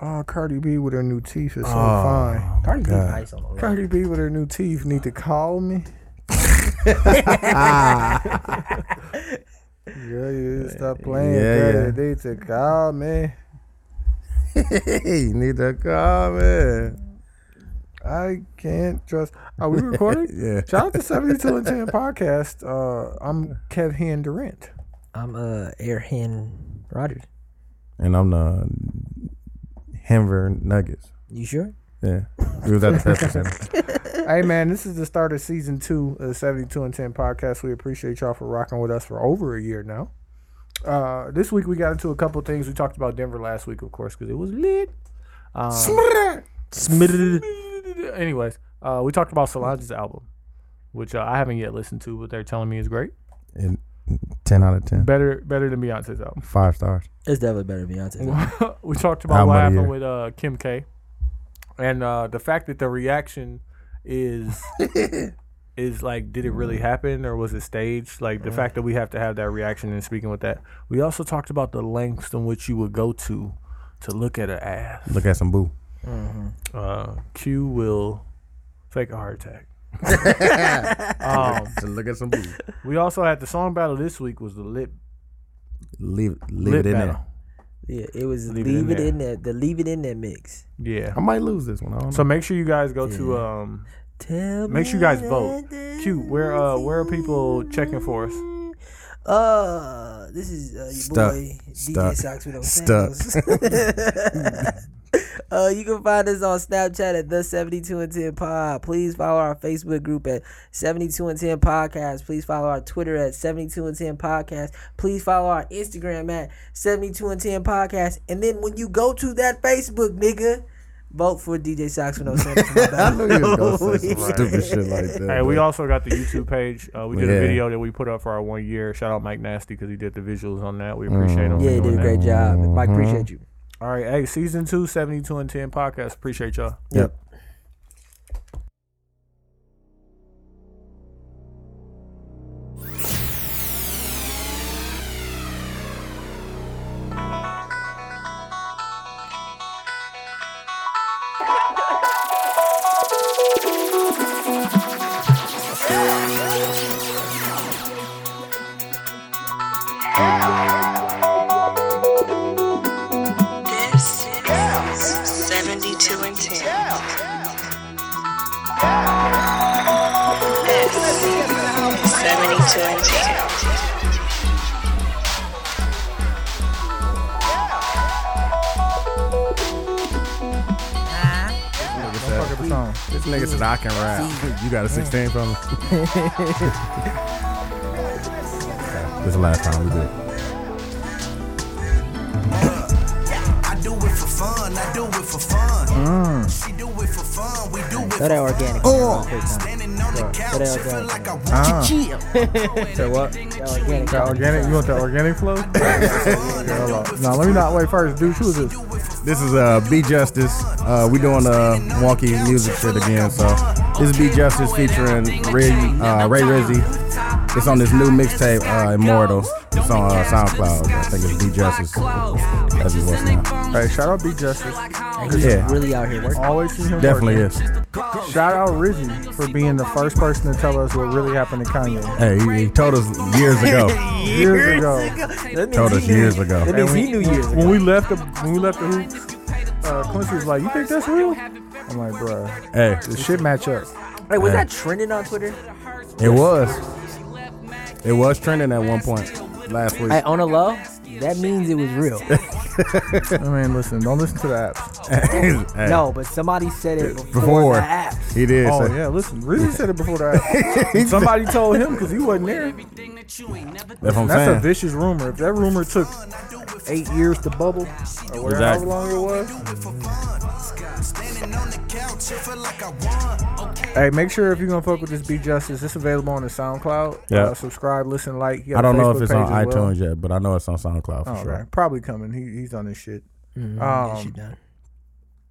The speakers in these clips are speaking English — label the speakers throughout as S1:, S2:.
S1: oh, Cardi B with her new teeth is so
S2: Oh.
S1: fine.
S3: Cardi B
S2: God.
S3: nice on the low.
S1: Cardi B with her new teeth need to call me. Girl, you need to stop playing.
S2: Yeah,
S1: Girl,
S2: yeah.
S1: you need to call me.
S2: you need to call me.
S1: I can't trust. Are we recording?
S2: Yeah.
S1: Shout out to 72 and 10 podcast. Uh, I'm Kev Han Durant.
S3: I'm uh Aaron Rodgers.
S2: And I'm the Denver Nuggets.
S3: You sure?
S2: Yeah. We was at the Pepper Center.
S1: hey, man, this is the start of season two of the 72 and 10 podcast. We appreciate y'all for rocking with us for over a year now. Uh, this week we got into a couple things. We talked about Denver last week, of course, because it was lit. Um,
S3: Smith.
S1: anyways, uh, we talked about Solange's album, which uh, I haven't yet listened to, but they're telling me is great.
S2: And 10 out of 10.
S1: Better, better than Beyonce's album.
S2: Five stars.
S3: It's definitely better than Beyonce.
S1: we talked about
S2: Album
S1: what
S2: of the
S1: happened with uh, Kim K, and uh, the fact that the reaction is is like, did it really happen or was it staged? Like the fact that we have to have that reaction and speaking with that. We also talked about the lengths in which you would go to to look at her ass.
S2: Look at some boo.
S1: Uh, Q will fake a heart attack. um,
S2: Just look at some boo.
S1: we also had the song battle this week was the lip
S2: Leave, leave
S1: lip
S2: it in
S1: battle.
S2: there.
S3: Yeah, it was
S1: Leave
S3: leave,
S1: it in
S3: it
S1: there.
S3: in there. The leave it in there mix.
S1: Yeah.
S2: I might lose this one. I don't know.
S1: So make sure you guys go to um,
S3: Tell
S1: Make sure you
S3: me
S1: guys vote.
S3: that
S1: Q, where, uh, where are people checking for us?
S3: Uh, this is uh, your
S2: Stuck.
S3: boy
S2: Stuck.
S3: DJ Socks with them
S2: Stuck.
S3: sandals. uh, you can find us on Snapchat at the seventy two and ten pod. Please follow our Facebook group at seventy two and ten podcast. Please follow our Twitter at seventy two and ten podcast. Please follow our Instagram at seventy two and ten podcast. And then when you go to that Facebook, nigga. Vote for DJ Socks with no sandals. for my
S2: I knew you was
S3: battle.
S2: gonna say some stupid shit like that.
S1: Hey, we
S2: bro.
S1: also got the YouTube page. Uh, we did
S2: Yeah.
S1: a video that we put up for our one year. Shout out Mike Nasty because he did the visuals on that. We appreciate
S2: Mm.
S1: him. for
S3: Yeah, you
S1: doing
S3: did a
S1: that.
S3: great job. Mike, appreciate you.
S1: All right, hey, season two, 72 and 10 podcast. Appreciate y'all.
S2: Yep.
S4: This is 72 and 10. This is 72 and 10.
S2: This nigga said I can rap. You got a 16 from me. this is the last time we did. it.
S5: I do it for fun. I do it for fun. She do it for fun. We do it
S3: Throw that
S5: for
S3: organic.
S5: fun.
S3: Oh. That
S5: Standing on the couch,
S3: that
S5: it feel
S3: organic.
S5: like I want
S2: Ah.
S1: So what?
S3: organic.
S1: Organic? You want the organic flow? no, let me not wait first. Dude, who is this?
S2: This is uh, B Justice. Uh, we doing the wonky music shit again. So this is B Justice featuring Ray, uh, Ray Rizzy. It's on this new mixtape, uh, Immortal. It's on uh, SoundCloud. I think it's B Justice. That's his voice now.
S1: Hey, shout out B Justice.
S2: Yeah,
S3: Really out here working.
S1: Always see him.
S2: definitely
S1: working.
S2: is.
S1: Shout out Rizzy for being the first person to tell us what really happened to Kanye
S2: Hey, he, he told us years ago.
S1: years ago.
S3: That
S2: Told
S3: means
S2: us
S3: he knew-
S2: years ago.
S3: That means he knew years ago.
S1: When we left the when we left the hoops, uh, Quincy was like, "You think that's real?" I'm like, "Bruh,
S2: Hey,
S1: the shit match up."
S3: Hey, was
S2: Hey.
S3: that trending on Twitter?
S2: it was. It was trending at one point last week.
S3: Hey, on a low? That means it was real.
S1: I mean, listen, don't listen to the apps.
S2: Hey,
S3: No, but somebody said it before,
S2: Before.
S3: the apps.
S2: He did.
S1: Oh
S2: say-
S1: yeah, listen, Rizzy said it before the apps. Somebody told him because he wasn't there.
S2: That's what I'm
S1: That's a
S2: saying.
S1: vicious rumor. If that rumor took eight years to bubble, or whatever, however
S2: Exactly.
S1: long it was.
S5: Standing on the couch, it feel like I want.
S1: Hey, make sure if you're gonna fuck with this, be justice. It's available on the SoundCloud.
S2: Yeah.
S1: Uh, subscribe, listen, like. You got
S2: I
S1: a
S2: don't know
S1: Facebook
S2: if it's
S1: page
S2: on
S1: as well.
S2: iTunes yet, but I know it's on SoundCloud for
S1: Oh,
S2: sure.
S1: okay. Probably coming. He, he's on his shit.
S3: Mm-hmm.
S1: Um,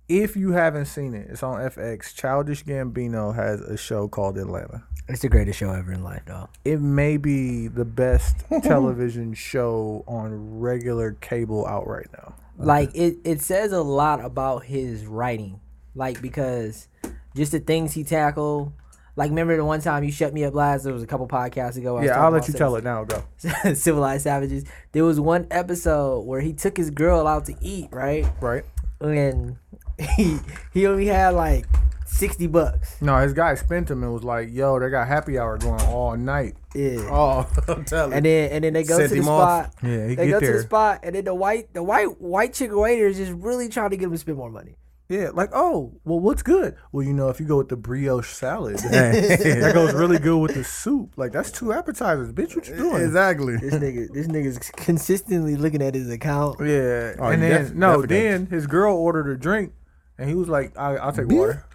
S1: if you haven't seen it, it's on FX. Childish Gambino has a show called Atlanta.
S3: It's the greatest show ever in life, dog.
S1: It may be the best television show on regular cable out right now.
S3: like it, it says a lot about his writing like because just the things he tackle like remember the one time you shut me up last there was a couple podcasts ago I was
S6: Yeah,
S3: talking
S6: I'll let
S3: about
S6: you tell it now, bro.
S3: civ- civilized savages there was one episode where he took his girl out to eat right
S6: Right?
S3: and he he only had like 60 bucks
S6: No, his guy spent him and was like, "Yo, they got happy hour going all night."
S3: yeah
S6: Oh, I'm telling
S3: and then and then they go
S2: Sent
S3: to the
S2: him off.
S3: spot
S6: Yeah, he
S3: they
S6: get
S3: go to
S6: there.
S3: the spot and then the white the white white chick waiter is just really trying to get him to spend more money
S6: Yeah, like, oh, well, what's good? Well, you know, if you go with the brioche salad, that goes really good with the soup. Like, that's two appetizers, bitch. What you doing?
S2: Exactly.
S3: This nigga, this nigga's consistently looking at his account.
S6: Yeah,
S2: Oh,
S6: and
S2: you
S6: then
S2: def-
S6: no,
S2: definitely
S6: then his girl ordered a drink, and he was like, I, "I'll take
S2: Beer?
S6: water."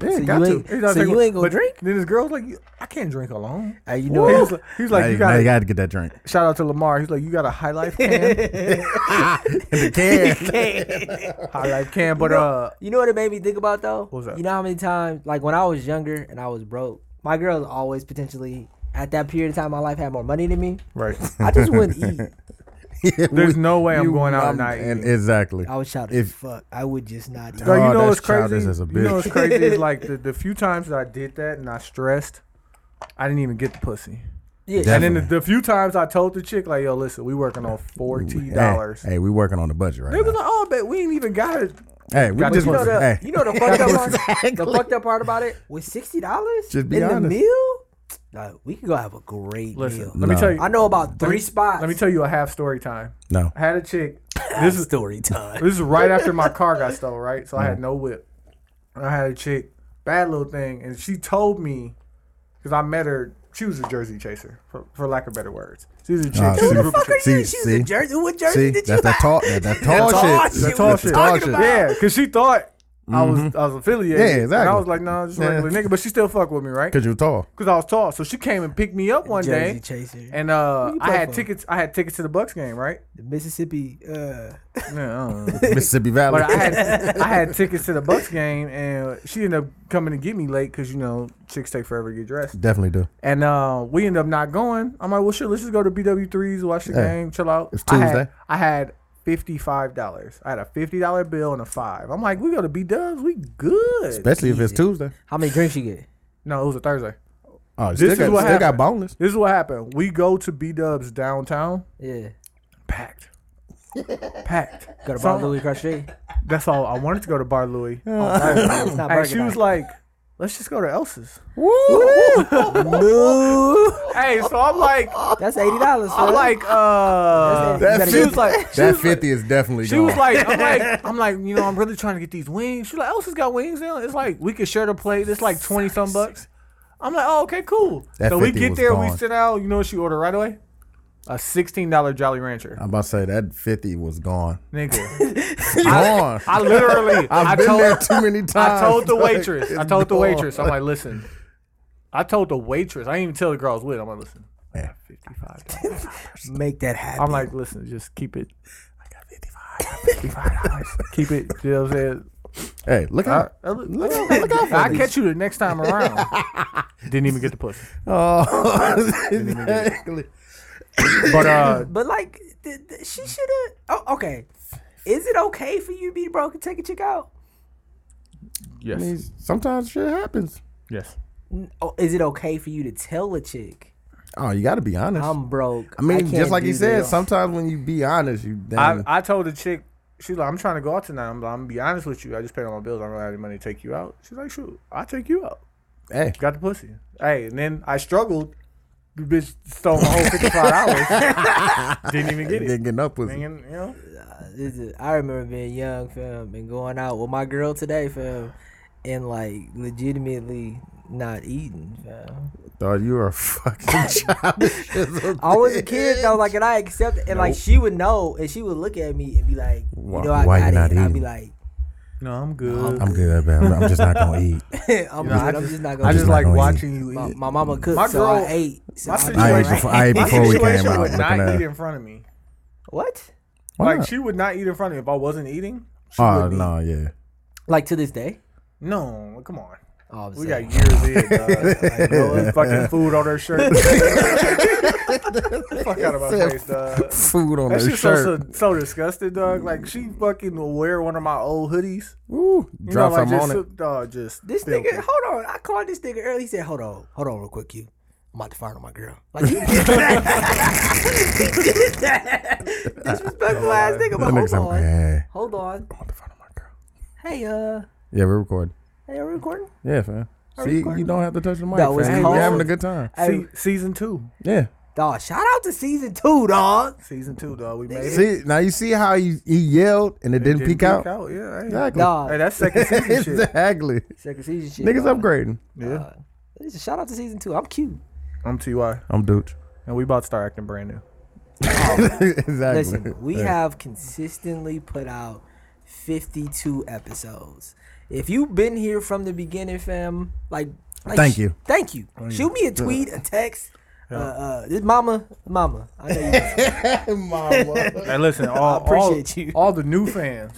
S6: Yeah,
S3: So
S6: got
S3: you
S6: to.
S3: ain't-
S6: He was like,
S3: so
S6: "Take
S3: you
S6: wa-"
S3: ain't gonna
S6: But
S3: drink?
S6: Then his girl's like, "I can't drink alone."
S3: Hey, you
S6: He
S3: know what?
S6: was, like- he was like,
S2: Now
S6: "You
S2: now
S6: got."
S2: to get that drink.
S6: Shout out to Lamar. He's like, "You got a high life can, Ah.
S2: the can.
S6: high life can." But uh,
S3: You know what it made me think about though?
S6: was that?
S3: You know how many times, like when I was younger and I was broke, my girls always potentially at that period of time in my life had more money than me.
S6: right,
S3: I just wouldn't eat.
S6: there's no way I'm
S2: You-
S6: going out
S2: I'm-
S6: tonight.
S2: and- Exactly.
S3: I was shouting,
S2: If-
S3: fuck. I would just not eat.
S6: Bro, you
S2: Oh,
S6: know
S2: that's
S6: what's crazy?
S2: childish as a
S6: You know
S2: bitch.
S6: what's crazy is like the, the few times that I did that and I stressed, I didn't even get the pussy.
S3: Yeah,
S2: That-
S6: And then the, the few times I told the chick like, "Yo, listen, we working on forty dollars."
S2: Hey, hey, we working on the budget right
S6: They was
S2: now.
S6: like, "Oh, but we ain't even got it."
S2: Hey, we
S6: Got
S2: just
S6: you
S3: you know
S6: know
S3: the,
S2: hey,
S3: you know the fucked up part, the fucked up part about it was sixty dollars
S2: Just be
S3: in the
S2: honest.
S3: meal. Nah, we could go have a great
S6: Listen,
S3: meal.
S6: let me
S2: No.
S6: tell you.
S3: I know about three spots.
S6: Let me tell you a half story time.
S2: no.
S6: I had a chick. This is
S3: story time.
S6: this is right after my car got stolen, right? So I
S2: Mm.
S6: had no whip. And I had a chick, bad little thing, and she told me because I met her. She was a jersey chaser, for, for lack of better words. She was a chick.
S2: Ah,
S6: she was a
S2: see.
S6: group of chicks.
S2: See,
S3: See, she was
S2: see.
S3: a jersey. What jersey
S2: See,
S3: did
S2: that's
S3: you
S2: that
S3: have?
S2: tall, that, that tall
S3: tall
S2: shit.
S3: shit
S2: That
S3: we
S2: tall
S3: was
S2: shit.
S3: talking about.
S6: Yeah, because she thought I was I was affiliated.
S2: Mm-hmm. Yeah, exactly.
S6: And I was like, no, nah, just a
S2: Yeah.
S6: regular nigga. But she still fuck with me, right?
S2: Cause you're tall.
S6: Because I was tall. So she came and picked me up one
S3: Jersey
S6: day.
S3: chaser.
S6: And uh,
S3: you
S6: I
S3: play
S6: had
S3: for?
S6: tickets. I had tickets to the Bucks game, right?
S3: The Mississippi. Uh,
S6: Yeah, I don't know.
S2: Mississippi Valley.
S6: But I had I had tickets to the Bucks game, and she ended up coming to get me late because you know chicks take forever to get dressed.
S2: Definitely do.
S6: And uh, we ended up not going. I'm like, well, shit, let's just go to BW3s, watch the
S2: Hey,
S6: game, chill out.
S2: it's
S6: I had,
S2: Tuesday.
S6: I had $55. I had a $50 bill and a five. I'm like, we go to BWs, we good.
S2: Especially if it's Tuesday.
S3: how many drinks you get?
S6: no, it was a Thursday.
S2: Oh, this
S6: This
S2: still
S6: is
S2: got,
S6: what
S2: still got
S6: happened.
S2: boneless.
S6: This is what happened. We go to B Dubs downtown,
S3: Yeah,
S6: packed. packed.
S3: got a
S6: So-
S3: bottle of Louis Crochet. Oh,
S6: That's all. I wanted to go to Bar Louie.
S3: it's not
S6: Hey,
S3: burger
S6: she
S3: night.
S6: was like, let's just go to Elsa's.
S3: no,
S6: Hey, so I'm like,
S3: that's eighty dollars.
S6: I'm like, uh,
S3: That's it.
S6: she was like, she
S2: That
S6: was like-
S2: fifty is definitely.
S6: She
S2: gone.
S6: was like, I'm like, I'm like, you know, I'm really trying to get these wings. She's like, Elsa's got wings now. It's like we could share the plate. It's like twenty some bucks. I'm like, oh, okay, cool.
S2: That
S6: so we
S2: 50
S6: get
S2: was
S6: there, we
S2: gone.
S6: sit down. You know what she ordered right away? A sixteen dollar Jolly Rancher,
S2: I'm about to say that fifty was gone.
S6: nigga.
S2: Gone.
S6: I literally,
S2: I've
S6: I
S2: been
S6: told,
S2: there too many times.
S6: I told the
S2: Like,
S6: waitress, I
S2: it's
S6: told the
S2: gone.
S6: waitress, I'm like, listen. I told the waitress, I didn't even tell the girl I was with. I'm like, listen,
S2: Yeah.
S6: fifty five.
S3: make that happen.
S6: I'm like, listen, just keep it. I got $55. Keep it. You know what I'm saying?
S2: Hey, look out!
S6: I-
S2: Look out! Look out!
S6: I'll catch you the next time around. Didn't even get the pussy.
S2: Oh, exactly.
S6: But uh,
S3: but like, th- th- she should have. Oh, okay. Is it okay for you to be broke and take a chick out?
S2: I
S6: yes,
S2: mean, sometimes shit happens.
S6: yes.
S3: Oh, is it okay for you to tell a chick
S2: Oh, you got to be honest.
S3: I'm broke?
S2: I mean,
S3: can't
S2: just like
S3: do
S2: he said,
S3: this.
S2: sometimes when you be honest, you
S6: I
S2: damn.
S6: I told the chick, she's like, I'm trying to go out tonight. I'm, like, I'm gonna be honest with you. I just paid all my bills. I don't really have any money to take you out. She's like, shoot, I'll take you out.
S2: hey,
S6: Got the pussy. Hey, and then I struggled. The bitch stole my whole fifty five dollars. Didn't even get it.
S2: didn't get up with it.
S6: And, you know,
S3: This is- I remember being young, fam, and going out with my girl today, fam, and like legitimately not eating, fam.
S2: Thought you were a fucking childish. as a
S3: I was a
S2: bitch.
S3: kid though, like, and I accepted, and like she would know, and she would look at me and be like,
S2: Why-
S3: "You know, I
S2: why you
S3: got it."
S2: not
S3: and I'd be
S2: eating?
S3: like,
S6: no, I'm good.
S2: I'm good, man. I'm- I'm just not gonna eat.
S3: "I'm,
S6: You know, I
S3: good, I'm
S6: just-
S3: just not gonna."
S6: I
S2: I'm
S6: just
S2: not
S6: like
S2: gonna eat.
S6: watching you
S3: my,
S6: eat.
S3: my mama cooked,
S6: My
S3: so I
S6: girl-
S3: ate. So
S6: my
S3: I-
S6: situation-
S2: I ate, before, I ate
S6: My
S2: before we
S6: situation
S2: came out.
S6: would
S2: Looking
S6: not
S2: at,
S6: eat in front of me.
S3: what?
S2: Why
S6: like
S2: not?
S6: she would not eat in front of me if I wasn't eating. She
S2: oh
S6: wouldn't eat.
S2: no, yeah.
S3: Like to this day,
S6: No, come on.
S3: Oh, I'm
S6: We got
S3: saying.
S6: years in. dog. Like, no one's fucking food on her shirt. Fuck out of my face, dog.
S2: Food on
S6: That
S2: her
S6: shit's so, so
S2: shirt.
S6: so disgusting, dog. Like she fucking will wear one of my old hoodies.
S2: Ooh,
S6: You
S2: drop
S6: know, like
S2: some
S6: just,
S2: on it.
S6: Dog, just
S3: This
S6: filthy.
S3: nigga, hold on. I called this nigga early. He said, hold on, hold on real quick, you. I'm about to find on my girl. Like, you did that. he did that. Disrespectful ass nigga,
S2: That
S3: but
S2: nigga
S3: hold
S2: sound
S3: on.
S2: bad.
S3: Hold on. Hey, uh,
S2: Yeah, we're recording.
S3: hey, are we recording?
S2: Yeah, fam.
S3: we
S2: See,
S3: recording?
S2: you don't have to touch the mic.
S3: That was
S2: fam. We're
S3: cold.
S2: having a good time.
S3: Hey,
S6: Se- season two.
S2: Yeah.
S3: dog, shout out to season two, dog.
S6: Season two, dog. We made it.
S2: See, now you see how you, he yelled and it didn't, peek out?
S6: Yeah, hey.
S2: Exactly.
S3: Dog.
S6: Hey, that's second season shit.
S2: exactly.
S3: Second season shit.
S2: Niggas
S3: dog.
S2: upgrading.
S6: Yeah,
S3: Listen, Shout out to season two. I'm cute.
S6: I'm Ty,
S2: I'm Dooch.
S6: and we about to start acting brand new.
S2: exactly.
S3: Listen, we
S2: Yeah.
S3: have consistently put out 52 episodes. If you've been here from the beginning, fam, like, like
S2: Thank
S3: sh-
S2: you.
S3: thank you. Shoot me a tweet, a text. Uh, uh, this mama, mama, I know you.
S6: And listen, all,
S3: appreciate
S6: all,
S3: you.
S6: all the new fans.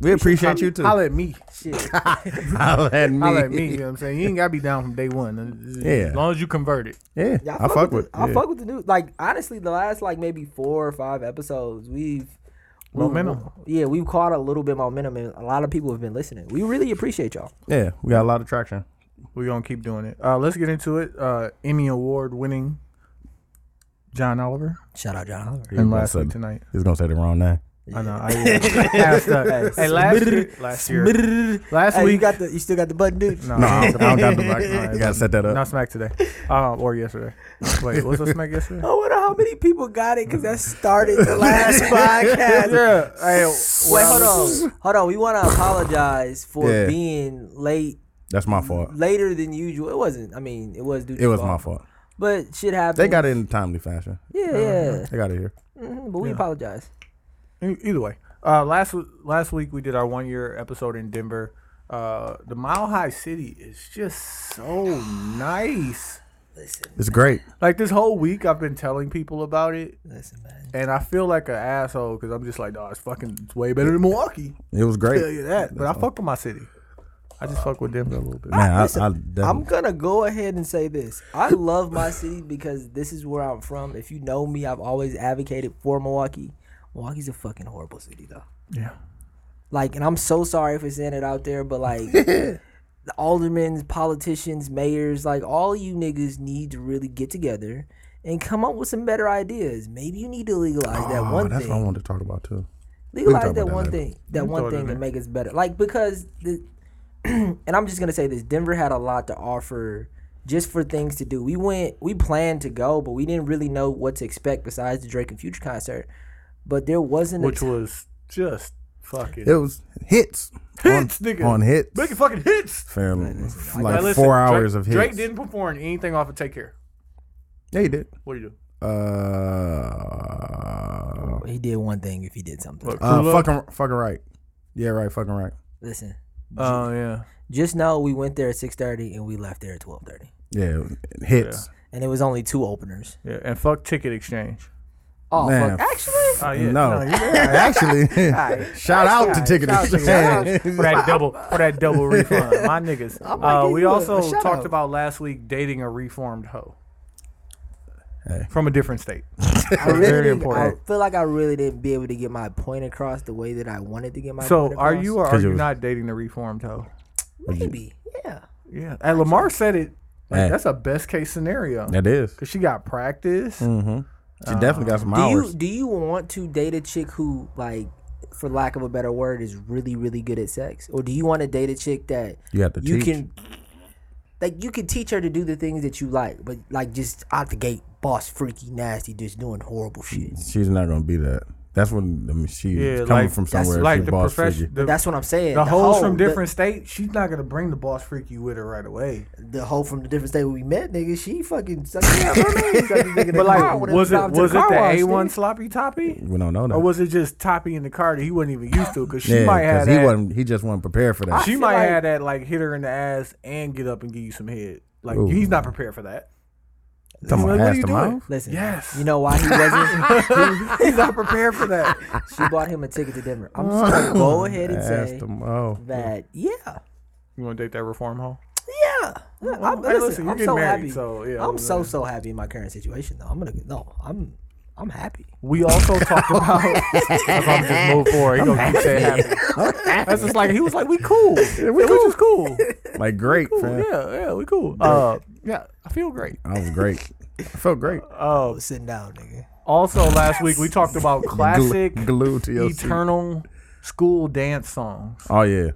S2: we appreciate you too.
S6: Holla at me.
S3: shit.
S2: Holla at me.
S6: Holla at me. You know what I'm saying? You ain't got to be down from day one.
S2: Yeah.
S6: As long as you convert it.
S2: Yeah,
S3: Yeah,
S2: I fuck with.
S3: the, I
S2: yeah.
S3: fuck with the new. Like honestly, the last like maybe four or five episodes, we've we-
S6: Momentum.
S3: yeah, we've caught a little bit momentum, and a lot of people have been listening. We really appreciate y'all.
S2: Yeah, we got a lot of traction.
S6: We're going to keep doing it. Uh, let's get into it. Uh, Emmy Award winning John Oliver.
S3: Shout out, John Oliver.
S6: And
S2: gonna
S6: last
S2: say-
S6: week tonight.
S2: He's gonna say the wrong name.
S6: I know. I passed up. Hey, last year. Last year. Last
S3: Hey, you
S6: week.
S3: got the, you still got the button, dude.
S6: no,
S2: No, I
S6: I
S2: don't, I don't got the
S6: don't- no,
S2: mic.
S6: I
S2: You gotta set that
S6: don't-
S2: up.
S6: Not smack today. Um, or yesterday. Wait, was the smack yesterday?
S3: I wonder how many people got it because that started the last podcast.
S6: Yeah. Hey,
S3: Wait, hold on, hold on. We want to apologize for
S2: Yeah.
S3: being late,
S2: That's my fault.
S3: later than usual. It wasn't. I mean, it was due. to
S2: It was
S3: fault,
S2: my fault.
S3: but shit happened.
S2: They got it in a timely fashion.
S3: Yeah, yeah.
S2: They got it Uh-huh. here.
S3: Mhm, But we apologize.
S6: E- Either way, uh, last w- last week we did our one year episode in Denver. Uh, the Mile High City is just so nice.
S3: Listen,
S2: It's great.
S6: Like this whole week, I've been telling people about it,
S3: listen, man.
S6: and I feel like an asshole because I'm just like, "Nah, it's fucking it's way better than Milwaukee."
S2: It was great.
S6: tell you that, but I fuck with my city. I just fuck with Denver a little bit.
S2: Man, I,
S3: Listen,
S2: I
S3: I'm
S2: definitely-
S3: gonna go ahead and say this. I love my city because this is where I'm from. If you know me, I've always advocated for Milwaukee. Milwaukee's a fucking horrible city though.
S6: Yeah,
S3: Like, and I'm so sorry for saying it out there, but like the aldermen, politicians, mayors, like all you niggas need to really get together and come up with some better ideas. Maybe you need to legalize that
S2: Oh,
S3: one
S2: that's
S3: thing.
S2: what I wanted to talk about too.
S3: Legalize
S2: talk
S3: that
S2: about
S3: one
S2: that later.
S3: thing. That
S6: talk
S3: one
S6: about
S3: thing
S6: that.
S3: to make us better. Like because the and I'm just gonna say this, Denver had a lot to offer just for things to do. We went we planned to go, but we didn't really know what to expect besides the Drake and Future concert. But there wasn't a
S6: which
S3: t-
S6: was just fucking
S2: It was hits.
S6: hits,
S2: on,
S6: nigga.
S2: on hits.
S6: Making fucking hits.
S2: Fam, like
S6: Now listen,
S2: four
S6: Drake-
S2: hours of hits.
S6: Drake didn't perform anything off of Take Care.
S2: Yeah, he did.
S6: What do you do?
S2: Uh,
S3: he did one thing if he did something.
S6: Look,
S2: uh
S6: Club.
S2: fucking, fucking right. Yeah, right. Fucking right.
S3: Listen,
S6: Oh yeah.
S3: just know we went there at six thirty and we left there at twelve thirty.
S2: Yeah, hits.
S3: And it was only two openers.
S6: Yeah, and fuck ticket exchange.
S3: Oh
S2: Man,
S3: fuck. Actually
S6: Oh yeah,
S2: No.
S6: you're right.
S2: Actually, shout out to Ticket
S3: Shout out to Ticket
S2: Exchange.
S6: for that double for that double refund, my niggas.
S3: might
S6: Uh,
S3: give
S6: we
S3: you a-
S6: also
S3: a shout
S6: talked
S3: out.
S6: about last week dating a reformed hoe
S2: Hey.
S6: from a different state.
S3: I really
S6: Very
S3: didn't, I
S6: important.
S3: feel like I really didn't be able to get my point across the way that I wanted to get my point
S6: So,
S3: across.
S6: are you or are
S2: 'Cause it
S6: you
S2: was-
S6: not dating the reformed hoe?
S3: Maybe. Yeah.
S6: Yeah, and Lamar said it. Like,
S2: Hey.
S6: That's a best case scenario
S2: That is.
S6: because she got practice.
S2: Mm. She definitely got some
S3: Do you
S2: hours.
S3: do you want to date a chick who like for lack of a better word is really really good at sex or do you want to date a chick that
S2: You have to
S3: you
S2: teach.
S3: can like you can teach her to do the things that you like but like just out the gate boss freaky nasty just doing horrible shit.
S2: She's not gonna be that. That's when I mean, she's
S6: Yeah,
S2: coming
S6: like
S2: from somewhere.
S6: Like
S2: she's
S6: the
S2: boss
S6: profession,
S2: freaky.
S6: the,
S3: That's what I'm saying.
S6: the hoes
S3: hoe-
S6: from
S3: the-
S6: different states. She's not gonna bring the boss freaky with her right away.
S3: the, hoe from the different state where we met, nigga. She fucking sucked me up. her man sucked the nigga in the
S6: But like,
S3: car when
S6: was
S3: drive
S6: it
S3: to
S6: was it
S3: car
S6: the
S3: wash,
S6: A one
S3: nigga.
S6: sloppy toppy?
S2: We don't know that.
S6: Or was it just Toppy in the car that he wasn't even used to? Because she
S2: yeah,
S6: might have
S2: he
S6: that.
S2: wasn't. He just wasn't prepared for that.
S6: she
S3: feel
S6: might
S3: like-
S6: have that like hit her in the ass and get up and give you some head. Like
S2: Ooh.
S6: he's not prepared for that.
S2: Talking about
S6: Like, what
S2: ass
S6: are you
S2: to
S6: doing?
S2: mouth.
S3: Listen,
S6: Yes.
S3: you know why he wasn't?
S6: he's not prepared for that.
S3: she bought him a ticket to Denver. I'm
S6: Oh.
S3: just gonna go ahead and
S2: Ass
S3: say
S2: to mouth.
S3: that, yeah,
S6: You want to date that reform hoe?
S3: yeah, Yeah,
S6: Well,
S3: I'm,
S6: hey,
S3: listen,
S6: listen, you're
S3: I'm
S6: getting
S3: so
S6: married,
S3: happy.
S6: so, yeah,
S3: I'm
S6: I'm
S3: so
S6: like-
S3: so happy in my current situation though. I'm gonna no, I'm I'm happy.
S6: We also talked about. if I'm just move forward, he gonna keep saying happy. That's just like he was like, we cool. we just cool.
S2: Like great,
S6: Cool,
S2: fam.
S6: Yeah, yeah, we cool. Uh, yeah, I feel great.
S2: I was great. I felt great.
S3: I'm sitting down, nigga.
S6: Also, last week we talked about classic,
S2: Glu- glued to your seat.
S6: eternal school dance songs.
S2: Oh yeah.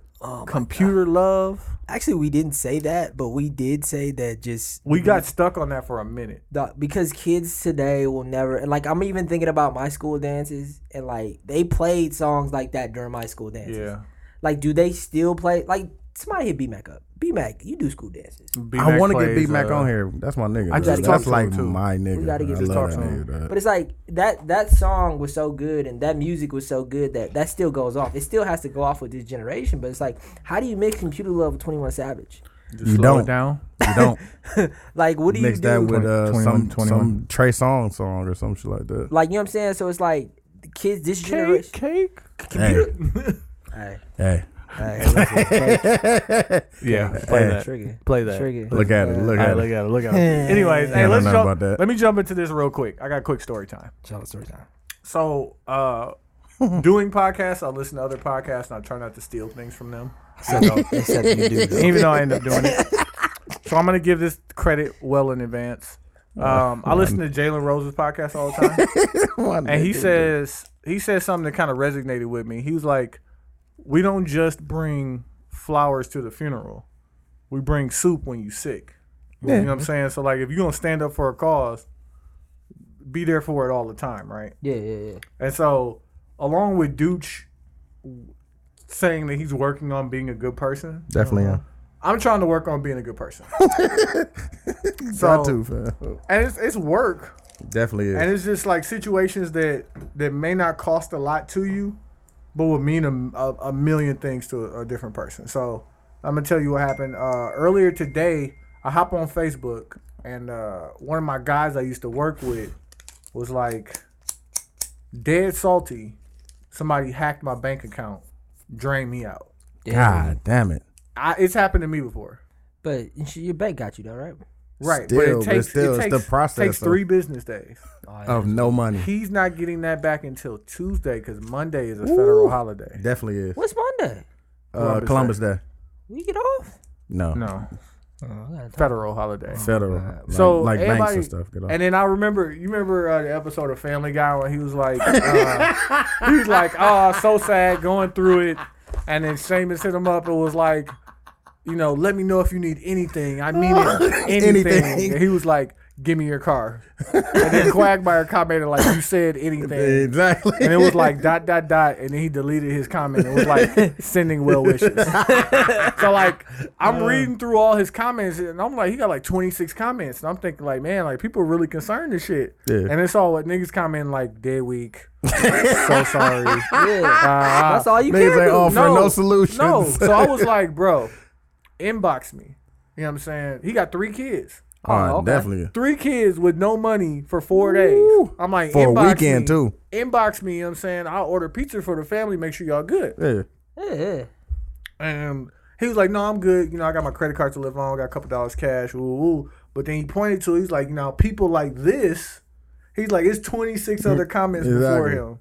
S6: Computer love.
S3: Actually, we didn't say that, but we did say that just
S6: We got stuck on that for a minute.
S3: the, because kids today will never and like I'm even thinking about my school dances and like they played songs like that during my school dances.
S6: Yeah.
S3: Like, do they still play? Like somebody hit B Mac up. B Mac, you do school dances.
S2: I want to get B Mac on here. That's my nigga.
S6: I
S2: bro.
S6: just
S3: talked
S2: That's
S6: to
S2: like
S6: him, too.
S2: my nigga.
S3: We gotta
S2: bro.
S3: get
S2: I
S3: this
S2: love
S6: talk
S2: that
S6: to him.
S2: nigga. dog.
S3: But it's like that that song was so good and that music was so good that that still goes off. It still has to go off with this generation. But it's like, how do you mix computer love with Twenty One Savage?
S2: You
S6: Slow it
S2: don't.
S6: down.
S2: You don't
S3: Like, what do
S2: mix
S3: you do?
S2: that with uh,
S6: 21,
S2: some
S6: 21.
S2: some Trey Song song or some shit like that.
S3: like, you know what I'm saying? So it's like, the kids, this
S6: Cake,
S3: generation.
S6: cake.
S2: Hey,
S3: Hey,
S2: hey,
S3: hey, listen, hey,
S6: Yeah, play
S2: Hey.
S6: that.
S3: trigger,
S6: Play that.
S3: trigger.
S2: look at it. Look
S6: All right,
S2: at
S6: look
S2: it.
S6: at it. Look at it. Anyways, hey,
S2: don't
S6: let's
S2: know
S6: jump.
S2: about that.
S6: Let me jump into this real quick. I got a quick story time.
S3: Tell the story time.
S6: So, uh, doing podcasts, I listen to other podcasts and I try not to steal things from them.
S3: Except you do. though.
S6: even though I end up doing it. So I'm gonna give this credit well in advance. Um, I listen to Jalen Rose's podcast all the time. And he says he says something that kind of resonated with me. He was like, "We don't just bring flowers to the funeral; we bring soup when you sick." You know what I'm saying? So like, if you're gonna stand up for a cause, be there for it all the time, right?
S3: Yeah, yeah, yeah.
S6: And so, along with Dooch saying that he's working on being a good person,
S2: Definitely. yeah.
S6: I'm trying to work on being a good person. so,
S2: Got to, fam.
S6: and it's, it's work,
S2: Definitely
S6: and
S2: is.
S6: it's just like situations that that may not cost a lot to you, but would mean a, a, a million things to a, a different person. So I'm gonna tell you what happened uh, earlier today. I hop on Facebook, and uh, one of my guys I used to work with was like, dead salty. Somebody hacked my bank account, drained me out.
S2: God damn it.
S6: I, it's happened to me before.
S3: But your bank got you though, right?
S6: Right,
S2: Still,
S6: but it
S2: but
S6: takes,
S2: still,
S6: it
S2: it's
S6: takes,
S2: the process
S6: takes
S2: of-
S6: three business days.
S2: Of no money.
S6: He's not getting that back until Tuesday because Monday is a federal holiday.
S2: Definitely is.
S3: What's Monday?
S2: Uh,
S6: Columbus
S2: Columbus Day.
S3: We get off.
S2: No.
S6: No,
S3: Oh, I gotta talk.
S6: federal holiday.
S2: Federal.
S6: so
S2: like, like banks
S6: everybody-
S2: and stuff. Get off.
S6: And then I remember, you remember uh, the episode of Family Guy when he was like, uh, he was like, oh, so sad going through it. And then Seamus hit him up and was like, you know, let me know if you need anything. I mean it, anything.
S2: Anything.
S6: And he was like, give me your car. And then Quagmire commented like, you said anything.
S2: exactly.
S6: and it was like dot dot dot, and then he deleted his comment. It was like sending well wishes. so like I'm
S2: Uh.
S6: reading through all his comments, and I'm like, he got like 26 comments, and I'm thinking like, man, like people are really concerned and shit.
S2: Yeah.
S6: And it's all what niggas comment like dead weak, so sorry.
S3: Yeah,
S6: Uh,
S3: that's all you
S2: Niggas
S3: can
S2: ain't
S3: do.
S2: offering "Oh, no, Oh, solutions.
S6: no, so I was like, bro, inbox me. You know what I'm saying? He got three kids.
S2: oh,
S3: okay.
S2: definitely.
S6: Three kids with no money for four days. I'm like,
S2: For a
S6: inbox
S2: weekend,
S6: me.
S2: too.
S6: Inbox me, you know what I'm saying? I'll order pizza for the family, make sure y'all good.
S2: Yeah.
S3: Yeah, yeah.
S6: And he was like, "No, I'm good. You know, I got my credit card to live on. Got a couple dollars cash. Ooh, ooh." But then he pointed to, he's like, "You know, people like this." He's like, "It's 26 other comments before
S2: Exactly.
S6: him."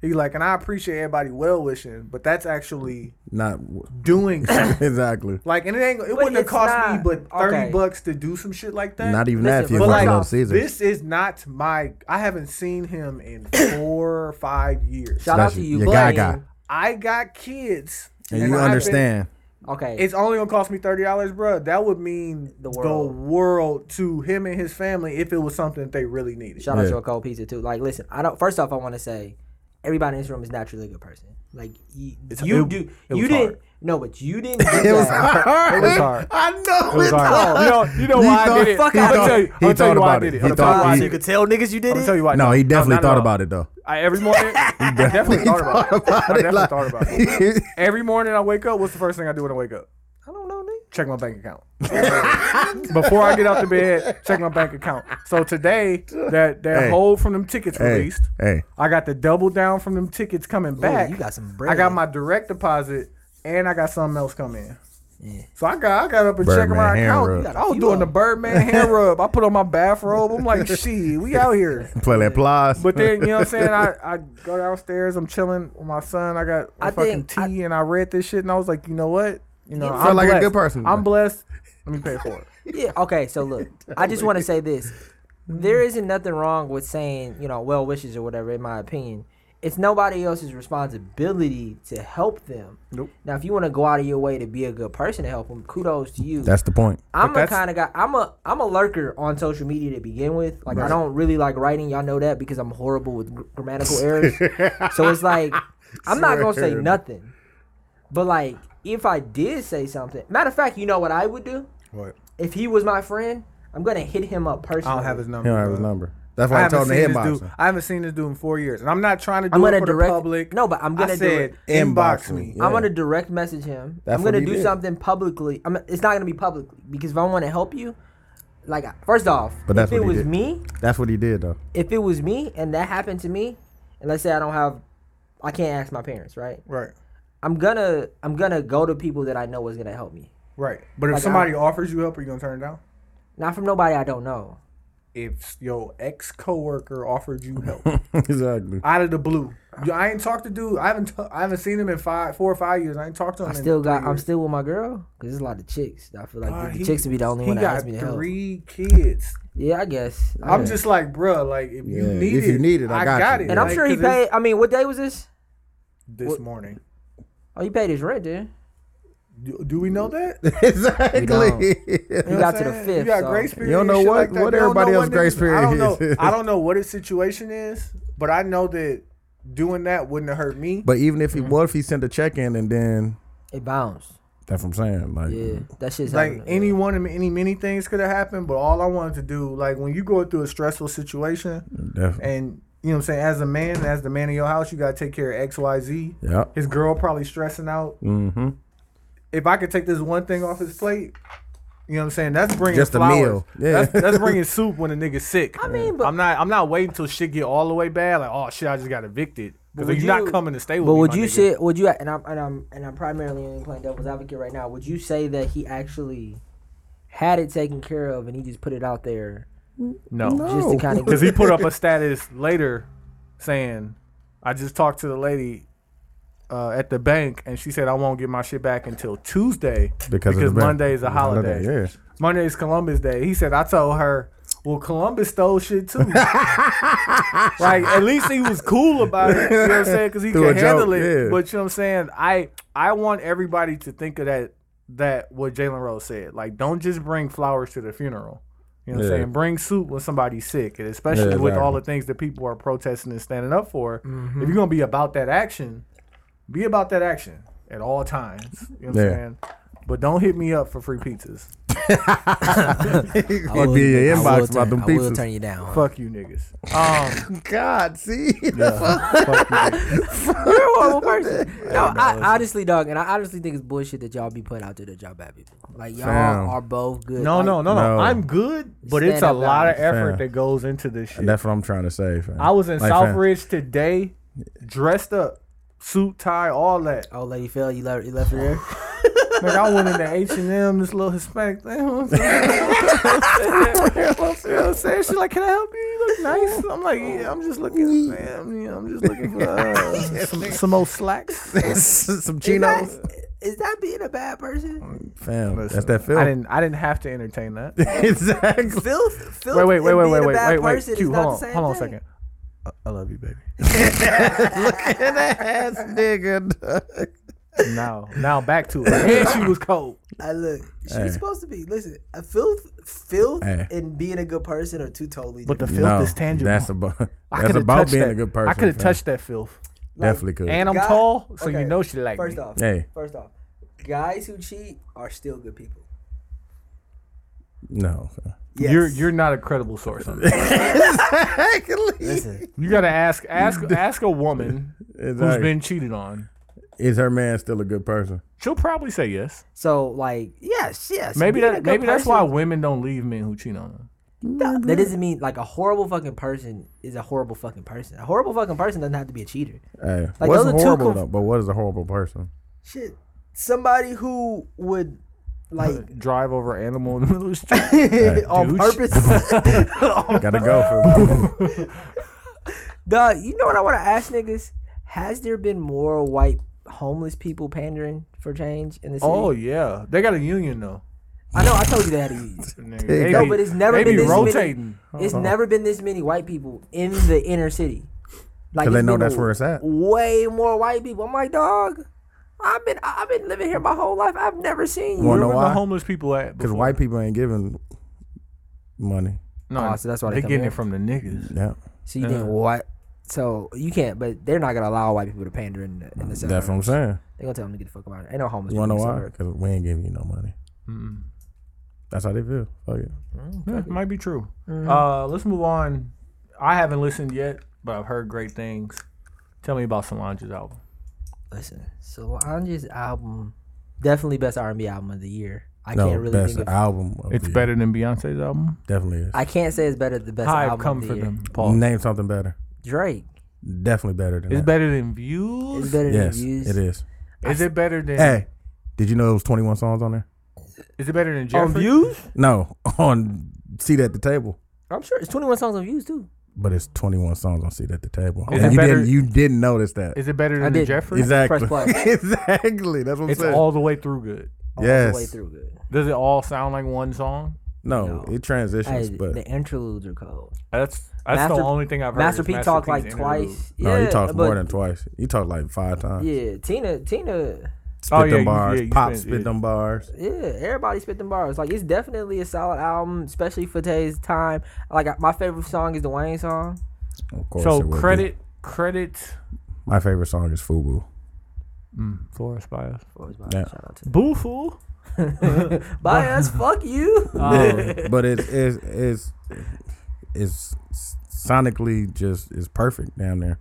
S6: He's like, "And I appreciate everybody well wishing, but that's actually
S2: Not w-
S6: doing something.
S2: exactly.
S6: like, and it ain't. It wouldn't have
S3: it's
S6: cost me
S3: not-
S6: but 30
S3: okay.
S6: bucks to do some shit like that.
S2: Not even
S3: Listen,
S2: that if you're
S6: but
S2: working
S6: like,
S2: off season.
S6: this is not my. I haven't seen him in four or five years.
S3: Shout
S2: That's
S3: out to
S2: your-
S3: you,
S2: your guy guy.
S3: Blaine.
S6: I got kids,
S2: and you
S6: I've been-
S2: understand.
S3: Okay,
S6: it's only gonna cost me thirty dollars, bro. That would mean the
S3: The
S6: world.
S3: world.
S6: to him and his family if it was something that they really needed.
S3: Shout out
S2: Yeah.
S3: to a cold pizza too. Like, listen, I don't. First off, I want to say everybody in this room is naturally a good person. Like, you, you
S6: it-
S3: do.
S6: it
S3: you
S6: was
S3: didn't.
S6: hard.
S3: No, but you didn't. Do
S2: It was
S3: that.
S2: hard.
S6: It was hard.
S2: I know.
S6: It was hard. You know, you know why I
S2: thought-
S6: did it.
S2: he
S6: I'm gonna
S2: thought-
S6: tell you,
S2: he
S6: I'm gonna tell
S2: thought
S6: you why I
S2: about it.
S6: did it.
S2: He
S6: I'm gonna tell
S2: thought
S6: you why
S2: he-
S6: I
S3: So
S6: did
S3: you
S6: it.
S3: could tell niggas you did
S6: I'm gonna
S3: it.
S6: tell you why.
S2: No, he definitely
S6: not at
S2: thought
S6: all.
S2: about it though.
S6: I every morning, I definitely thought about it. I definitely
S2: Like-
S6: thought about it. Every morning I wake up. What's the first thing I do when I wake up?
S3: I don't know, nigga.
S6: Check my bank account. Before I get out the bed, check my bank account. So today, that that
S2: Hey.
S6: hold from them tickets
S2: hey,
S6: released.
S2: hey,
S6: I got the double down from them tickets coming back.
S3: you got some
S6: I
S3: bread.
S6: got my direct deposit and I got something else come in. So I got I got up and checked
S2: Birdman
S6: my
S2: hand
S6: account.
S2: rub.
S6: I was doing the Birdman hand rub. I put on my bathrobe. I'm like, shit, we out here.
S2: Play that plies.
S6: But then you know what I'm saying? I, I go downstairs, I'm chilling with my son. I got a
S3: I
S6: fucking
S3: think I-
S6: tea and I read this shit and I was like, you know what? You know,
S2: felt like a good person.
S6: I'm blessed. Let me pay for it.
S3: Yeah. Okay. So look, I just want to say this: there isn't nothing wrong with saying you know well wishes or whatever. In my opinion, it's nobody else's responsibility to help them.
S6: Nope.
S3: Now, if you want to go out of your way to be a good person to help them, kudos to you.
S2: That's the point.
S3: I'm
S6: But
S3: a
S6: that's-
S3: kind of guy. I'm a I'm a lurker on social media to begin with. Like I don't really like writing. Y'all know that because I'm horrible with gr- grammatical errors. so it's like I'm not gonna say
S2: Swear.
S3: nothing. But like if I did say something, matter of fact, you know what I would do?
S6: What?
S3: If he was my friend, I'm gonna hit him up personally.
S6: I don't have his number.
S2: He don't have his
S6: bro.
S2: number. That's
S6: I
S2: why I,
S6: haven't,
S2: told
S6: seen
S2: him to
S6: this
S2: inbox
S6: dude,
S2: him.
S6: I haven't seen this dude in four years, and I'm not trying to do
S3: I'm
S6: it
S3: gonna
S6: for
S3: direct-
S6: the public.
S3: No, but I'm
S6: I
S3: gonna do
S6: said,
S3: it.
S6: inbox
S2: Inbox me.
S6: me.
S2: Yeah.
S3: I'm gonna direct message him.
S2: That's
S3: I'm
S2: what
S3: gonna
S2: he
S3: do
S2: did.
S3: something publicly. I'm, it's not gonna be publicly because if I want to help you, like first off,
S2: But that's
S3: if it
S2: what he
S3: was
S2: did.
S3: me,
S2: That's what he did though.
S3: if it was me and that happened to me, and let's say I don't have, I can't ask my parents, right?
S6: Right,
S3: I'm gonna I'm gonna go to people that I know is gonna help me,
S6: right. But if
S3: Like,
S6: somebody
S3: I-
S6: offers you help, are you gonna turn it down?
S3: not from nobody I don't know.
S6: If your ex coworker offered you help
S2: exactly.
S6: out of the blue, You- I ain't talked to dude. I haven't t- I haven't seen him in five, four or five years. I ain't talked to him.
S3: I
S6: in
S3: still got
S6: three
S3: I'm
S6: years.
S3: still with my girl because there's a lot of chicks. I feel like
S6: Uh,
S3: the, the
S6: he-
S3: chicks would be the only
S6: he
S3: one that
S6: got
S3: asked me to help.
S6: three kids.
S3: Yeah, I guess. I
S6: I'm
S3: guess.
S6: just like, bruh, like if you
S2: Yeah,
S6: need
S2: if
S6: it,
S2: you need it, I got you.
S6: it.
S3: and I'm
S6: Like,
S3: sure he
S6: 'cause it's
S3: paid. I mean, what day was this?
S6: this morning.
S3: Oh, he paid his rent, dude.
S6: Do, do we know that?
S2: exactly.
S3: He got to the
S6: saying?
S3: fifth.
S6: You got
S3: so.
S6: grace period.
S2: You don't
S6: and
S2: know
S6: shit
S2: what-
S6: like that.
S2: what
S6: They don't
S2: everybody
S6: know
S2: else's
S6: what
S2: grace
S6: niggas- I don't know.
S2: period is.
S6: I don't know what his situation is, but I know that doing that wouldn't have hurt me.
S2: but even if he
S6: Mm-hmm.
S2: what if he sent a check in and then
S3: It bounced.
S2: that's what I'm saying. Like
S3: Yeah, that shit's
S6: like
S3: happening.
S6: any one of any many things could have happened, but all I wanted to do, like when you go through a stressful
S3: Mm.
S6: situation,
S2: definitely.
S6: and you know what I'm saying, as a man, as the man in your house, you gotta take care of X, Y, Z.
S2: Yeah.
S6: His girl probably stressing out.
S2: Mm-hmm.
S6: if I could take this one thing off his plate, you know what I'm saying? That's bringing
S2: Just a
S6: flowers.
S2: meal. Yeah.
S6: That's, that's bringing soup when a nigga's sick. I
S3: mean, but-
S6: I'm not. I'm not waiting till shit get all the way bad. Like, oh shit, I just got evicted because
S3: would
S6: you're not
S3: you-
S6: coming to stay with
S3: But
S6: me.
S3: would
S6: my
S3: you
S6: nigga.
S3: say? Would you? And I'm and I'm and I'm primarily only playing devil's advocate right now. Would you say that he actually had it taken care of and he just put it out there
S6: no?
S3: just to kind
S6: Because
S3: of?
S6: he put up a status later saying, "I just talked to the lady." Uh, at the bank, and she said I won't get my shit back until Tuesday
S2: Because of the bank.
S6: Monday is a holiday.
S2: yeah.
S6: Monday is Columbus Day. He said, I told her, well, Columbus stole shit too. like, at least he was cool about it. You know what I'm saying? Because he
S2: Threw
S6: could
S2: a joke,
S6: handle it.
S2: yeah.
S6: But you know what I'm saying? I I want everybody to think of that that what Jalen Rose said. Like, don't just bring flowers to the funeral. You know what
S2: Yeah.
S6: I'm saying? Bring soup when somebody's sick, and especially with
S2: exactly.
S6: all the things that people are protesting and standing up for. If you're gonna be about that action, be about that action at all times. You know what
S2: Yeah.
S6: I'm saying? But don't hit me up for free pizzas.
S2: He'd be in your inbox about them pizzas.
S3: you down.
S6: Fuck you niggas. Um,
S2: God, see.
S6: fuck you niggas.
S3: You're a horrible person. No, I honestly, dog, and I honestly think it's bullshit that y'all be putting out there that y'all bad people. Like y'all
S2: Fam.
S3: are both good.
S6: No,
S3: Like,
S6: no, no, no.
S2: No.
S6: I'm good, but it's a
S3: Stand up,
S6: lot of
S3: guys.
S6: effort
S2: Fair.
S6: that goes into this shit.
S2: That's what I'm trying to say. Fam.
S6: I was in
S2: Like, fam,
S6: Southridge today, dressed up, suit, tie, all that.
S3: Oh, lady, fell. You left. You left her there.
S6: Like I went into H and M, this little Hispanic thing. You know what I'm saying? You know what I'm saying? She's like, "Can I help you? You look nice." I'm like, "Yeah, I'm just looking, man. Yeah, I'm just looking for uh, some, some old slacks."
S2: some
S3: Is that-
S2: chinos.
S3: Is that being a bad person?
S2: Fam, that's
S6: Listen,
S2: that
S6: I
S2: film.
S6: didn't. I didn't have to entertain that.
S2: exactly.
S3: Filth, filth.
S6: Wait, wait, wait,
S3: and
S6: wait,
S3: being
S6: wait,
S3: a
S6: wait,
S3: bad
S6: wait, wait.
S3: person is
S6: Q,
S3: not the
S6: hold on,
S3: same
S6: hold on a
S3: thing.
S6: second. I- I love you, baby.
S2: That ass nigga.
S6: Now, now back to it. And she was cold.
S3: I look, she's
S2: Hey.
S3: supposed to be. Listen, a filth, filth,
S2: Hey.
S3: and being a good person are two totally.
S6: But
S3: Different.
S6: the filth
S2: No,
S6: is tangible.
S2: that's about.
S6: I
S2: That's
S6: coulda
S2: about
S6: touched
S2: being
S6: that.
S2: a good person.
S6: I could have
S2: fam.
S6: touched that filth.
S2: Definitely could.
S6: And I'm
S3: God-
S6: tall, so
S3: okay,
S6: you know she like
S3: first
S6: me.
S3: off,
S2: Hey.
S3: first off, guys who cheat are still good people.
S2: no. fam.
S3: Yes.
S6: You're you're not a credible source. on that.
S3: Listen,
S6: You gotta ask ask ask a woman who's
S2: Exactly.
S6: been cheated on.
S2: Is her man still a good person?
S6: She'll probably say yes.
S3: so like, yes, yes.
S6: Maybe
S3: being a
S6: that
S3: good
S6: maybe that's why
S3: person-
S6: women don't leave men who cheat on them.
S3: No, that doesn't mean like a horrible fucking person is a horrible fucking person. A horrible fucking person doesn't have to be a cheater.
S2: Hey,
S3: Like,
S2: what's
S3: those are two
S2: horrible
S3: conf-
S2: though? But what is a horrible person?
S3: Shit, somebody who would Like
S1: drive over animal in the middle of the street.
S3: on
S6: douche.
S3: purpose.
S2: Gotta go for
S3: Duh, you know what I want to ask niggas? Has there been more white homeless people pandering for change in the city?
S6: Oh yeah, they got a union though.
S3: I know. I told you they had a union.
S2: They Uh-huh.
S6: Nigga, they
S2: got-
S3: No,
S6: be-
S3: but it's never
S6: they
S3: been
S6: be
S3: this
S6: rotating.
S3: many. It's never been this many white people in the inner city. Like
S2: 'Cause they
S3: it's
S2: know
S3: been
S2: that's where it's at.
S3: Way more white people. I'm like, dog. I've been I- I've been living here my whole life. I've never seen you.
S2: Wanna
S6: Where
S2: know
S6: were
S2: why?
S6: the homeless people at?
S2: Because
S6: before?
S2: white people ain't giving money.
S6: No,
S3: Oh, so that's why they
S6: they
S3: come
S6: getting
S3: here.
S6: it from the niggas.
S2: Yeah,
S3: So you think what? So you can't. But they're not gonna allow white people to pander in the in the suburbs.
S2: that's what I'm saying.
S3: They're gonna tell them to get the fuck out. Ain't no homeless.
S2: Mm, You wanna know
S3: people in the
S2: why?
S3: suburbs.
S2: Because we ain't giving you no money. That's how they feel. Fuck it.
S6: Yeah, might be true.
S3: Mm-hmm.
S6: Uh, let's move on. I haven't listened yet, but I've heard great things. Tell me about Solange's album.
S3: Listen, Solange's album, definitely best R&B album of the year. I
S2: No,
S3: can't really
S2: best
S3: think of.
S2: album. Of
S6: It's
S2: the year.
S6: better than Beyonce's album.
S2: Definitely is.
S3: I can't say it's better than the best
S6: I've
S3: album
S6: come
S3: of the
S6: for
S3: year.
S6: them, Paul.
S2: Name something better.
S3: Drake.
S2: Definitely better than
S6: It's
S2: that.
S6: better than
S3: It's
S6: views.
S3: better
S2: Yes,
S3: than views.
S2: it is.
S6: Is it better than?
S2: Hey, did you know it was 21 songs on there?
S6: Is it better than
S3: On
S6: Jeffrey?
S3: views?
S2: No, on Seat at the Table.
S3: I'm sure it's 21 songs on views too.
S2: But it's 21 songs on Seat at the Table.
S6: Is
S2: and
S6: it
S2: you
S6: better-
S2: didn't you didn't notice that.
S6: Is it better
S3: I
S6: than the
S3: didn't.
S6: Jeffrey?
S2: Exactly.
S3: Press play.
S2: exactly. That's what I'm
S6: It's
S2: saying.
S6: all the way through good.
S3: All
S2: yes.
S3: the Oh, way through good.
S6: Does it all sound like one song?
S2: No,
S3: No.
S2: it transitions,
S3: Hey,
S2: but
S3: the interludes are cold.
S6: That's that's the
S3: Master-
S6: only thing I've heard.
S3: Master
S6: is
S3: P talked
S6: P's
S3: like
S6: interlude.
S3: twice.
S2: no,
S3: yeah,
S2: you talked more
S3: but-
S2: than twice. You talked like five times.
S3: Yeah, Tina, Tina,
S2: Spit
S6: Oh, yeah,
S2: them
S6: you-
S2: bars.
S6: yeah, you
S2: Pop
S6: spent-
S2: spit
S6: yeah.
S2: them bars.
S3: yeah, everybody spit them bars. Like it's definitely a solid album, especially for today's time. Like I- my favorite song is the Wayne song.
S2: Of course. it
S6: So
S2: would be.
S6: credit credit
S2: My favorite song is Fubu.
S6: Flores Bias.
S3: Always buy-
S2: Yeah.
S3: Shout out to
S6: Boofu.
S3: Bias, fuck you.
S6: Oh.
S2: but it is is is sonically just is perfect down there.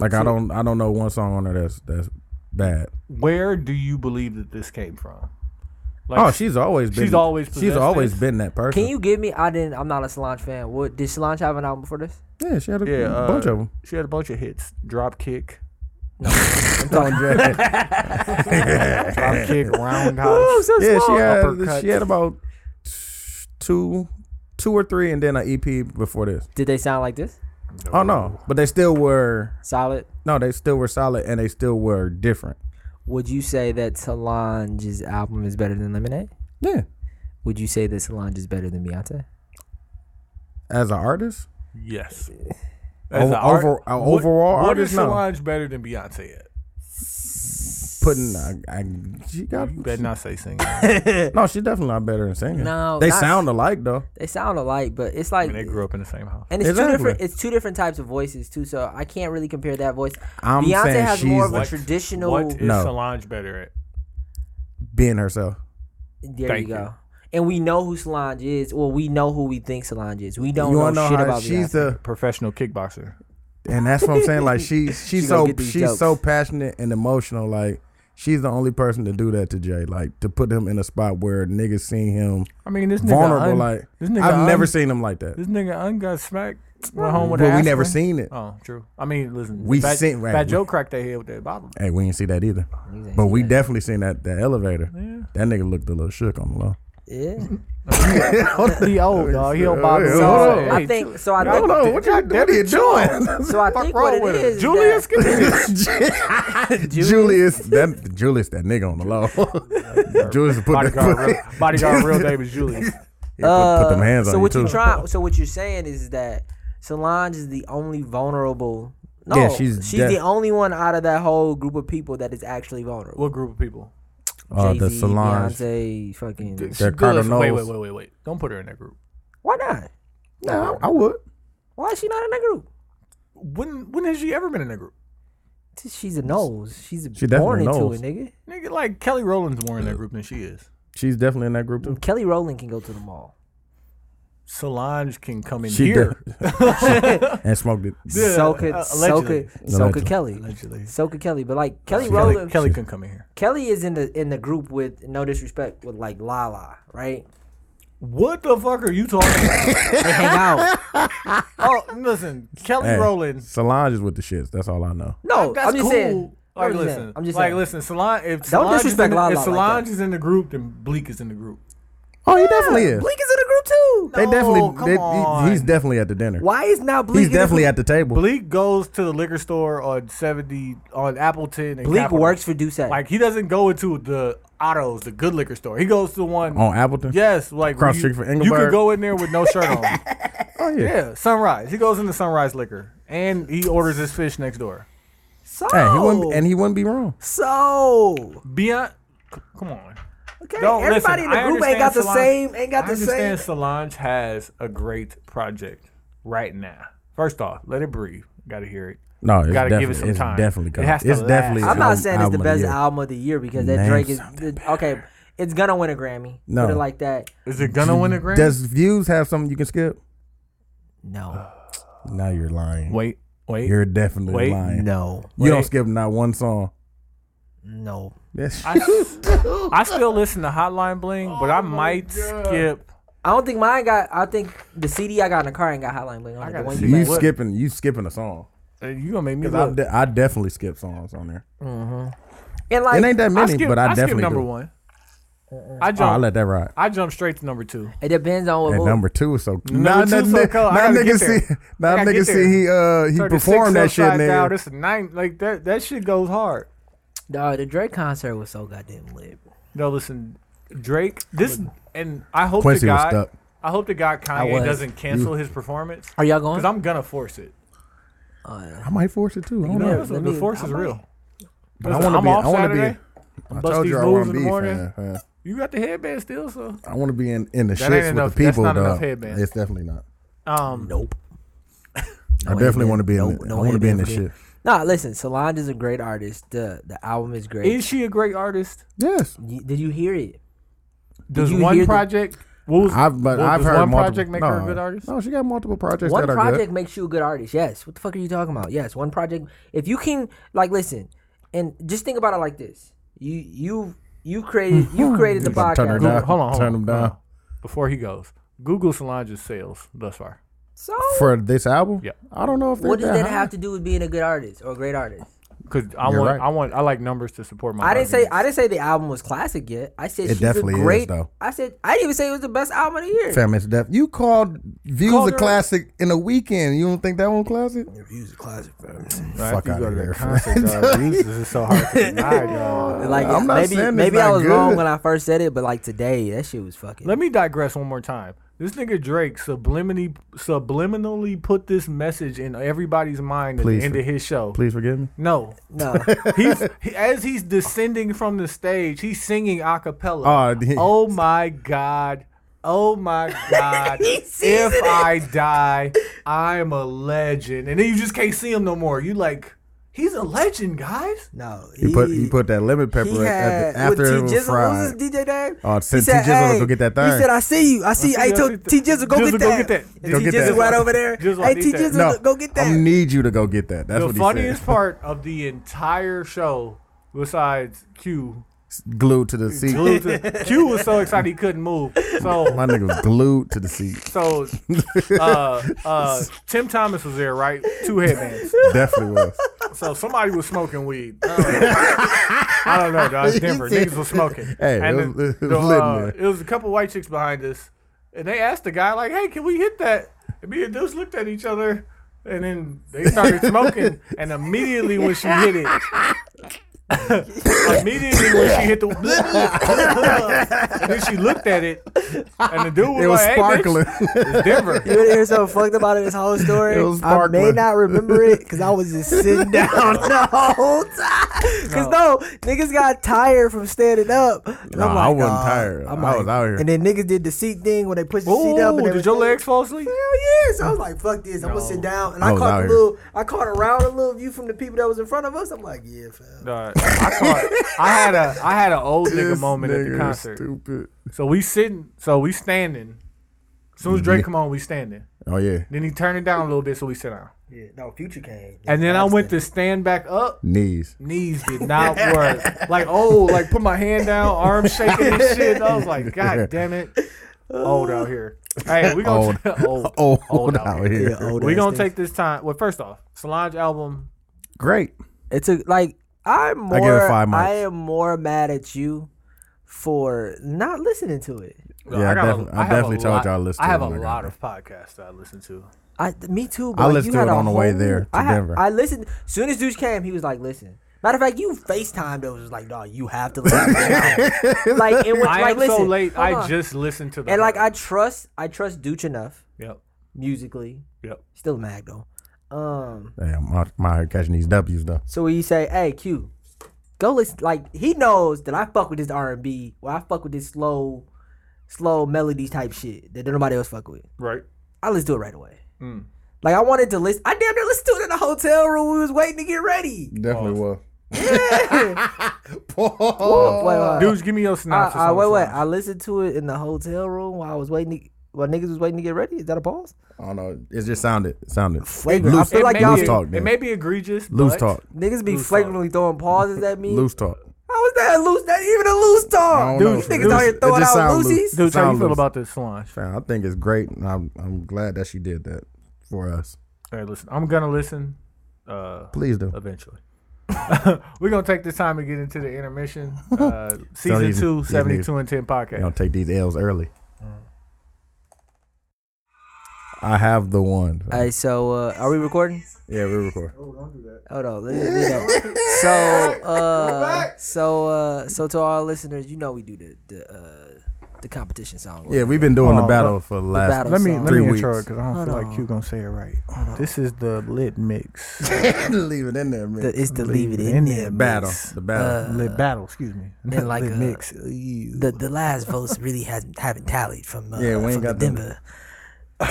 S2: Like I don't I don't know one song on there that's that's bad.
S6: Where do you believe that this came from? Like,
S2: Oh, she's always been
S6: she's always
S2: she's
S6: possessed
S2: always
S6: this.
S2: been that person.
S3: Can you give me? I didn't. I'm not a Solange fan. What did Solange have an album before this?
S2: yeah, she had a
S6: yeah, uh,
S2: bunch of them.
S6: She had a bunch of hits. Drop kick, drop kick, roundhouse.
S3: so
S2: yeah, she
S6: Uppercut.
S2: had she had about two two or three, and then an EP before this.
S3: Did they sound like this?
S2: Oh no, but they still were
S3: Solid.
S2: no, they still were solid, and they still were different.
S3: Would you say that Solange's album is better than Lemonade?
S2: Yeah,
S3: Would you say that Solange is better than Beyonce?
S2: as an artist,
S6: Yes.
S2: Over-
S6: an art-
S2: over- uh, overall
S6: what
S2: artist,
S6: is
S2: no.
S6: Solange better than Beyonce at?
S2: putting uh, I, I she got
S6: You better not say singing.
S2: No, she's definitely not better than singing.
S3: No,
S2: they
S3: not-
S2: sound alike though.
S3: They sound alike, but it's like
S6: I mean, they grew up in the same house.
S3: and it's
S2: Exactly.
S3: two different. It's two different types of voices too. So I can't really compare that voice.
S2: I'm
S3: Beyonce
S2: saying
S3: has
S2: she's
S3: more of a
S2: like
S3: traditional.
S6: What is
S2: No.
S6: Solange better at?
S2: being herself.
S3: there
S6: Thank
S3: you
S6: you.
S3: go. And we know who Solange is. Well, we know who we think Solange is. We don't
S2: you
S3: know,
S2: wanna know
S3: shit
S2: how
S3: about
S2: she's
S3: Beyonce.
S2: the
S6: Professional kickboxer.
S2: and that's what I'm saying. Like she she's
S3: gonna
S2: so
S3: get these
S2: she's
S3: jokes.
S2: so passionate and emotional. Like she's the only person to do that to Jay. Like to put him in a spot where niggas seen him
S6: I mean, this nigga
S2: vulnerable.
S6: un-
S2: like
S6: this nigga
S2: I've
S6: un-
S2: never seen him like that.
S6: This nigga un got smacked. Went home with
S2: But
S6: an
S2: we never
S6: aspirin.
S2: seen it.
S6: Oh, true. I mean, listen,
S2: We
S6: Fat,
S2: seen- right,
S6: Fat
S2: we-
S6: Joe cracked that head with that bottle.
S2: Hey, we ain't see that either. But we definitely seen that that elevator. That nigga looked a little shook on the low.
S3: Yeah.
S6: he old dog. He old Bobby.
S2: Hold
S6: Hold
S2: on.
S6: on.
S3: I think so. I think.
S2: know Oh, what you what are you doing.
S3: So I think what it is. is
S6: Julius,
S3: that-
S6: get this-
S2: Julius, that Julius, that nigga on the low. Julius put, the,
S6: bodyguard, real, bodyguard, real name is Julius.
S2: he put, put them hands
S3: Uh, so
S2: on
S3: what
S2: you
S3: you
S2: too.
S3: trying? So what you're saying is that Solange is the only vulnerable. No,
S2: Yeah, she's
S3: she's
S2: def-
S3: the only one out of that whole group of people that is actually vulnerable.
S6: What group of people?
S2: Uh, the
S3: Jay-Z,
S2: Solange.
S3: Beyonce, fucking.
S6: She-
S2: Cardinals.
S6: Wait, wait, wait, wait, wait. Don't put her in that group.
S3: Why not?
S2: No, I would.
S3: Why is she not in that group?
S6: When when has she ever been in that group?
S3: She's a nose. She's a
S2: She
S3: born
S2: definitely knows.
S3: into it, nigga.
S6: Nigga, like Kelly Rowland's more
S2: Uh,
S6: in that group than she is.
S2: She's definitely in that group too.
S3: Kelly Rowland can go to the mall.
S6: Solange can come in
S2: She
S6: here.
S2: did. and smoked it.
S6: Yeah,
S3: so could
S6: uh,
S3: so
S6: allegedly.
S3: could so could
S2: Allegedly.
S3: Kelly.
S6: Allegedly.
S3: So could Kelly, but like Kelly
S6: Kelly,
S3: Rowland,
S6: Kelly can come in here.
S3: Kelly is in the in the group with no disrespect with like Lala, right?
S6: What the fuck are you talking about?
S3: They hang out.
S6: oh, listen, Kelly
S2: Hey,
S6: Rowland.
S2: Solange is with the shits. That's all I know.
S3: No,
S6: That's
S3: I'm just
S6: cool.
S3: saying.
S6: Like
S3: Represent.
S6: listen,
S3: I'm just
S6: like
S3: saying.
S6: listen. Solange, if Solange, is, in
S3: disrespect
S6: the,
S3: La La
S6: if
S3: like
S6: Solange
S3: that.
S6: is in the group, then Bleak is in the group.
S2: Oh, he definitely is.
S3: Bleak is in the group too.
S2: They
S6: No, come
S2: definitely. they- he-
S6: on.
S2: he's definitely at the dinner.
S3: Why is now Bleak?
S2: He's
S3: in the
S2: definitely
S3: group?
S2: at the table.
S6: Bleak goes to the liquor store on seventy on Appleton. And
S3: Bleak
S6: Capitol.
S3: works for Doucette.
S6: Like he doesn't go into the Otto's, the good liquor store. He goes to the one
S2: On Appleton?
S6: Yes, like
S2: Across
S6: where you-
S2: street from
S6: You could
S2: Engelberg?
S6: go in there with no shirt on.
S2: Oh yeah.
S6: yeah, Sunrise. He goes into Sunrise Liquor and he orders his fish next door.
S3: so.
S2: Hey, he wouldn't, and he wouldn't be wrong.
S3: so.
S6: Beyond, c- come on.
S3: Okay,
S6: Don't
S3: everybody
S6: listen,
S3: in the
S6: I
S3: group ain't
S6: understand
S3: got the
S6: Solange-
S3: same. Ain't got
S6: I
S3: the same.
S6: understand Solange has a great project right now. First off, let it breathe. Got to hear it.
S2: No, it's
S6: Gotta
S2: definitely,
S6: give it some
S2: it's
S6: time.
S2: definitely
S6: It
S2: coming.
S6: has to
S2: it's
S6: last.
S2: definitely.
S6: I'm
S3: I'm
S2: his
S3: not
S2: album-
S3: saying it's the
S2: album of
S3: best
S2: year.
S3: album of the year because that
S2: Name
S3: Drake is
S2: something
S3: okay. It's gonna win a Grammy.
S2: No.
S3: Put it like that.
S6: Is it gonna win a Grammy?
S2: Does views have something you can skip?
S3: No,
S2: Now you're lying.
S6: wait, wait.
S2: You're definitely
S6: Wait,
S2: lying.
S3: no,
S2: You don't
S6: wait.
S2: skip not one song.
S3: no.
S2: That's
S6: I, s- I still listen to Hotline Bling, but
S1: Oh
S6: I might skip.
S3: I don't think mine got. I think the CD I got in the car ain't got Hotline Bling on it. The
S6: gotta
S3: one
S6: see
S3: you
S2: you
S6: what-
S2: skipping. You skipping a song.
S6: Uh, You gonna make me
S2: 'Cause
S6: look.
S2: I'm de- I definitely skip songs on there.
S3: and like
S2: It ain't that
S6: I
S2: many,
S6: skip,
S2: but I, definitely
S6: skip number
S2: do.
S6: one. I
S2: Oh, I
S6: jump.
S2: let that ride.
S6: I jump straight to number two.
S3: it depends on what
S2: And
S3: mood.
S2: number two is so cute.
S6: Number
S2: Nah,
S6: two's so
S2: nah,
S6: cool.
S2: nah,
S6: I gotta get
S2: niggas
S6: there.
S2: see, nah,
S6: I gotta
S2: niggas
S6: get there.
S2: see he uh he
S6: 36
S2: performed that shit,
S6: upside down,
S2: nigga.
S6: This is nine, like that. That shit goes hard.
S3: Dawg, the Drake concert was so goddamn lit.
S6: No, listen, Drake. This and I hope
S2: Quincy
S6: to
S2: was
S6: God.
S2: stuck.
S6: I hope to God Kanye
S3: was.
S6: doesn't cancel his performance
S3: Are y'all going?
S6: because I'm gonna force it.
S2: I might force it too. I don't
S3: Yeah,
S2: know.
S6: Listen,
S3: let
S6: the
S3: me-
S6: force
S3: I
S6: is
S3: might.
S6: real.
S2: But I
S6: Listen,
S2: want to
S6: I'm
S2: be.
S6: off
S2: I want to
S6: Saturday.
S2: be. I
S6: Bust
S2: told
S6: these
S2: you I
S6: moves
S2: want
S6: in
S2: to
S6: the
S2: be.
S6: morning.
S2: fan, fan.
S6: You got the headband still, so
S2: I want to be in, in the
S6: That
S2: shits
S6: ain't
S2: with
S6: enough-
S2: the
S6: that's
S2: people.
S6: not enough
S2: dog.
S6: headband.
S2: It's definitely not.
S6: um,
S3: nope.
S2: I definitely
S3: headband.
S2: want to be in.
S3: Nope,
S2: it. I
S3: no
S2: want to be in
S3: headband
S2: this
S3: for
S2: shit.
S3: Nah, listen. Solange is a great artist. The the album is great.
S6: is she a great artist?
S2: Yes,
S3: You- did you hear it?
S6: Does
S3: you
S6: one
S3: hear the-
S6: project? what was-
S2: I've but
S6: well,
S2: I've
S6: does
S2: heard
S6: one
S2: multiple,
S6: project make
S2: no,
S6: her a good artist.
S2: No, she got multiple projects
S3: One
S2: that are
S3: project
S2: good.
S3: makes you a good artist. Yes. What the fuck are you talking about? Yes. One project. If you can, like, listen, and just think about it like this: you, you, you created, you created the
S2: Gonna Turn her
S3: podcast.
S2: down.
S6: Hold on, hold
S2: turn them
S6: on, hold
S2: down
S6: on. Before he goes, Google Solange's sales thus far.
S3: So,
S2: for this album.
S6: Yeah.
S2: I don't know if
S3: what
S2: they're
S3: does that
S2: high.
S3: have to do with being a good artist or a great artist?
S6: Because I
S2: You're
S6: want,
S2: right.
S6: I want, I like numbers to support my.
S3: I didn't say,
S6: arguments.
S3: I didn't say the album was classic yet. I said
S2: It
S3: she's
S2: definitely
S3: a
S2: is,
S3: great.
S2: though.
S3: I said I didn't even say it was the best album of the year.
S2: Fam, it's def- You called Views
S6: Called
S2: a
S6: her-
S2: classic in a weekend. You don't think that one classic?
S3: Reviews a classic, fam.
S6: Right,
S2: Fuck
S6: you
S2: out
S6: go
S2: of
S6: to that
S2: here.
S6: concert, dog. Jesus, it's so hard to deny, dog.
S3: Like
S2: I'm not
S3: maybe
S2: saying it's
S3: maybe I
S2: not
S3: was wrong
S2: good.
S3: when I first said it, but like today, that shit was fucking.
S6: Let me digress one more time. This nigga Drake subliminally subliminally put this message in everybody's mind at
S2: Please,
S6: the end
S2: sir.
S6: of his show.
S2: Please forgive me.
S6: No,
S3: no,
S6: he's he, as he's descending from the stage, he's singing a cappella.
S2: Oh, he-
S6: oh my god. Oh my god. if I die, I'm a legend. And then you just can't see him no more. You like he's a legend, guys.
S3: no.
S2: He put he put that lemon
S3: He
S2: pepper at
S3: had
S2: the, after it
S3: with T
S2: was
S3: Jizzle. What was
S2: fried.
S3: his DJ name?
S2: Oh,
S3: He
S2: send T Jizzle
S3: said,
S2: to
S3: "Hey,"
S2: go get that
S3: He
S2: thing.
S3: said, "I see you. I see.
S6: see
S3: Hey,
S6: you, I
S3: told
S6: see
S3: T
S6: you.
S3: Jizzle go
S6: Jizzle,
S3: get
S6: go
S3: that.
S6: get that.
S3: And
S2: Go
S3: T
S2: get
S3: Jizzle
S2: that.
S3: right over there.
S6: Jizzle, I
S3: Hey,
S6: need
S3: T
S6: that.
S3: Jizzle,
S2: No,
S3: go get
S2: I
S3: that."
S2: need you to go get that. That's
S6: The
S2: what he
S6: funniest
S2: said.
S6: part of the entire show, besides Q,
S2: Glued to the seat.
S6: glued to- Q was so excited he couldn't move. So,
S2: My nigga was glued to the seat.
S6: so uh, uh, Tim Thomas was there, right? Two headbands.
S2: Definitely was.
S6: So somebody was smoking weed.
S2: Oh.
S6: I don't know, dog. It's Denver. Niggas was smoking.
S2: Hey,
S6: and
S2: it was-
S6: the-
S2: it
S6: the,
S2: was lit in
S6: uh,
S2: there.
S6: it was a couple white chicks behind us, and they asked the guy, like, hey, can we hit that? And me and Deuce looked at each other, and then they started smoking, and immediately when she hit it, immediately when she hit the, and then she looked at it, and the dude was,
S2: It was
S6: like, hey,
S2: sparkling.
S6: bitch, it's Denver.
S3: You wanna hear something fucked about this whole story?
S2: It was
S3: I may
S2: sparkling.
S3: not remember it because I was just sitting down the whole time. Because no. niggas got tired from standing up. And
S2: Nah,
S3: I'm
S2: I
S3: like,
S2: wasn't
S3: "Nah."
S2: tired.
S3: I'm
S2: I was out here.
S3: And then niggas did the seat thing when they pushed the seat up.
S6: Ooh,
S3: And
S6: did your
S3: everything.
S6: legs fall asleep?
S3: Hell yeah! So I was like, "Fuck this! I'm gonna sit down." And I,
S2: I was
S3: caught
S2: out here.
S3: the little, I caught around a little view from the people that was in front of us. I'm like, "Yeah, fam."
S6: Dog, I, caught, I had a I had an old nigga
S2: This
S6: moment at
S2: nigga
S6: the
S2: is
S6: concert.
S2: Stupid.
S6: So we sitting, so we standing. As soon as Drake come on, we standing.
S2: Oh yeah.
S6: Then he turned it down a little bit, so we sit down.
S3: Yeah, no, Future came.
S6: And then I went to stand back up.
S2: Knees.
S6: Knees did not work. Like oh, like put my hand down, arm shaking and shit. I was like, God damn it, old out here. Hey, we gonna
S2: Old.
S6: old,
S2: Old, out here.
S3: Yeah, old
S6: We
S3: ass
S6: gonna
S3: niggas.
S6: take this time. Well, first off, Solange album.
S2: Great.
S3: It took like I'm
S2: I
S3: more.
S2: give it five mics.
S3: I am more mad at you for not listening to it.
S2: Yeah, I defi- I definitely told y'all I listen
S6: I
S2: to
S6: have
S2: it
S6: a
S2: when I got
S6: lot
S2: back.
S6: of podcasts that I listen to.
S3: I me too. But
S2: I
S3: like,
S2: listened
S3: you
S2: to
S3: had
S2: it
S3: a
S2: on the way there to
S3: I had-
S2: Denver.
S3: I listened. Soon as Deuce came, he was like, "Listen." Matter of fact, you Facetime those was like, "Dog, you have to listen." to it." like it was
S6: I
S3: like,
S6: am
S3: listen,
S6: so late.
S3: hold
S6: I
S3: on.
S6: just listened to the
S3: and like I trust I trust Dooch enough
S6: yep
S3: musically.
S6: yep.
S3: Still mag though. Um.
S2: Damn, my, my catching these W's though.
S3: So when you say, "Hey Q, go listen," like he knows that I fuck with this R and B, or I fuck with this slow, slow melodies type shit that nobody else fuck with.
S6: Right.
S3: I listen to it right away.
S6: Mm.
S3: Like I wanted to listen. I damn near listened to it in the hotel room. when We was waiting to get ready.
S2: Definitely was.
S3: Oh, wait, wait,
S6: Dudes, give me your
S3: I,
S6: synopsis.
S3: I,
S6: on
S3: wait,
S6: the
S3: wait.
S6: song.
S3: I listened to it in the hotel room while I was waiting. To, while niggas was waiting to get ready. Is that a pause?
S2: I don't know. It just sounded sounded
S3: Flagrant. I
S2: loose-
S3: feel like
S6: It may
S3: y'all
S6: be-
S2: Loose talk,
S6: It
S2: man.
S6: may be egregious.
S2: loose
S6: but
S2: talk.
S3: niggas be
S6: Loose
S3: flagrantly throwing pauses at me.
S2: Loose talk.
S3: How is that a loose? That even a loose talk?
S2: Dude,
S3: Niggas out here throwing out loosies.
S6: Dude, how you
S2: Sound
S6: feel
S2: loose.
S6: about this Solange?
S2: I think it's great, and I'm I'm glad that she did that for us.
S6: All right, listen. I'm gonna listen. Uh,
S2: Please do.
S6: eventually. We're gonna take this time to get into the intermission. Uh, season
S2: even-
S6: two,
S2: even
S6: 72 and ten podcast.
S2: You don't take these L's early. I have the one.
S3: All right, so uh, are we recording?
S2: Yeah, we record.
S3: Hold on, let me do that. So, uh, so, uh, so to our listeners, you know we do the the, uh, the competition song.
S2: Yeah, we've been doing
S6: Oh,
S2: the battle for the last.
S3: battle.
S1: Let me let
S2: Three
S1: me intro it
S2: weeks.
S1: because I don't
S3: Hold
S1: feel
S3: on.
S1: like you gonna say it right. This is the lit mix,
S2: Leave it in there, man.
S3: The, it's the leave it
S1: Leave
S3: in
S1: It In
S3: there
S2: battle.
S3: mix.
S2: The battle.
S1: lit battle. Excuse me. Not
S3: like
S1: lit
S3: a-
S1: mix. Ew.
S3: The the last votes really hasn't haven't tallied from uh,
S2: Yeah, we ain't
S3: from
S2: got
S3: the
S2: them.
S3: Denver.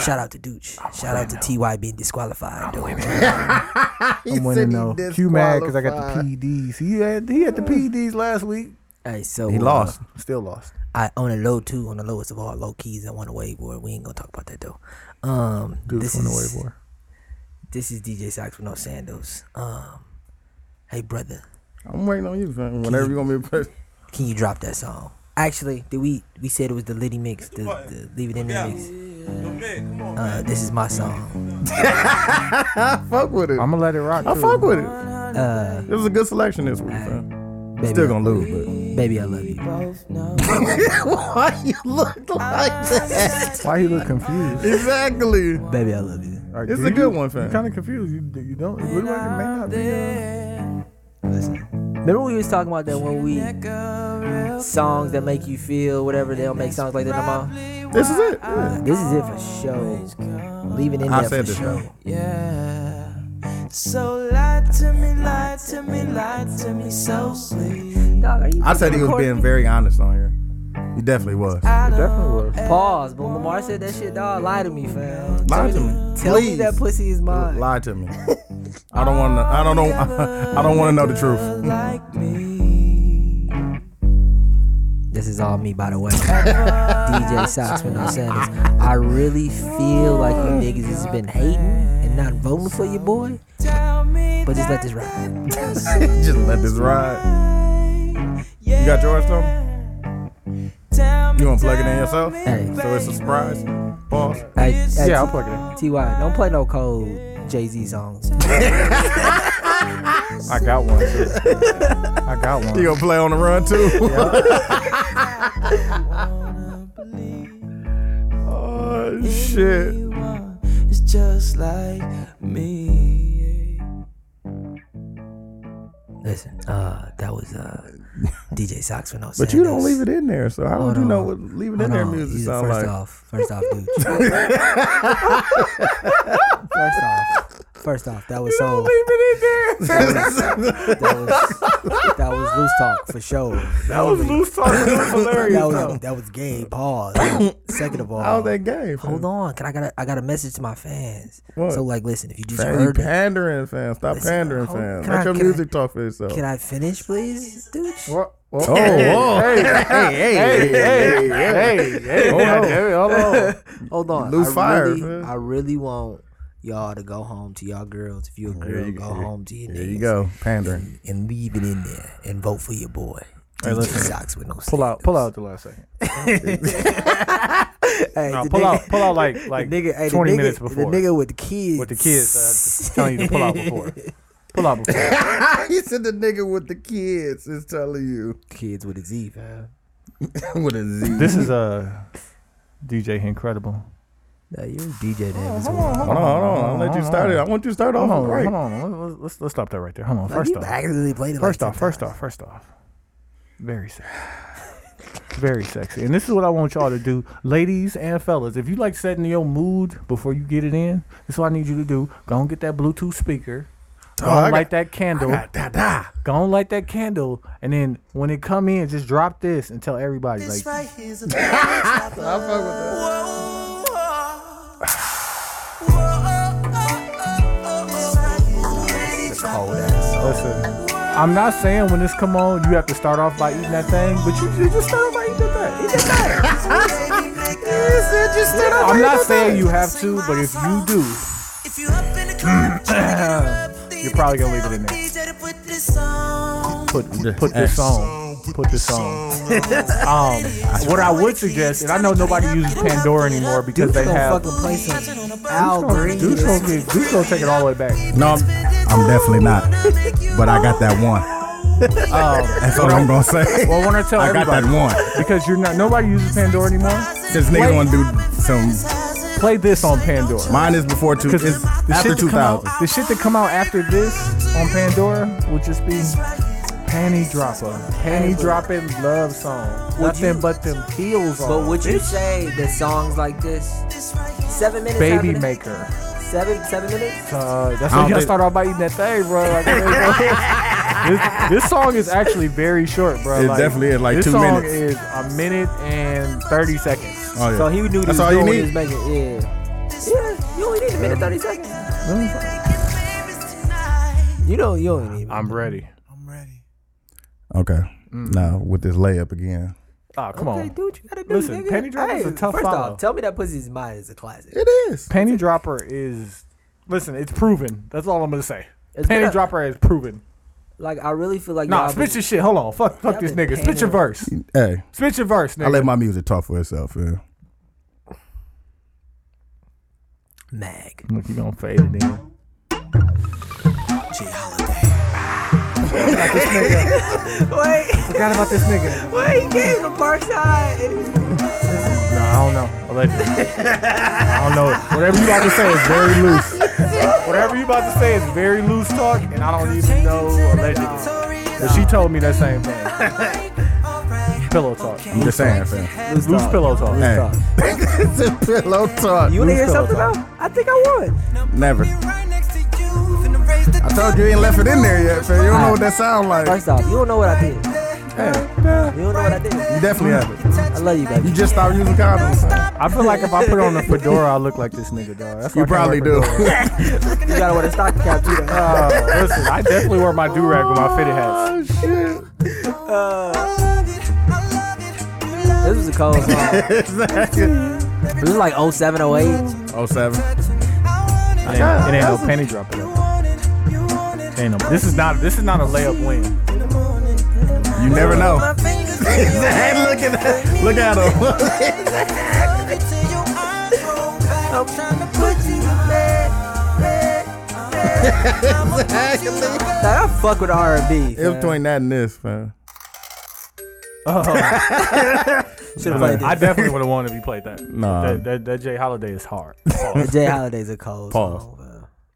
S3: Shout out to Dooch. Shout out to Ty being disqualified. though.
S1: I'm winning though. Q mad because I got the
S6: E
S1: PDs. He had he had the PDs last week.
S3: Hey, so
S2: He
S3: uh,
S2: lost.
S1: Still lost.
S3: I own a low two on the lowest of all low keys. I want a waveboard. We ain't gonna talk about that though. Um, this
S1: on the
S3: is
S1: waveboard.
S3: this is DJ Socks with no sandals. Um, hey brother,
S2: I'm waiting on you, fam. Whenever you gonna be pressed.
S3: can you drop that song? Actually, did we we said it was the Liddy mix, the, the leave it in there mix. Uh, this is my song.
S2: Fuck with it.
S1: I'm gonna let it rock.
S2: I
S1: too.
S2: fuck with it. it was a good selection this week, fam.
S3: Uh, Baby,
S2: Still gonna lose,
S3: baby, I love you.
S2: but why you look like that?
S1: Why you look confused?
S2: Exactly.
S3: Baby, I love you.
S1: Like,
S2: It's
S1: do
S2: a
S1: you-
S2: good one, fam.
S1: You kind of confused. You you don't. It look like it may not be.
S3: Remember we was talking about that one week songs that make you feel whatever. They don't make songs like that no more.
S2: This is it. Yeah.
S3: This is it for show. Leave it in
S2: I
S3: there
S2: said
S3: for
S2: this,
S3: show.
S7: Yeah. So lie to me, lie to me, lie to me so sweet.
S2: I said he was being very honest on here. He definitely was.
S1: Definitely was.
S3: Pause. But Lamar said that shit, dog. Lie to me, fam.
S2: Lie to me.
S3: Tell me
S2: Please.
S3: that pussy is mine.
S2: Lie to me. I don't want to. I don't know. I don't want to know the truth.
S7: Like me.
S3: This is all me, by the way. DJ Socks with no sandals. I really feel like you niggas has been hating and not voting for your boy,
S7: Tell me
S3: but just let
S7: that
S3: this ride.
S2: Just let this ride. You got yours, though?
S7: Tell me,
S2: You want to plug it in yourself?
S3: Hey,
S2: So it's a surprise. Pause.
S3: hey, hey,
S1: Yeah, I'll plug it in.
S3: Ty, don't play no cold Jay Z songs.
S1: I got one. too. I got one.
S2: You gonna play on the run too? oh shit!
S7: anyone is just like me.
S3: Listen, uh, that was uh, DJ Socks with no sandals.
S2: But you don't leave it in there, so how would you
S3: on.
S2: know what leave it in
S3: Hold
S2: there
S3: on,
S2: music
S3: you-
S2: sound
S3: first
S2: like?
S3: off, first off, dude. first off, first off, that was so.
S2: it in there.
S3: That was that was loose talk for sure.
S2: that was loose talk. That was hilarious.
S3: That
S2: though.
S3: was that was gay. Pause. Second of all,
S2: How was that game?
S3: hold on, can I got a, I got a message to my fans.
S2: What?
S3: So like, listen, if you just
S2: Fam, you
S3: heard that,
S2: pandering, fam. Stop
S3: Listen,
S2: pandering,
S3: hold-
S2: fam.
S3: can
S2: Let
S3: I-
S2: your
S3: can I-
S2: music talk for itself.
S3: can I finish, please, dude?
S1: What? What?
S2: Oh, whoa. hey, hey, hey, hey,
S1: hey, hey,
S2: Hold on.
S1: hey, hold on.
S3: Hold on,
S2: Loose
S3: I
S2: fire,
S3: Really,
S2: man.
S3: I really want y'all to go home to y'all girls. If you a girl,
S2: you-
S3: go
S2: here-
S3: home to your
S2: There you
S3: niggas.
S2: go, pandering.
S3: and leave it in there and vote for your boy. DJ Socks with no
S1: Pull out, pull out the last second.
S3: Hey,
S6: No,
S3: the
S6: pull
S3: nigga-
S6: out, Oh, pull out like
S3: the
S6: like
S3: nigga, hey, the
S6: twenty
S3: nigga-
S6: minutes before
S3: The nigga with the kids.
S6: with the kids. Uh, just telling you to pull out before. Pull out before.
S2: he said the nigga with the kids is telling you
S3: Kids with a Z, fam.
S2: with a Z.
S6: this is a DJ Incredible.
S3: Nah, you're a DJ now. as
S6: on,
S3: well.
S6: hold
S2: Hold on, hold on. I'll let you start it. I want you to start off
S6: Hold on,
S2: right.
S6: hold on. Let's, let's, let's stop that right there. Hold on.
S3: Like,
S6: First
S3: you
S6: off,
S3: actually played it like
S6: first
S3: ten
S6: off, first
S3: times.
S6: off, first off. Very sexy. Very sexy. And this is what I want y'all to do, ladies and fellas. If you like setting your mood before you get it in, this is what I need you to do. Go and get that Bluetooth speaker. Go
S2: I
S6: and
S2: got-
S6: light that candle. Go and light that candle. And then when it come in, just drop this and tell everybody.
S7: This
S6: like,
S7: right here's a bad
S2: I fuck with that.
S6: Listen, I'm not saying when this come on, you have to start off by eating that thing, but you, you just start off by eating that thing. Eat that thing. I'm not saying you have to, but if you do,
S7: If you up in the club,
S6: You're probably gonna leave it in there.
S7: there. Put this on.
S6: put put this on. Put this on. Um, what I would suggest, and I know nobody uses Pandora anymore because
S3: Dude's
S6: they
S3: gonna
S6: have.
S3: fucking play some Al Green.
S6: Dude's gonna, get- dude's gonna take it all the way back.
S2: No, I'm, I'm definitely not. But I got that one. That's all I'm gonna say.
S6: Well, I want to tell
S2: I got
S6: everybody
S2: that one.
S6: because you're not nobody uses Pandora anymore.
S2: This nigga
S6: Wait.
S2: gonna do some.
S6: Play this on Pandora.
S2: Mine is before two.
S6: Because
S2: It's
S6: the
S2: after
S6: shit to
S2: two
S6: come out,
S2: thousand.
S6: the shit that come out after this on Pandora would just be panty dropper, panty dropping love song. Nothing
S3: you-
S6: but them heels on.
S3: But would you
S6: bitch.
S3: say that songs like this? Seven minutes.
S6: Baby
S3: after-
S6: maker.
S3: Seven seven minutes.
S6: Uh, that's
S2: I don't
S6: why you gotta
S2: think-
S6: start off by eating that thing, bro. Like, this, this song is actually very short, bro.
S2: It
S6: Like,
S2: definitely is, like
S6: this
S2: two
S6: song
S2: minutes.
S6: is a minute and thirty seconds.
S2: Oh, yeah.
S3: So he knew what
S2: That's
S3: he was
S2: all you
S3: doing. when he
S2: need.
S3: was making yeah. Yeah, you only need a minute thirty seconds. You don't. You don't need.
S6: I'm ready.
S7: I'm ready.
S2: Okay. Now with this layup again.
S6: Oh, come
S3: okay,
S6: on.
S3: do what you gotta do.
S6: Listen,
S3: nigga.
S6: Penny Dropper's
S3: hey,
S6: a tough
S3: First
S6: follow.
S3: off, tell me that pussy's mine is a classic.
S2: It is.
S6: Panty Dropper is listen, it's proven. That's all I'm gonna say.
S3: It's
S6: Panty
S3: been a-
S6: Dropper is proven.
S3: Like I really feel like
S6: Nah,
S3: y'all been-
S6: spit your shit. Hold on. Fuck fuck
S3: y'all
S6: this
S3: been
S6: nigga. Spit your
S3: panning.
S6: verse.
S2: Hey,
S6: Spit your verse,
S2: I let
S6: nigga.
S2: my music talk for itself. Yeah.
S3: mag.
S6: Look, you gonna fade it in.
S3: Wait,
S6: Forgot about this nigga.
S3: wait, he came from Parkside.
S6: Nah, I don't know. Allegedly. I don't know. Whatever you about to say is very loose. Whatever you about to say is very loose talk, and I don't even know allegedly. But she told me that same thing. Pillow talk.
S2: I'm just saying, fam.
S3: Loose
S6: Loose
S3: talk.
S6: pillow talk.
S2: Hey.
S3: talk.
S2: it's a pillow talk.
S3: You wanna
S6: Loose
S3: hear
S6: pillow
S3: something though?
S6: talk.
S3: I think I would.
S2: Never. I told you you ain't left it in there yet, fam. You don't know what that sound like.
S3: First off, you don't know what I did.
S2: Hey,
S3: You don't know what I
S2: you
S3: did.
S2: definitely have it.
S3: I love you, baby.
S2: You just stopped using condoms. fam.
S6: I feel like if I put on a fedora, I look like this nigga, dog. That's why
S2: You
S6: I can't wear
S2: probably do.
S6: fedora.
S3: You gotta wear the stocking cap too. though.
S6: Uh, listen, I definitely wear my do rag with my fitted hats.
S3: This was a cold song. This is like 07, 08.
S2: Oh seven.
S6: It ain't, it ain't no penny dropping. Ain't no. This is not. This is not a layup win.
S2: You never know. Hey, look at that. Look at him.
S3: Nah, I fuck with R and B.
S2: It was between that and this, fam.
S3: Should have played
S6: I
S3: this.
S6: definitely would have wanted to be played that.
S2: Nah.
S6: That, that, that Jay Holiday is hard.
S3: The Jay Holiday's a cold
S2: Pause.
S3: song.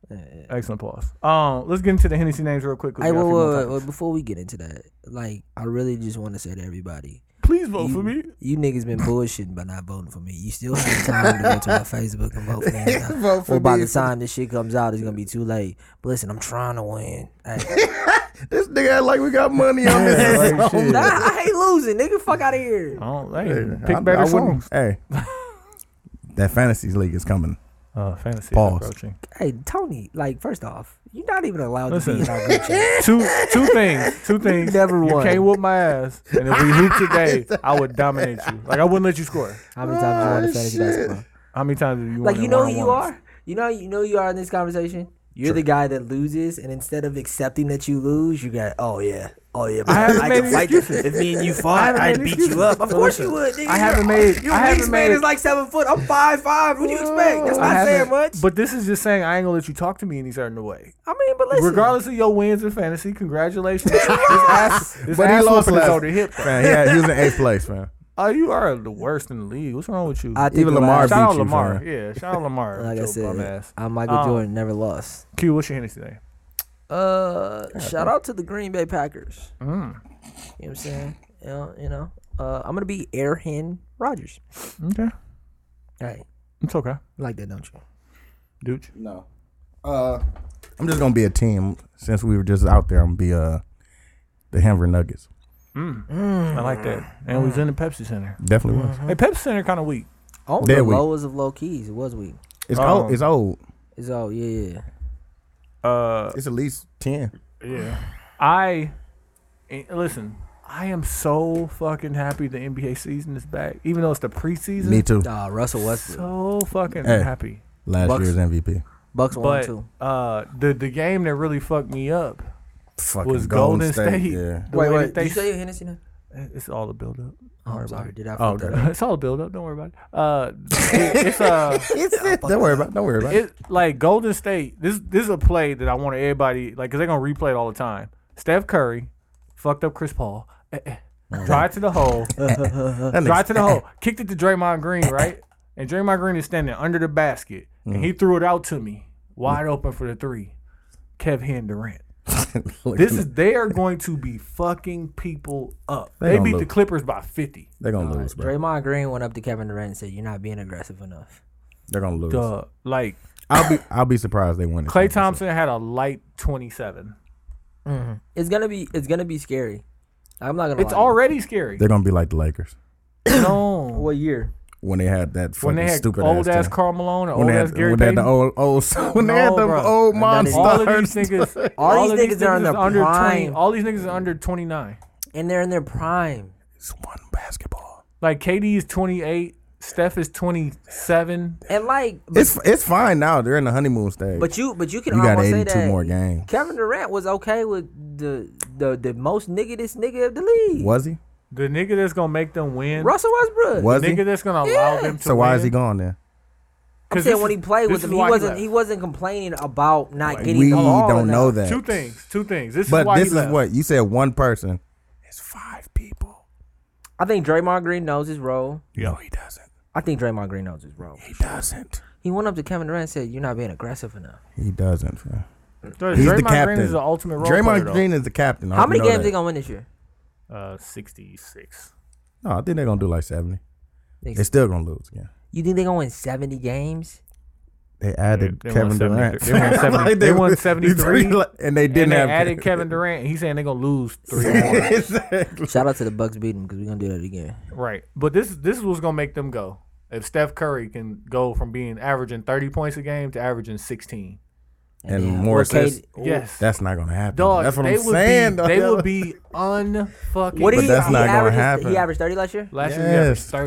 S3: bro.
S6: Excellent pause. Um, let's get into the Hennessy names real quick. 'cause
S3: Hey,
S6: we got a
S3: wait,
S6: few more
S3: wait, wait,
S6: topics.
S3: wait, before we get into that, like, I really just want to say to everybody,
S6: Please vote
S2: Oh,
S3: you,
S6: for me.
S3: you niggas been bullshitting by not voting for me. You still have time to go to my Facebook and vote for me.
S2: Vote for
S3: or by
S2: me.
S3: the time this shit comes out, it's gonna be too late. But listen, I'm trying to win. Hey,
S2: This nigga act like we got money on this.
S6: Yeah, like, shit.
S3: nah, I hate losing. Nigga, fuck out of here.
S6: I don't like
S2: Hey,
S6: pick
S2: I-
S6: better
S2: I wouldn't-
S6: songs.
S2: Hey, that fantasies league is coming.
S6: Uh, fantasy
S2: Pause.
S6: is approaching.
S3: Hey, Tony, like, first off, you're not even allowed to be
S6: Listen.
S3: in our group chat.
S6: Two two things. Two things.
S3: never
S6: You
S3: won.
S6: can't whoop my ass. And if we hoop today, I would dominate you. Like I wouldn't let you score.
S3: How many times you won a fantasy
S2: shit.
S3: basketball?
S6: How many times have you?
S3: Oh, Like
S6: won
S3: you
S6: in
S3: know who you
S6: one-on-ones?
S3: are. You know you know who you are in this conversation. You're the guy that loses, and instead of accepting that you lose, you got, oh yeah, oh yeah, but
S6: haven't
S3: I,
S6: made
S3: can
S6: any
S3: fight.
S6: excuses.
S3: If me and you fought,
S6: haven't
S3: I'd
S6: made
S3: beat
S6: excuses.
S3: you up. Of course you would. Nigga.
S6: I haven't made-
S3: Your
S6: I haven't
S3: wingspan man
S6: made-
S3: is like seven foot. I'm five five. What do you expect? That's
S6: I
S3: not saying
S6: haven't-
S3: much.
S6: But this is just saying I ain't gonna let you talk to me any certain way.
S3: I mean, but listen.
S6: Regardless of your wins in fantasy, congratulations. this ass, this
S2: But he
S6: ass
S2: lost
S6: whooping is
S2: last-
S6: on the hip.
S2: Man, he, had, he was in eighth place, man.
S6: Oh, you are the worst in the league. What's wrong with you?
S3: I think
S2: Even
S3: the
S2: Lamar
S3: last-
S6: shout out
S2: beat you,
S6: Lamar.
S2: fam.
S6: Yeah, shout out Lamar.
S3: Like I
S6: your bum
S3: said,
S6: ass.
S3: I'm Michael
S6: Um,
S3: Jordan never lost.
S6: Q, what's your Hennessy name?
S3: Uh, shout out to the Green Bay Packers.
S6: Mm.
S3: You know what I'm saying? You know, you know. Uh, I'm gonna be Air Hen Rodgers.
S6: Okay,
S3: All right,
S6: it's okay.
S3: You like that, don't you?
S6: Dooch.
S2: No. Uh, I'm just gonna be a team since we were just out there. I'm gonna be uh the Denver Nuggets.
S6: I like that. And
S2: Mm.
S6: we was in the Pepsi Center.
S2: Definitely was.
S6: Hey, Pepsi Center kind of weak.
S3: Oh,
S2: Dead
S3: the
S2: weak.
S3: lowest of low keys. It was weak.
S2: It's
S6: Oh.
S2: old. It's old.
S3: It's all yeah, yeah.
S6: Uh,
S2: It's at least ten.
S6: yeah. I eh, listen. I am so fucking happy the NBA season is back, even though it's the preseason.
S2: Me too.
S3: Nah, Russell Westbrook.
S6: So fucking
S2: Hey.
S6: happy.
S2: Last
S3: Bucks.
S2: year's MVP.
S3: Bucks won
S6: But
S3: too.
S6: uh, the the game that really fucked me up
S2: Fucking
S6: was Golden, State.
S2: Yeah.
S6: The way that they-
S3: you say your Hennessy now?
S6: it's all a build up.
S3: Oh, I'm sorry. Did I fuck
S6: Oh,
S3: that
S6: okay.
S3: up?
S6: it's all a build up. Don't worry about it. Uh, it- it's uh,
S2: Don't worry about. It. Don't worry about. It.
S6: it like Golden State. This this is a play that I want everybody like because they're gonna replay it all the time. Steph Curry fucked up Chris Paul. Eh, eh. Drive to the hole.
S2: Mm-hmm. That nigga-
S6: Drive to the hole. Kicked it to Draymond Green, right? And Draymond Green is standing under the basket, and
S2: Mm.
S6: he threw it out to me, wide open for the three. Kevin Durant.
S2: Look,
S6: This is they are going to be fucking people up.
S2: They
S6: They
S2: gonna
S6: beat the
S2: lose.
S6: Clippers by fifty.
S2: They're gonna lose, bro.
S3: Draymond Green went up to Kevin Durant and said, "You're not being aggressive enough."
S2: They're gonna lose.
S6: Duh. Like
S2: I'll be. I'll be surprised they win. the
S6: Clay
S2: championship.
S6: Thompson had a light twenty-seven.
S3: It's gonna be. It's gonna be scary. I'm not gonna.
S6: Mm-hmm. It's
S3: lie to you.
S6: already scary.
S2: They're gonna be like the Lakers
S6: No.
S3: What year?
S2: when they had that fucking
S6: when they had
S2: stupid
S6: old ass
S2: team.
S6: Carl Malone,
S2: When
S6: old
S2: they
S6: ass
S2: had,
S6: Gary
S2: when they had
S6: Payton,
S2: the old old when they
S6: No,
S2: had the
S6: bro.
S2: old
S3: None
S2: monsters.
S3: of
S6: all of these niggas,
S3: All these
S6: of
S3: niggas are in their
S6: niggas is under twenty.
S3: prime.
S6: All these niggas are under twenty nine.
S3: And they're in their prime.
S2: It's one basketball.
S6: Like KD is twenty eight, Steph is twenty seven.
S3: And like, but,
S2: It's it's fine now. They're in the honeymoon stage.
S3: but you, but you can
S2: You got
S3: almost say
S2: 82
S3: that
S2: more games.
S3: Kevin Durant was okay with the the the most niggardest nigga of the league.
S2: Was he?
S6: The nigga that's gonna make them win,
S3: Russell Westbrook.
S2: Was he?
S6: nigga that's gonna allow
S3: Yeah.
S6: them to
S2: So why is he
S6: win.
S2: gone then?
S3: I'm
S6: 'Cause
S3: saying
S6: this
S3: when
S6: is-
S3: he played
S6: this
S3: with him,
S6: is
S3: he
S6: why
S3: wasn't
S6: left.
S3: he wasn't complaining about not getting
S2: We
S3: the ball.
S2: don't know
S3: enough.
S2: that.
S6: Two things. Two things. This is
S2: But
S6: why
S2: this
S6: he
S2: is
S6: left.
S2: what you said. One person. It's five people.
S3: I think Draymond Green knows his role.
S2: No, he doesn't.
S3: I think Draymond Green knows his role.
S2: He doesn't.
S3: He went up to Kevin Durant and said, "You're not being aggressive enough."
S2: He doesn't. fam.
S6: Draymond
S2: He's the
S6: Green
S2: captain.
S6: is the ultimate role player,
S2: Draymond
S6: though.
S2: Green is the captain.
S3: How many games
S2: That.
S3: they gonna win this year?
S6: Uh, sixty six.
S2: no, I think they're gonna do like seventy.
S3: They-
S2: They're still gonna lose again.
S3: You think they gonna win seventy games?
S2: They added
S6: They- they won
S2: Kevin Durant.
S6: 73. They won 70
S2: Like,
S6: they won
S2: was-
S6: 73.
S2: and they
S6: And
S2: didn't
S6: they
S2: have
S6: added Kevin Durant. and He's saying they're gonna lose three. more.
S2: exactly.
S3: Shout out to the Bucks beating because we're gonna do that again.
S6: Right. But this this is what's gonna make them go. If Steph Curry can go from being averaging thirty points a game to averaging sixteen.
S2: And
S3: then
S2: more
S3: we're
S2: assists.
S3: Kate-
S6: Yes.
S2: That's not gonna happen.
S6: Dog,
S2: that's what
S6: they
S2: I'm
S6: would
S2: saying.
S6: Be,
S2: dog.
S6: they would be unfucking.
S3: What do
S2: But
S3: you?
S2: that's
S3: he
S2: not gonna
S3: averages-
S2: happen.
S3: He averaged thirty last year.
S6: Last
S2: Yes.
S6: year he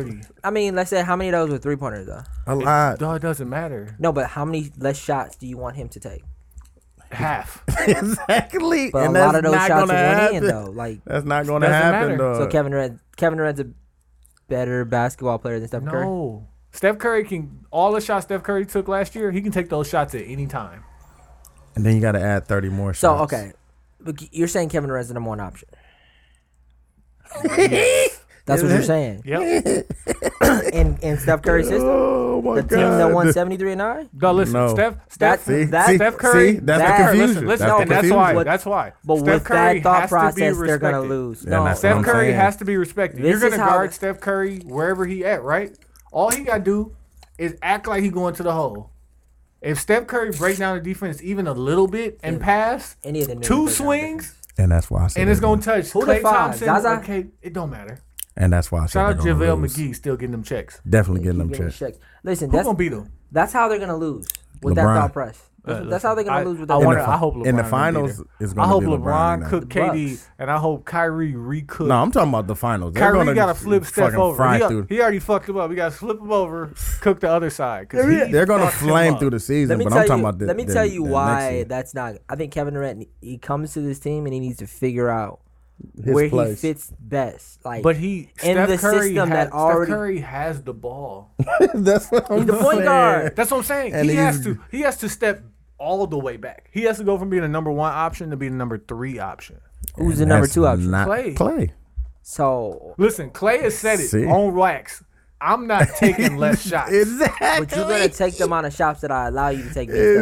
S6: averaged
S3: I mean, let's say how many of those were three pointers though?
S2: a lot.
S6: thirty. Dog, it doesn't matter.
S3: No, but how many less shots do you want him to take?
S6: Half.
S2: exactly.
S3: But
S2: and
S3: a lot
S2: that's
S3: of those
S2: not
S3: shots
S2: gonna
S3: went in
S2: happen. Uh,
S3: though. Like
S2: That's not gonna
S6: Doesn't
S2: happen,
S6: matter.
S2: dog.
S3: so, Kevin Durant. Kevin Durant's a better basketball player than Stephen Curry.
S6: No. Steph Curry can all the shots Steph Curry took last year, he can take those shots at any time.
S2: And then you got to add thirty more.
S3: So
S2: shots.
S3: okay, but you're saying Kevin Durant's the number one option. That's what you're saying.
S6: Yep.
S3: And and Steph Curry's system,
S2: Oh my
S3: the team that won 73 and 9.
S6: No, listen,
S2: No.
S6: Steph
S3: That's-
S6: Steph
S2: See,
S3: That-
S2: see,
S6: Steph Curry.
S2: see? that's
S3: that-
S2: the
S6: Curry,
S2: confusion.
S6: listen, listen,
S2: that's
S6: and that's
S2: confusion.
S6: why.
S3: With-
S6: that's why.
S3: But
S6: Steph
S3: with
S6: Curry
S3: that thought
S6: has to be
S3: process, they're gonna
S6: respected.
S3: lose.
S2: Yeah,
S3: No,
S2: that's what
S6: Steph
S2: I'm
S6: Curry
S2: saying.
S6: has to be respected. You're
S3: This is
S6: gonna
S3: how
S6: guard
S3: the-
S6: Steph Curry wherever he at, right? All he gotta do is act like he going to the hole. If Steph Curry break down the defense even a little bit and pass
S3: Any of them niggas break down
S6: two
S3: the
S6: swings,
S2: And that's why I said.
S6: and it's
S2: they're
S6: gonna touch
S3: Who the
S6: Klay
S3: five?
S6: Thompson.
S3: Zaza?
S6: Okay, it don't matter.
S2: And that's why I said.
S6: Shout out
S2: they're gonna
S6: JaVale
S2: lose.
S6: McGee still getting them checks.
S2: Definitely getting them
S3: Keep getting
S2: checked.
S3: checks. Listen,
S6: Who
S3: that's
S6: gonna beat him?
S3: that's how they're gonna lose with that
S2: LeBron.
S3: thought press. That's- that's how they gonna
S6: I,
S3: lose with
S6: I,
S3: that.
S6: wonder,
S2: In the
S6: I hope LeBron
S2: fi- in the
S6: don't beat
S2: finals,
S6: her.
S2: it's
S6: I
S2: gonna
S6: hope
S2: be LeBron
S6: LeBron,
S2: now.
S6: cooked
S3: The
S6: KD,
S3: Bucks.
S6: and I hope Kyrie recooked.
S2: No, I'm talking about the finals. They're
S6: Kyrie
S2: gonna
S6: got to flip Steph
S2: fucking
S6: over.
S2: fry
S6: He,
S2: through-
S6: he already fucked him up. We got to flip him over, cook the other side. Cause
S3: They're-
S6: he
S2: They're gonna
S6: fucked him
S2: flame
S6: up.
S2: through the season,
S3: Let me
S2: but
S3: tell
S2: I'm talking
S3: you.
S2: about the,
S3: let me
S2: the-
S3: tell you
S2: the next
S3: why
S2: season.
S3: that's not. I think Kevin Durant he comes to this team and he needs to figure out
S2: His
S3: where he
S2: place.
S3: fits best. Like,
S6: But he,
S3: in
S6: Steph
S3: the
S6: Curry
S3: system
S6: has,
S3: that already.
S6: Steph Curry has the ball.
S2: that's what I'm
S3: He's the point
S2: saying.
S3: guard.
S6: That's what I'm saying.
S2: And
S6: he has
S2: he's-
S6: to. He has to step all the way back. He has to go from being a number one option to being a number three option.
S3: Who's the number
S2: That's
S3: two option?
S2: Not
S6: Clay.
S2: Clay.
S3: So,
S6: Listen, Clay has said it
S2: See?
S6: on wax. I'm not taking less shots.
S2: Exactly.
S3: but you're gonna take the amount of shots that I allow you to take. against Steph Curry.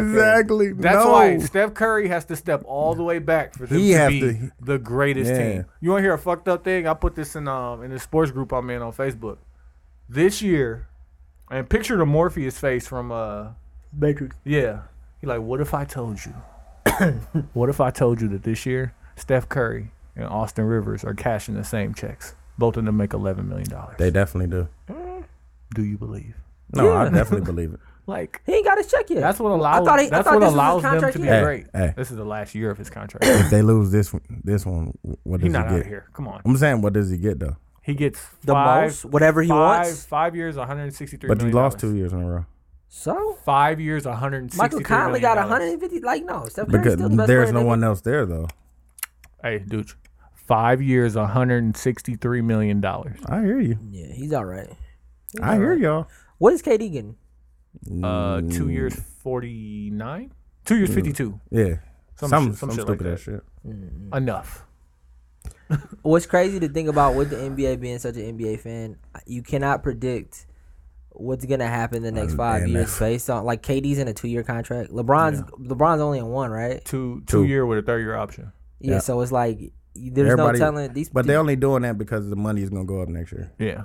S2: Exactly.
S6: That's
S2: no.
S6: why Steph Curry has to step all the way back for them
S2: He
S6: to
S2: have
S6: be
S2: to-
S6: the greatest
S2: Yeah.
S6: team. You want to hear a fucked up thing? I put this in um in the sports group I'm in on Facebook. This year, and picture the Morpheus face from uh
S3: Matrix.
S6: yeah. He like, what if I told you? what if I told you that this year Steph Curry and Austin Rivers are cashing the same checks? Both of them make eleven million dollars.
S2: They definitely do.
S6: Do you believe?
S2: No, I definitely believe it.
S6: Like
S3: He ain't got his check yet.
S6: that's what allows.
S3: thought he- I
S6: that's
S3: thought
S6: what
S3: this was his
S6: allows them
S3: contract
S6: to be
S3: year.
S2: Hey,
S6: great.
S2: hey.
S6: This is the last year of his contract.
S2: If they lose this one, this one, what does
S6: He's not
S2: he
S6: out
S2: get?
S6: of here. Come on.
S2: I'm saying, what does he get though?
S6: He gets
S3: The
S6: five,
S3: most? Whatever he
S6: five,
S3: wants?
S6: Five years, 163
S2: But you
S6: million
S2: lost two
S6: dollars.
S2: years in a row.
S3: so.
S6: Five years, 163
S3: Michael Conley
S6: million
S3: got
S6: dollars.
S3: 150. Like no, Steph Curry's
S2: Because
S3: still the best
S2: there's
S3: player
S2: no
S3: in the
S2: one else there though.
S6: Hey, dude. Five years, 163 million dollars.
S2: I hear you.
S3: league. Yeah, he's all right.
S2: I hear y'all.
S3: What is KD getting?
S6: Uh, two years, 49. Two years, 52.
S2: Yeah. Some,
S6: Some
S2: some,
S6: shit- some shit like
S2: stupid
S6: that.
S2: ass shit.
S6: Enough.
S3: What's crazy to think about with the NBA being such an NBA fan, you cannot predict what's gonna happen the next five
S2: Oh, damn
S3: years
S2: it.
S3: based on like KD's in a two year contract. LeBron's LeBron's only in one, right?
S6: Two,
S2: Two.
S6: two year with a third year option.
S3: Yeah,
S2: Yeah.
S3: so it's like y- there's
S2: Everybody-
S3: no telling these.
S2: But they're only doing that because the money is gonna go up next year.
S6: Yeah.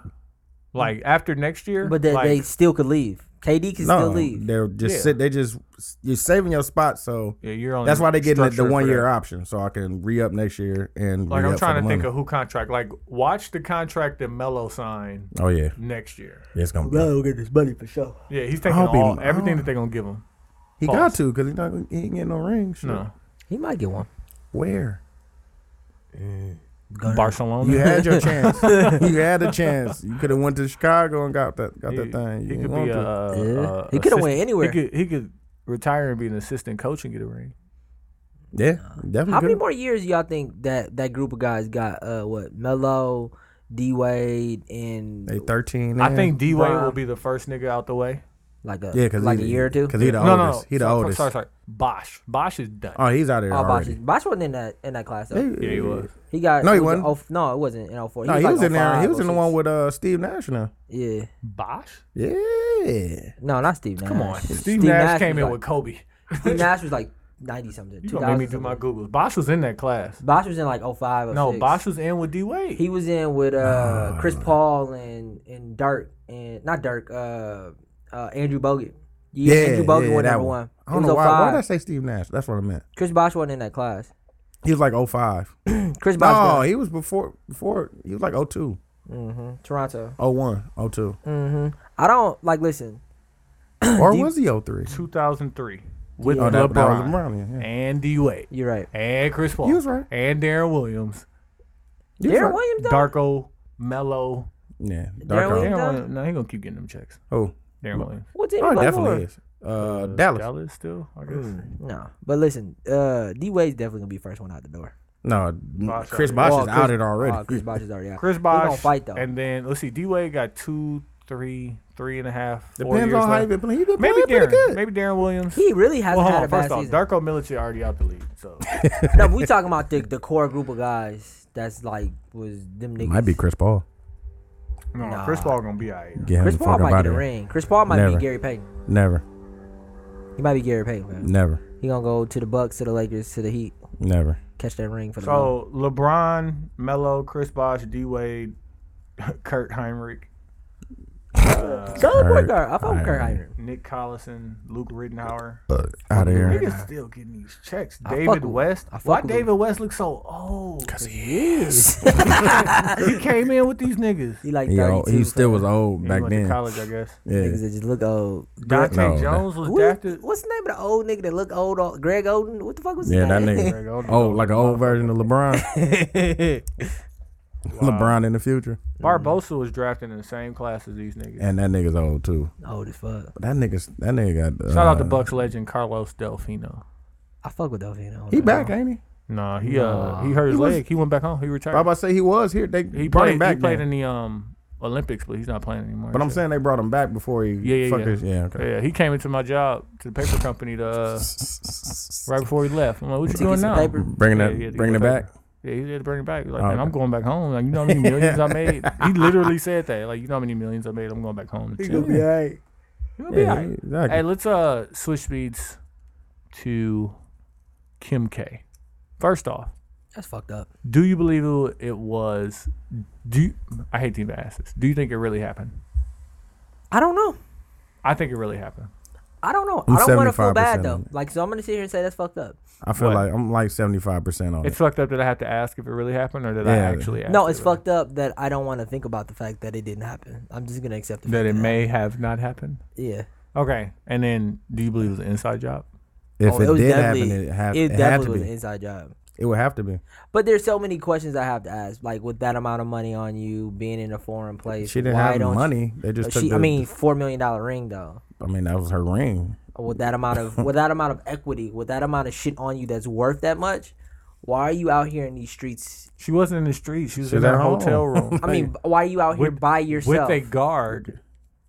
S6: Like after next year.
S3: but they,
S6: like,
S3: they still could leave. KD can
S2: No,
S3: still leave.
S2: they're just
S6: Yeah.
S2: sit. They just you're saving your spot, so
S6: Yeah, you're only
S2: that's why they're getting the,
S6: structured for
S2: one year
S6: that.
S2: option, so I can re up next year and
S6: Like
S2: re-up
S6: I'm
S2: for
S6: trying
S2: the
S6: to think
S2: money.
S6: of who contract. Like watch the contract that Melo signed
S2: Oh yeah,
S6: next year.
S2: it's gonna. Be.
S3: will get this money for sure.
S6: Yeah, he's taking
S2: I'll be-
S6: all, everything
S2: I'll-
S6: that they're gonna give him.
S2: He
S6: Pause.
S2: got to because he not he ain't getting no rings. Shit.
S6: No,
S3: He might get one.
S2: where
S6: Barcelona.
S2: you had your chance, you had a chance. You could have went to Chicago and got that got that thing. You
S6: He could
S2: didn't want
S6: be a,
S2: to.
S6: uh,
S3: Yeah.
S6: uh,
S3: He coulda went
S6: assist-
S3: anywhere.
S6: He could, he could retire and be an assistant coach and get a ring.
S2: yeah, definitely.
S3: How many
S2: could've.
S3: more years y'all think that that group of guys got? Uh, what Melo, D Wade, and
S2: They thirteen.
S6: I think D Wade
S3: Brian.
S6: will be the first nigga out the way.
S3: like a
S2: yeah, because
S3: like a year or two.
S2: Because he the
S6: no, no,
S2: oldest.
S6: no.
S2: He the
S6: sorry,
S2: oldest.
S6: Sorry, sorry. Bosch. Bosch is done.
S2: Oh, he's out of there
S3: Oh, Bosh,
S2: already.
S3: is- Bosh wasn't in that in that class. Though.
S6: yeah, he was.
S3: He got
S2: No, he
S3: it was in
S2: wasn't.
S3: oh- no, it wasn't in 04.
S2: No, he
S3: like
S2: was in there.
S3: 05,
S2: He was in the one
S3: 06.
S2: with uh Steve Nash now.
S3: Yeah,
S6: Bosch?
S2: Yeah.
S3: no, not Steve Nash.
S6: Come on. Steve, Nash,
S3: Nash
S6: came
S3: was
S6: in
S3: like-
S6: with Kobe.
S3: Steve Nash was like ninety something.
S6: You
S3: Two
S6: gonna make me
S3: thousand.
S6: do my Googles. Bosch was in that class.
S3: Bosh was in like 05 or
S6: No,
S3: 06.
S6: Bosch was in with D Wade.
S3: He was in with uh Chris Paul and and Dirk and not Dirk uh uh Andrew Bogut. Yeah, Andrew Bogut was oh number one.
S2: I don't
S3: It
S2: know
S3: was
S2: why. Why
S3: 05.
S2: did I say Steve Nash? That's what I meant.
S3: Chris Bosh wasn't in that class.
S2: He was like 05.
S3: Chris Bosh
S2: No,
S3: was
S2: he was before before he was like 02,
S3: in Toronto.
S2: 01, 02.
S3: I don't like listen.
S2: Or was he 03?
S6: 2003 with
S2: Oh, that- that
S6: LeBron,
S2: was LeBron, yeah, yeah.
S6: and D Wade
S3: You're right.
S6: and Chris Paul.
S2: You was right.
S6: And Darren Williams,
S2: He was
S3: Darren
S2: like-
S3: Williams though.
S6: Darko, Mello.
S2: Yeah.
S3: Darren
S2: Darko.
S3: Williams?
S6: Darren
S3: done?
S6: Williams. No, he gonna keep getting them checks.
S2: Oh.
S6: Darren Williams.
S3: What team
S2: Oh,
S3: he
S2: it
S3: play
S2: definitely
S3: for?
S2: is. Uh,
S6: Dallas.
S2: Dallas.
S6: still, I guess.
S3: Hmm, No, but listen, uh, D Wade's definitely gonna be first one out the door.
S2: No,
S6: Bosh
S2: Chris
S6: already.
S2: Bosh
S3: Oh,
S2: is
S3: Chris-
S2: out it already.
S3: Oh, Chris Bosh is already out.
S6: Chris
S3: They
S6: Bosch.
S3: gonna fight though.
S6: And then let's see, D Wade got two, three, three and a half. four
S2: Depends
S6: years
S2: on how he
S6: left.
S2: been playing. He been
S6: Maybe
S2: playing pretty
S6: Darren.
S2: good.
S6: Maybe Darren Williams.
S3: he really hasn't
S6: well, hold
S3: had
S6: on.
S3: a bad
S6: First off,
S3: season.
S6: Darko Milicic already out the league, so
S3: no, but we talking about the, the core group of guys that's like was them niggas.
S2: Might be Chris Paul.
S6: no, Chris Paul gonna be out.
S2: Get him
S3: Chris
S2: the
S3: Paul
S2: fuck up
S3: might
S2: out
S3: get a
S2: of here.
S3: ring. Chris Paul might
S2: Never.
S3: be Gary Payton.
S2: Never,
S3: He might be Gary Payton. Man.
S2: never,
S3: He gonna go to the Bucks, to the Lakers, to the Heat,
S2: never.
S3: catch that ring for the. So,
S6: So LeBron, Melo, Chris Bosh, D Wade, Kurt Heinrich.
S3: Charlie Kirk. I fuck with
S2: Alright.
S3: Kirk Iron.
S6: Nick Collison, Luke Rittenhauer.
S2: out of here.
S6: Niggas still getting these checks.
S3: fuck with-
S6: David West.
S3: I fuck
S6: Why
S3: with
S6: David West looks so old?
S2: Cause he is.
S6: He came in with these niggas.
S3: He like
S2: He, old-
S3: 32.
S2: he still was old
S6: He
S2: back
S6: went to
S2: then.
S6: college, I guess.
S2: Yeah.
S3: Niggas that just look old.
S6: Dante
S2: No, that-
S6: Jones was
S3: Who-
S6: drafted.
S3: what's the name of the old nigga that look old? all- Greg Oden? What the fuck was his
S2: Yeah, that
S3: name?
S2: nigga.
S6: Greg Oden.
S2: Oh, like an old version of LeBron. LeBron in the future.
S3: Mm.
S6: Barbosa was drafted in the same class as these niggas.
S2: And that nigga's old too.
S3: Old as fuck.
S2: But that nigga's that nigga got uh,
S6: Shout out to Bucks legend Carlos Delfino.
S3: I fuck with Delvino.
S2: He back, eh? ain't he?
S6: Nah, he uh he hurt his
S2: was-
S6: leg. He went back home. He retired.
S2: I was about to say he was here. They
S6: he
S2: brought him
S6: played.
S2: back.
S6: he played
S2: then.
S6: in the um Olympics, but he's not playing anymore.
S2: but I'm
S6: so-
S2: saying they brought him back before he
S6: Yeah, yeah,
S2: fucked
S6: yeah.
S2: his- yeah okay.
S6: Yeah, he came into my job to the paper company to uh, right before he left. I'm like, what you
S3: Get
S6: doing
S3: some
S6: now?
S3: paper.
S2: Bringing
S6: Yeah,
S2: that,
S6: yeah, to
S2: bringing it
S6: get
S2: back.
S6: Yeah, he had to bring it back. He was like,
S2: Oh,
S6: man, I'm
S2: okay.
S6: going back home. Like, you know how many millions I made? He literally said that. Like, you know how many millions I made? I'm going back home. To chill.
S1: It'll be all right.
S6: He'll be
S2: Yeah,
S6: all right.
S2: exactly.
S6: Hey, let's uh switch speeds to Kim K. First off,
S3: That's fucked up.
S6: do you believe it- it was? Do you, I hate to even ask this? Do you think it really happened?
S3: I don't know.
S6: I think it really happened.
S3: I don't know.
S2: I'm
S3: I don't want to feel bad
S2: 75%
S3: though.
S2: on it.
S3: Like, so I'm gonna sit here and say that's fucked up.
S2: I feel
S6: What?
S2: like I'm like 75 percent on
S6: It's
S2: it.
S6: fucked up that I have to ask if it really happened or that I
S2: Yeah.
S6: actually asked.
S3: No, it's
S6: it really-
S3: fucked up that I don't want to think about the fact that it didn't happen. I'm just gonna accept the
S6: That
S3: fact
S6: it may have not happened.
S3: Yeah,
S6: Okay, and then do you believe it was an inside job?
S2: If
S3: Oh,
S2: it,
S3: was
S2: did
S3: definitely-
S2: happen, it had,
S3: it
S2: it, had
S3: definitely
S2: to
S3: was an
S2: be.
S3: inside job.
S2: It would have to be.
S3: But there's so many questions I have to ask, like with that amount of money on you, being in a foreign place.
S2: She didn't
S3: why
S2: have
S3: don't you-
S2: money. They just took.
S3: she,
S2: the,
S3: I mean, four million dollar ring though.
S2: I mean that was her ring.
S3: With that amount of with that amount of equity, with that amount of shit on you that's worth that much, why are you out here in these streets?
S6: She wasn't in the street. She was
S2: She's
S6: in
S2: at
S6: her
S2: home.
S6: hotel room.
S3: I mean, why are you out here
S6: With-
S3: by yourself?
S6: With a guard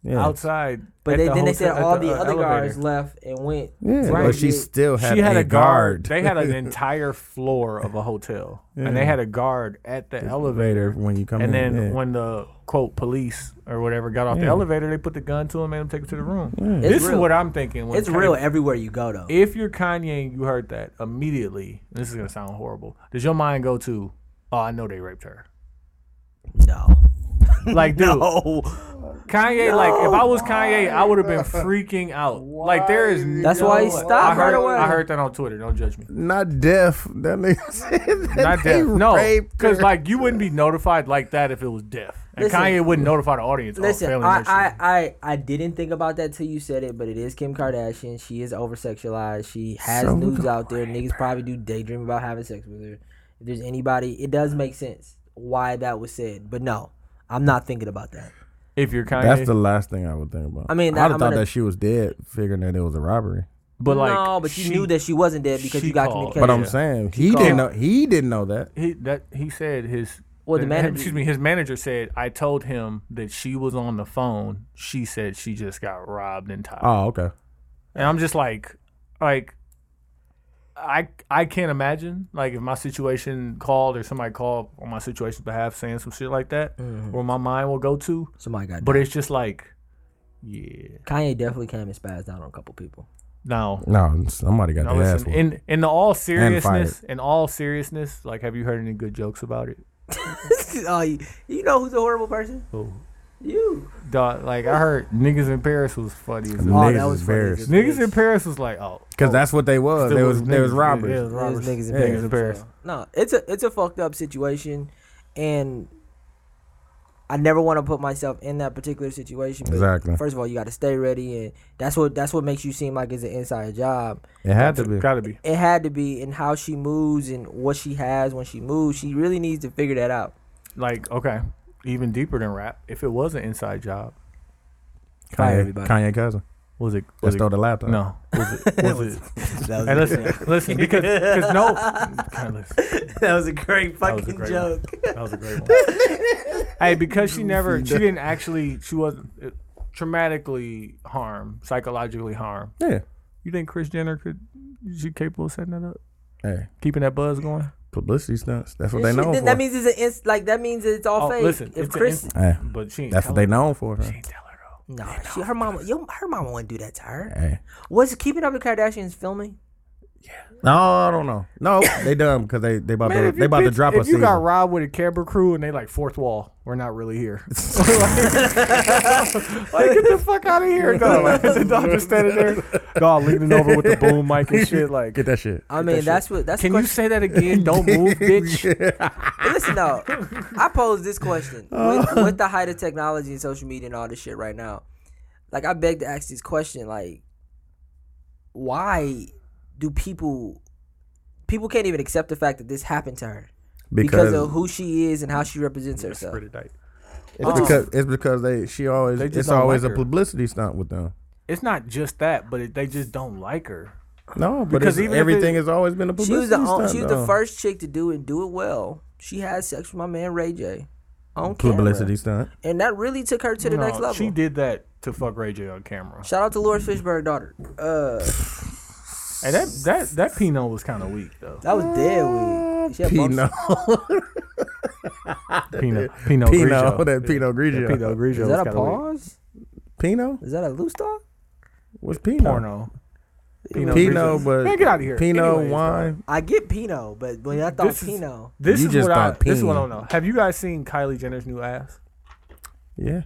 S2: Yeah.
S6: outside.
S3: but
S6: at
S3: they,
S6: the
S3: then they
S6: hotel-
S3: said
S6: at
S3: all the,
S6: uh,
S3: other
S6: elevator.
S3: guards left and went.
S2: yeah,
S6: Right.
S2: but she
S3: Yeah.
S2: still had,
S6: She had
S2: a, guard.
S6: They had an entire floor of a hotel, and they had a guard at the
S2: elevator
S6: elevator.
S2: when you come
S6: And
S2: in.
S6: then
S2: yeah.
S6: when the quote police or whatever got off the
S2: Yeah.
S6: elevator, they put the gun to him and take him to the room.
S3: It's
S6: This is
S3: real.
S6: what I'm thinking. When
S3: It's
S6: Kanye-
S3: real everywhere you go though.
S6: If you're Kanye and you heard that immediately, and this is gonna sound horrible. Does your mind go to, oh, I know they raped her?
S3: no.
S6: Oh, Like, dude,
S3: Oh,
S6: Kanye, like, if I was Kanye, I would have been freaking out. Like, there is.
S3: That's
S6: no
S3: why he
S6: way-
S3: stopped
S6: I
S3: right
S6: heard,
S3: away.
S6: I heard that on Twitter. Don't judge me.
S2: not deaf, that nigga said that
S6: Not
S2: they
S6: deaf. No,
S2: raped
S6: because
S2: her.
S6: like you wouldn't be notified like that if it was deaf, and
S3: Listen.
S6: Kanye wouldn't notify the audience.
S3: listen,
S6: oh,
S3: I, I, I, I didn't think about that till you said it, but it is Kim Kardashian. She is over sexualized. She has
S2: So
S3: nudes
S2: the
S3: out there. Niggas probably do daydream about having sex with her. If there's anybody, it does make sense why that was said. But no, I'm not thinking about that.
S6: if you're Kanye,
S2: That's the last thing I would think about.
S3: I mean,
S2: I'd have
S3: I'm
S2: thought
S3: gonna-
S2: that she was dead, figuring that it was a robbery.
S6: but like
S3: no, but you knew that she wasn't dead because
S6: she
S3: you got
S6: called.
S2: But
S3: communication.
S2: I'm
S6: Yeah.
S2: saying he didn't know. He didn't know that.
S6: he that he said his.
S3: Well, the
S6: him-
S3: manager-
S6: excuse me, his manager said I told him that she was on the phone. She said she just got robbed and tied.
S2: Oh, okay.
S6: And I'm just like, like, I I can't imagine like if my situation called or somebody called on my situation's behalf saying some shit like that,
S2: Mm-hmm.
S6: where my mind will go to.
S3: Somebody got.
S6: But it's just like, yeah,
S3: Kanye definitely came and spazzed out on a couple people.
S6: no.
S2: No, somebody got
S6: Now
S2: their ass.
S6: listen,
S2: whooped.
S6: in in all
S2: fired.
S6: seriousness, in all seriousness, like, have you heard any good jokes about it?
S3: oh, you, you know who's a horrible person?
S6: Who?
S3: You.
S6: Dog, like, I heard niggas in Paris was funny. As hell.
S3: Oh, that
S2: Niggas
S3: was
S2: is
S3: funny.
S2: embarrassed.
S6: niggas in Paris was like, oh,
S2: Because that's what they was. They was they was robbers.
S6: Yeah, it was robbers.
S3: There's niggas in
S6: Yeah,
S3: Paris.
S6: in Paris.
S3: No, it's a it's a fucked up situation, and I never want to put myself in that particular situation. But
S2: Exactly.
S3: First of all, you got to stay ready, and that's what that's what makes you seem like it's an inside job.
S2: It had to be.
S6: Gotta be.
S3: It had to be in how she moves and what she has when she moves. She really needs to figure that out.
S6: Like, okay, even deeper than rap. If it was an inside job,
S3: Fire
S2: Kanye,
S3: everybody.
S2: Kanye cousin.
S6: was it?
S2: That
S6: Was it
S2: stole the laptop.
S6: no. Was it? Was it? and listen, listen, because because no. God, listen.
S3: That was a great
S6: was a
S3: fucking
S6: great one.
S3: joke.
S6: That was a great one. hey, because she never, she didn't actually, she wasn't uh, traumatically harmed, psychologically harmed.
S2: Yeah.
S6: You think Chris Jenner could, is she capable of setting that up?
S2: Hey,
S6: Keeping that buzz going?
S2: publicity stunts. That's what they
S3: Shit,
S2: known
S3: then
S2: for.
S3: that means it's an ins- like that means it's all
S6: Oh,
S3: fake.
S6: listen,
S3: if
S6: it's an
S3: Chris,
S6: ins-
S2: hey,
S6: But she ain't
S2: that's what
S6: tell
S2: they
S6: her-
S2: known for.
S6: She
S2: Huh?
S6: ain't tell her though.
S3: no, she, her mama, yo, her mama wouldn't do that to her.
S2: Hey,
S3: Was Keeping Up with the Kardashians filming?
S2: No, I don't know. No, they dumb because they they about to
S6: if
S2: they
S6: you
S2: about to
S6: bitch-
S2: drop
S6: if
S2: a
S6: you
S2: season.
S6: got robbed with a camera crew and they like fourth wall, we're not really here. like get the fuck out of here, dog! Like, the dog just standing there, dog leaning over with the boom mic and shit. Like,
S2: Get that shit.
S3: I mean, that's what that's.
S6: can
S3: the
S6: you say that again? Don't move, bitch.
S3: But listen though, I pose this question
S6: Uh.
S3: with, with the height of technology and social media and all this shit right now. Like, I beg to ask this question: like, why do people people can't even accept the fact that this happened to her because,
S2: Because
S3: of who she is and how she represents herself?
S6: Pretty tight.
S2: it's because it's because they she always
S6: They just
S2: it's
S6: don't
S2: always
S6: like
S2: a
S6: her.
S2: publicity stunt with them.
S6: It's not just that, but it, they just don't like her.
S2: No, but
S6: Because
S2: because
S6: even if
S2: everything
S6: it-
S2: has always been a
S3: She
S2: publicity
S3: was the on,
S2: stunt.
S3: she was the
S2: though.
S3: first chick to do it and do it well. She had sex with my man Ray J on
S2: publicity
S3: camera,
S2: stunt.
S3: and that really took her to the
S6: No,
S3: next level.
S6: Uh, She did that to fuck Ray J on camera,
S3: Shout out to Laura Fishburne daughter. Uh,
S6: and that that that Pinot was kind of weak though.
S3: that was dead weird. She had bumps-
S2: Pinot,
S6: Pinot,
S2: Pinot,
S6: Pinot, Grigio.
S2: that Pinot Grigio.
S6: Pinot Grigio.
S3: Is
S6: was
S3: that a
S6: kinda weak.
S3: pause?
S2: Pinot?
S3: Is that a loose dog?
S2: What's Pinot?
S6: Porno. Pinot,
S2: Pinot,
S6: Grigio.
S2: but
S6: Man, get out of here.
S2: Pinot
S6: Anyways,
S2: wine.
S3: I get Pinot, but when I thought
S6: This is-
S3: Pinot,
S6: This
S2: You
S6: is
S2: just
S6: what I.
S2: thought
S6: This is what I
S2: peen.
S6: don't know. Have you guys seen Kylie Jenner's new ass?
S2: Yeah,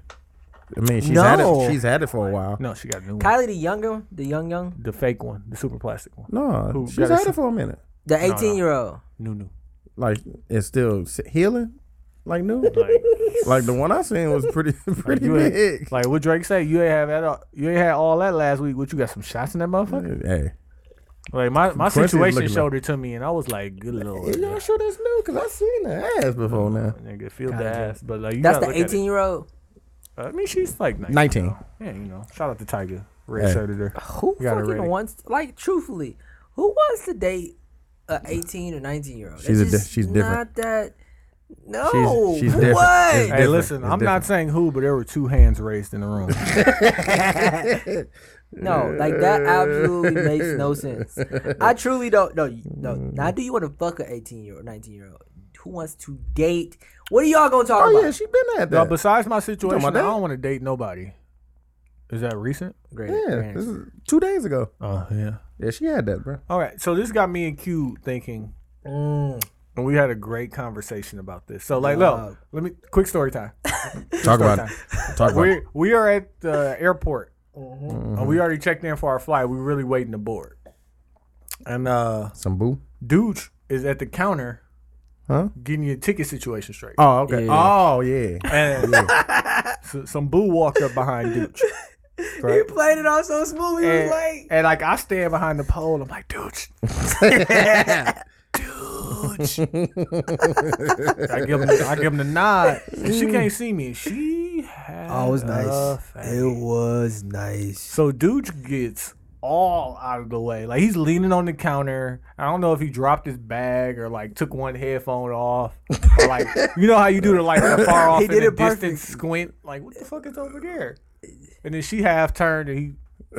S2: I mean she's had
S3: No.
S2: it. She's had it for a while.
S6: No, she got a new one.
S3: Kylie the young one, the young young,
S6: The fake one, the super plastic one.
S2: No,
S6: Who
S2: she's
S6: got her
S2: had
S6: some-
S2: it for a minute.
S3: the eighteen year old.
S6: New, new.
S2: Like it's still s- healing, like new.
S6: Like,
S2: like the one I seen was pretty pretty
S6: you ain't-
S2: big.
S6: like what Drake say, you ain't have that. all- You ain't had all that last week. What you got some shots in that motherfucker?
S2: Hey,
S6: Like my my
S2: Quincy's
S6: situation
S2: looking
S6: showed it to me, and I was like, good lord,
S2: y'all sure that's new? Cause I seen the ass before now.
S6: nigga, feel the ass. But like, you
S3: That's the
S6: gotta look at it.
S3: eighteen year old.
S6: I mean, she's like 19.
S2: Nineteen.
S6: Yeah, you know. Shout out to Tiger, red
S2: Hey.
S6: shirted her.
S3: Who
S6: You got it
S3: fucking
S6: ready.
S3: wants like truthfully? Who wants to date a eighteen or nineteen year old?
S2: She's a di- she's different.
S3: Not that. No.
S2: she's different.
S3: what?
S2: It's-
S6: Hey,
S2: Different.
S6: listen,
S2: It's
S6: I'm
S2: different.
S6: not saying who, but there were two hands raised in the room.
S3: No, like that absolutely makes no sense. I truly don't. No, you- no.
S2: Mm.
S3: Now, do you want to fuck a eighteen year old, nineteen year old? Who wants to date? What are y'all gonna talk
S2: Oh
S3: about?
S2: yeah, she been at
S6: Now,
S2: that.
S6: besides my situation, I
S2: about that?
S6: don't want to date nobody. Is that recent?
S3: Great,
S2: yeah,
S3: great.
S2: this is two days ago.
S6: Oh, yeah.
S2: Yeah, she had that, bro.
S6: All right. So this got me and Q thinking,
S3: Mm.
S6: and we had a great conversation about this. So, like, look, let me, quick story time.
S2: Talk about it. Talk about
S6: we we are at the airport.
S2: Mm-hmm.
S6: And we already checked in for our flight. We're really waiting to board. And uh
S2: some boo.
S6: dude is at the counter
S2: Huh?
S6: getting your ticket situation straight.
S2: Oh, okay. Oh, yeah.
S6: And so- some boo walked up behind dude.
S3: He played it off so smoothly. He was
S6: And,
S3: like,
S6: and, like I stand behind the pole, I'm like, dude. dude. I give him I give him the nod. And she can't see me. She had
S3: "Oh, it was
S6: a
S3: nice.
S6: face.
S3: It was nice."
S6: So Dude gets all out of the way. Like he's leaning on the counter. I don't know if he dropped his bag or like took one headphone off. Or, like you know how you do the like the far off
S3: He
S6: in
S3: did
S6: the
S3: it perfect.
S6: distance squint. Like what the fuck is over there? And then she half turned and he. look.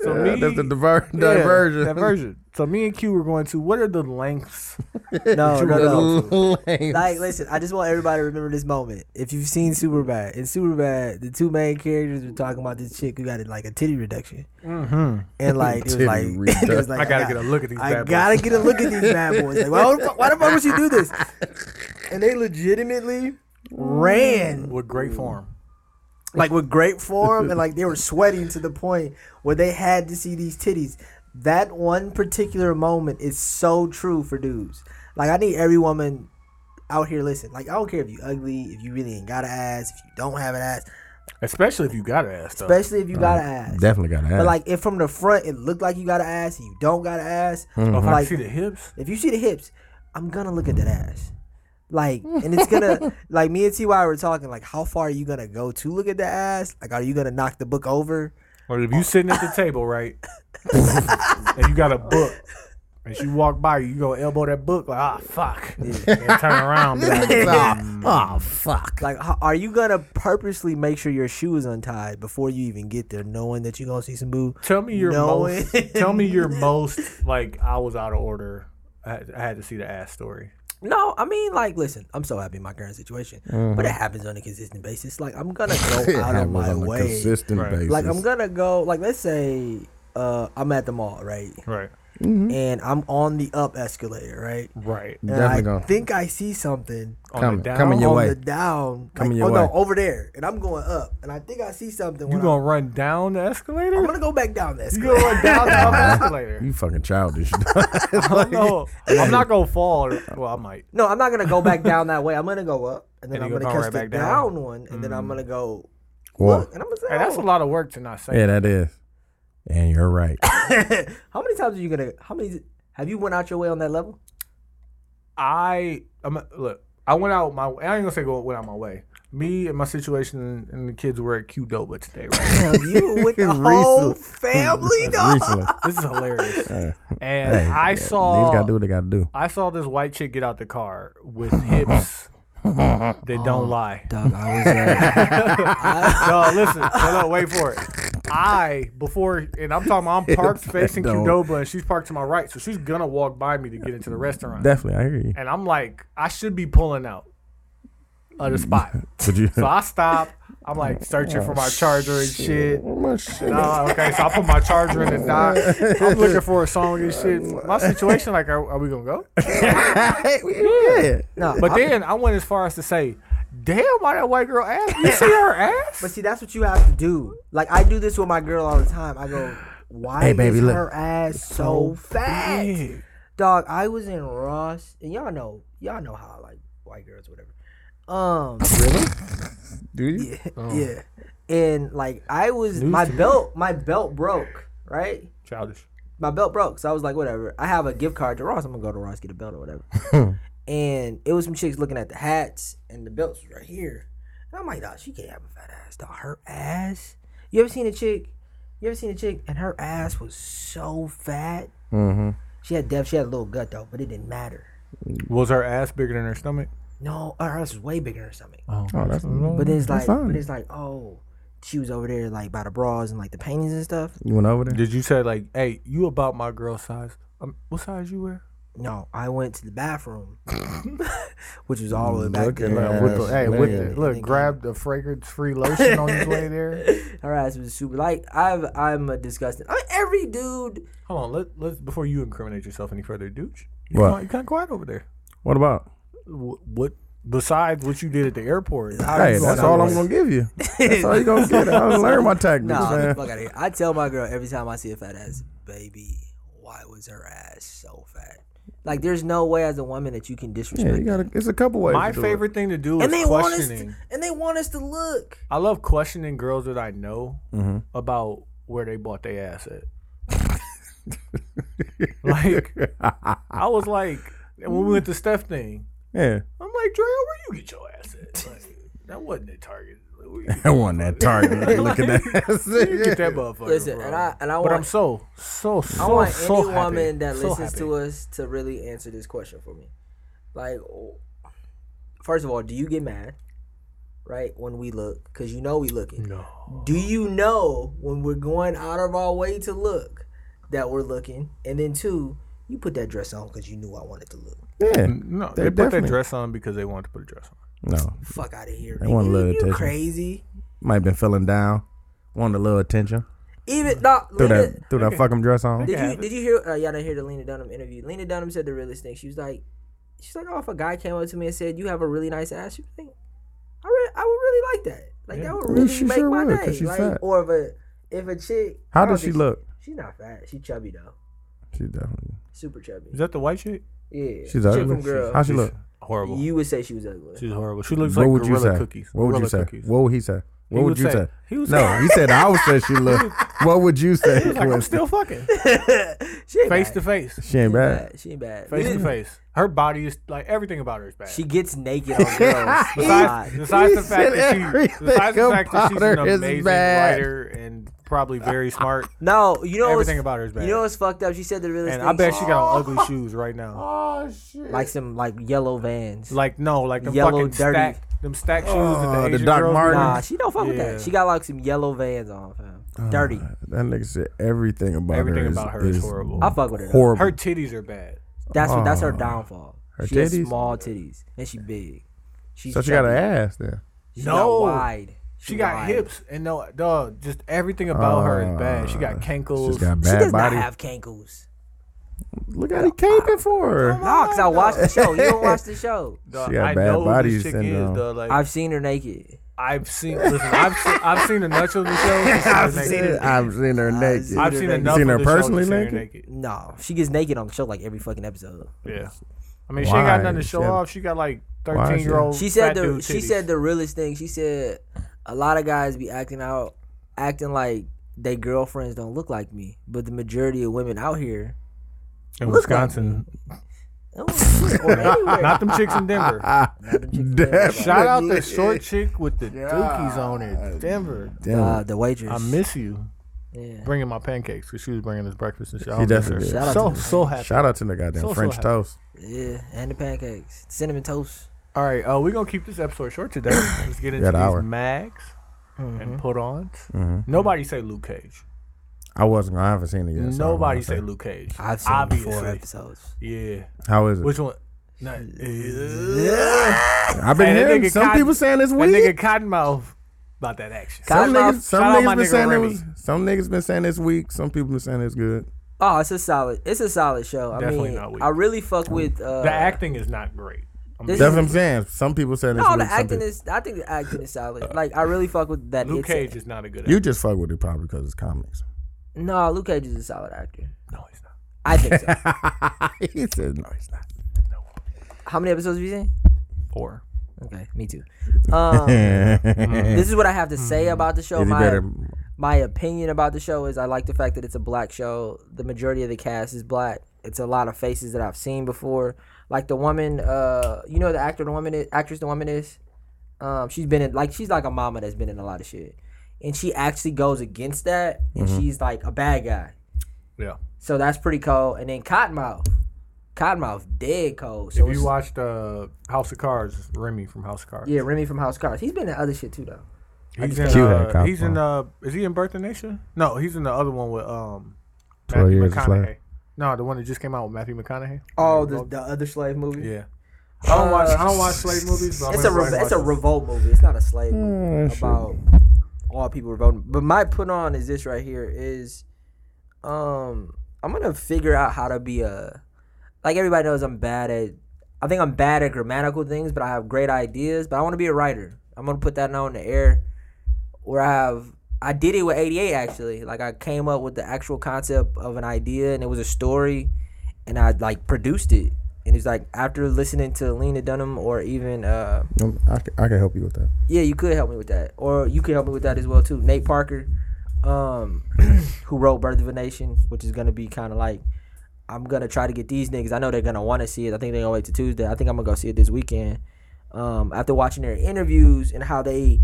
S6: So me,
S2: That's the diver-
S6: yeah,
S2: diversion.
S6: diversion. So me and Q were going to. What are the lengths?
S3: No, no, no.
S2: Lame.
S3: Like, listen, I just want everybody to remember this moment. If you've seen Superbad, in Superbad, the two main characters were talking about this chick who got like a titty reduction, mm-hmm. and like it was
S2: Titty
S3: like, it was
S2: reduction.
S3: like
S6: I gotta get a look at these.
S3: I
S6: bad boys.
S3: gotta get a look at these bad boys. Like, why, the fuck, why the fuck would she do this? And they legitimately ran
S6: with great form.
S3: like with great form and like they were sweating to the point where they had to see these titties. That one particular moment is so true for dudes. Like I need every woman out here listen. Like I don't care if you ugly, if you really ain't got an ass, if you don't have an ass,
S6: Especially if you got an ass. Though.
S3: especially if you got an ass.
S2: Definitely got to have.
S3: But like if from the front it looked like you got an ass and you don't got an ass,
S6: if I
S3: like
S6: see the hips.
S3: if you see the hips, I'm gonna look at that ass. Like, and it's gonna like me and Ty were talking like, how far are you gonna go to look at the ass? Like, are you gonna knock the book over?
S6: Or if you sitting at the table, right, and you got a book, and she walk by you, you go elbow that book like ah fuck, and turn around. be like,
S2: oh, fuck.
S3: Like, ho- are you gonna purposely make sure your shoe is untied before you even get there, knowing that you're gonna see some boo?
S6: tell me your
S3: No
S6: most. Tell me your most like I was out of order. I had, I had to see the ass story.
S3: No, I mean, like, listen, I'm so happy in my current situation, but it happens on a consistent basis. Like, I'm gonna go out of my
S2: Mm-hmm. on a
S3: way.
S2: consistent
S6: Right.
S2: basis.
S3: Like, I'm gonna go. Like, let's say uh, I'm at the mall, right?
S6: Right.
S2: Mm-hmm.
S3: And I'm on the up escalator, right?
S6: Right.
S3: And
S2: Definitely
S3: I
S2: gonna-
S3: think I see something
S6: On
S2: Coming-
S6: the down,
S2: coming your
S3: on
S2: way.
S3: the down.
S2: Coming
S3: like,
S2: your
S3: oh
S2: way.
S3: no, over there. And I'm going up. And I think I see something.
S6: You
S3: when
S6: gonna
S3: I,
S6: run down the escalator?
S3: I'm gonna go back down this.
S6: you gonna run down the escalator?
S2: You fucking childish.
S6: I don't know. Oh, I'm not gonna fall. Well, I might.
S3: No, I'm not gonna go back down that way. I'm gonna go up, and then
S6: And
S3: I'm
S6: you
S3: gonna
S6: gonna
S3: catch
S6: go right
S3: the
S6: back
S3: down,
S6: down?
S3: one, and then I'm gonna go
S2: Well,
S3: look, and I'm gonna say,
S6: Hey, that's
S3: oh.
S6: a lot of work to not say.
S2: yeah, that is. And you're right.
S3: How many times are you gonna? How many have you went out your way on that level?
S6: I I'm, look. I went out my. I ain't gonna say go went out my way. Me and my situation and the kids were at Qdoba today. Right.
S3: you with the whole family, dog.
S2: Recently.
S6: this is hilarious.
S2: Hey,
S6: And
S2: Uh, hey,
S6: I
S2: yeah,
S6: saw.
S2: Niggas gotta do what they gotta do.
S6: I saw this white chick get out the car with hips that
S2: Oh.
S6: don't lie.
S3: Dog, I was uh,
S6: No, listen, hold up, wait for it. I before, and I'm talking. about I'm parked
S2: Hips that
S6: facing
S2: don't-
S6: Qdoba, and she's parked to my right, so she's gonna walk by me to get into the restaurant.
S2: Definitely, I hear you.
S6: and I'm like, I should be pulling out of the spot.
S2: Would you?
S6: so I stop. I'm like searching for my charger and shit.
S2: Oh, My shit.
S6: Nah, okay, so I put my charger in the dock. I'm looking for a song and shit. My situation, like, are, are we gonna go?
S2: Hey, we good.
S3: no,
S6: But then I went as far as to say, "Damn, why that white girl ass? You see her
S3: But
S6: ass?
S3: see, that's what you have to do. Like I do this with my girl all the time. I go, why
S2: Hey, baby,
S3: is
S2: look.
S3: her ass so fat?
S6: big.
S3: Dog, I was in Ross, and y'all know, y'all know how I like white girls, whatever. Um,
S2: Do you?
S3: yeah, yeah. And like I was, my belt, my belt broke, right?
S6: Childish.
S3: my belt broke. So I was like, whatever. I have a gift card to Ross. I'm gonna go to Ross get a belt or whatever. and it was some chicks looking at the hats and the belts was right here. And I'm like, dog, she can't have a fat ass. Dog, her ass. You ever seen a chick? You ever seen a chick and her ass was so fat? Mm-hmm. She had depth. She had a little gut though, but it didn't matter.
S6: Was her ass bigger than her stomach?
S3: No, her ass was way bigger than her stomach.
S2: Oh, that's
S3: but then it's
S2: that's
S3: like,
S2: fine.
S3: but it's like, oh, she was over there like by the bras and like the paintings and stuff.
S2: You went over there?
S6: Did you say like, "Hey, you about my girl size? Um, what size you wear?"
S3: No, I went to the bathroom, which was all the
S6: Mm,
S3: way back there.
S2: Yeah,
S6: With the-
S2: that's
S6: hey, with
S2: lit.
S6: the, look, grab the fragrance-free lotion on his way there.
S3: Her ass was super. Like I've, I'm a disgusting. I mean, every dude.
S6: Hold on, let let before you incriminate yourself any further, douche. You
S2: What?
S6: can't- You can't go out over there.
S2: What about?
S6: What, what besides what you did at the airport?
S2: Hey, that's all I'm gonna give you. That's all you gonna get. I'll learn my tactics,
S3: Nah, get the
S2: man.
S3: fuck out of here. I tell my girl every time I see a fat ass, baby, why was her ass so fat? Like, there's no way as a woman that you can
S2: Yeah,
S3: disrespect.
S2: you gotta. It's a couple ways.
S6: My
S2: to do it.
S6: favorite thing to do is
S3: and they want us,
S6: questioning.
S3: to, and they want us to look.
S6: I love questioning girls that I know
S3: Mm-hmm.
S6: about where they bought their ass at. like, I was like, when we went to Steph thing,
S2: Yeah,
S6: I'm like, Dre, where you get your ass at? Like, that wasn't at Target. Like, where you
S2: I want that target. Look at
S6: where you
S2: that.
S6: get that motherfucker.
S3: Listen,
S6: from?
S3: and I and I
S6: but
S3: want
S6: I'm so, so, so,
S3: I want
S6: so
S3: any
S6: happy.
S3: woman that
S6: So
S3: listens
S6: happy.
S3: to us to really answer this question for me. Like, oh, first of all, do you get mad, right, when we look? Because you know we looking.
S6: No.
S3: Do you know when we're going out of our way to look that we're looking? And then two, you put that dress on because you knew I wanted to look.
S2: Yeah,
S6: No,
S2: They
S6: they put that
S2: definitely-
S6: dress on because they wanted to put a dress on.
S2: no,
S3: Fuck out of here.
S2: They want a
S3: nigga.
S2: little
S3: you
S2: attention.
S3: crazy.
S2: might have been feeling down, wanted a little attention.
S3: Even not.
S2: Threw
S3: Lena-
S2: that, threw that fucking dress on.
S3: Did
S6: can
S3: you
S6: have it.
S3: did you hear? Uh, y'all didn't hear the Lena Dunham interview. Lena Dunham said the realest thing. She was like, she's like, oh, if a guy came up to me and said you have a really nice ass, you think I re- I would really like that. Like
S6: Yeah.
S3: that would
S2: Yeah,
S3: really
S2: she
S3: make
S2: sure
S3: my
S2: would, 'cause
S3: day.
S2: she's
S3: Like,
S2: fat.
S3: or if a if a chick, I
S2: How
S3: don't
S2: does she
S3: think
S2: look?
S3: She's not fat. She's chubby though.
S2: She definitely.
S3: Super chubby.
S6: Is that the white chick?
S3: Yeah.
S2: She's
S3: chick
S2: ugly.
S3: from girl.
S2: How she look?
S6: Horrible.
S3: You would say she was ugly.
S6: She's horrible. She looks
S2: What
S6: like
S2: would you
S6: gorilla
S2: say?
S6: cookies.
S2: What would you
S6: Gorilla
S2: say?
S6: cookies.
S2: What would he say? What
S6: would
S2: would you
S6: say-
S2: say?
S6: he would
S2: No,
S6: say-
S2: he said I would say she look. What would you say?
S6: Like, I'm
S2: Quincy?
S6: still fucking.
S3: she ain't
S6: face
S3: bad.
S6: to face.
S2: She ain't bad.
S3: She ain't bad.
S6: Face to face. Her body is like everything about her is bad.
S3: She gets nakid on girls.
S6: besides,
S3: God.
S6: besides the
S2: He
S6: fact
S2: said
S6: that she,
S2: everything
S6: besides the fact that she's an
S2: about her is
S6: amazing
S2: bad.
S6: writer and probably very smart,
S3: No, you know
S6: everything
S3: what's-
S6: about her is bad.
S3: You know what's fucked up? She said the realest
S6: and
S3: thing.
S6: I bet she got on ugly shoes right now.
S3: Oh, like some like yellow vans.
S6: Like no, like them
S3: Yellow,
S6: fucking
S3: dirty.
S6: stack, them stack shoes
S2: Oh,
S6: that the,
S2: the
S6: Asian
S2: Doc
S6: girls be
S2: Martens.
S6: wearing.
S3: Nah, she don't fuck with
S6: Yeah.
S3: that. She got like some yellow vans on, fam. Dirty.
S2: Oh, That nigga said everything about
S6: Everything
S2: her.
S6: about her is horrible.
S3: I fuck with her. though.
S2: Horrible. Oh.
S6: Her titties are bad.
S3: That's what. That's her downfall.
S2: Her
S3: she has
S2: titties?
S3: small titties and she big. She's
S2: so she got an
S3: chubby.
S2: ass then.
S3: She's
S6: No.
S3: not wide. She's
S6: She got hips and no dog. Just everything about her is bad. She got cankles.
S2: Oh, She's got
S3: She
S2: bad
S3: does
S2: body.
S3: not have cankles.
S2: Look at he caping for her.
S3: No, because I watched the show. You don't watch the show.
S6: Dog,
S2: She got
S6: I
S2: bad
S6: know who
S2: body
S6: this chick
S2: syndrome.
S6: is. Dog. Like I've,
S3: I've seen her naked.
S6: seen. Listen, I've seen. I've seen the nuts of the show.
S2: I've seen, I've seen her naked.
S6: I've seen
S2: You
S6: enough.
S2: seen
S6: of
S2: her
S6: the show to
S2: personally
S6: see her
S2: naked?
S3: No, she gets naked on the show like every fucking episode.
S6: Yeah. I mean, she ain't got
S2: Why?
S6: nothing to show
S2: She had-
S6: off. She got like
S2: is she-
S6: thirteen year old.
S3: She said
S6: fat
S3: the
S6: dude
S3: she
S6: titties.
S3: said the realest thing. She said a lot of guys be acting out, acting like they girlfriends don't look like me, but the majority of women out here
S6: in
S3: look like
S6: Wisconsin,
S3: oh, or anywhere.
S6: not them chicks in Denver.
S2: Definitely.
S6: Shout out the short chick with the dookies on it, Denver.
S2: Damn.
S3: uh, the waitress.
S6: I miss you.
S3: Yeah.
S6: Bringing my pancakes because she was bringing us breakfast and shit. I
S2: She
S6: was
S2: definitely
S6: there.
S2: did.
S3: Shout out
S6: so
S3: to the
S6: so happy.
S2: Shout out to the goddamn
S6: So, so
S2: French
S6: happy.
S2: toast.
S3: yeah, and the pancakes, cinnamon toast.
S6: All right, uh, we're gonna keep this episode short today. Let's get into
S2: an
S6: these
S2: hour. Mm-hmm.
S6: mags and put ons. Nobody say Luke Cage.
S2: I wasn't. I haven't seen it yet. so I don't
S6: Nobody
S2: wanna
S6: say Luke Cage.
S3: I've seen
S6: Obviously.
S3: four episodes.
S6: Yeah.
S2: How is it?
S6: Which one? Not,
S2: I've been
S6: Hey, that
S2: hearing
S6: nigga
S2: some
S6: Cotton-
S2: people saying it's
S6: That
S2: weird.
S6: nigga Cottonmouth about that action.
S2: some niggas,
S3: Cottonmouth-
S2: some
S6: shout out my
S2: niggas been
S6: nigga
S2: saying it
S6: Remy.
S2: was. Some niggas been saying it's weak. Some people been saying it's good.
S3: Oh, it's a solid. It's a solid show. I
S6: Definitely
S3: mean,
S6: not weak.
S3: I really fuck with uh,
S6: the acting is not great. I'm
S3: This
S2: That's
S6: sorry.
S2: what I'm saying. Some people saying it's
S3: No,
S2: weak.
S3: the
S2: some
S3: acting
S2: people-
S3: is. I think the acting is solid. Like I really fuck with that.
S6: Luke
S3: it's
S6: Cage is not a good.
S2: You
S6: actor.
S2: just fuck with it probably because it's comics.
S3: No, Luke Cage is a solid actor.
S6: No, he's not.
S3: I think so.
S2: he said no, he's not.
S3: How many episodes have you seen?
S6: Four.
S3: Okay, me too. Um, this is what I have to say about the show.
S2: Mm-hmm. Is he
S3: My
S2: better?
S3: my opinion about the show is I like the fact that it's a black show. The majority of the cast is black. It's a lot of faces that I've seen before. Like the woman, uh, you know the actor, the woman, is, actress, the woman is. Um, she's been in like she's like a mama that's been in a lot of shit, and she actually goes against that, and
S2: Mm-hmm.
S3: she's like a bad guy.
S6: Yeah.
S3: So that's pretty cool. And then Cottonmouth, Cottonmouth, dead cold. So
S6: If you
S3: it's-
S6: watched uh, House of Cards, Remy from House of Cards.
S3: yeah, Remy from House Cards. He's been in other shit too though.
S6: He's in.
S2: You had
S6: Uh,
S2: cop
S6: he's in.
S2: on.
S6: Uh, is he in Birth of Nation? No, he's in the other one with um.
S2: 12
S6: Matthew
S2: Years a Slave.
S6: McConaughey. No, the one that just came out with Matthew McConaughey.
S3: Oh, the, the other slave movie. Uh,
S6: Yeah. I don't watch. I don't watch slave movies. But
S3: It's a
S6: I'm
S3: re- it's a revolt movie. It's not a slave movie about all people revolting. But my put on is this right here is, um, I'm gonna figure out how to be a, like everybody knows I'm bad at, I think I'm bad at grammatical things, but I have great ideas. But I want to be a writer. I'm gonna put that out in the air, where I have. I did it with 88 actually. Like I came up with the actual concept of an idea and it was a story and I like produced it. And it's like after listening to Lena Dunham or even uh
S2: Um, I, c- I can help you with that.
S3: yeah, you could help me with that, or you could help me with that as well too. Nate Parker, um, who wrote Birth of a Nation, which is gonna be kind of like I'm gonna try to get these niggas. I know they're gonna want to see it. I think they're gonna wait to Tuesday. I think I'm gonna go see it this weekend. Um, after watching their interviews and how they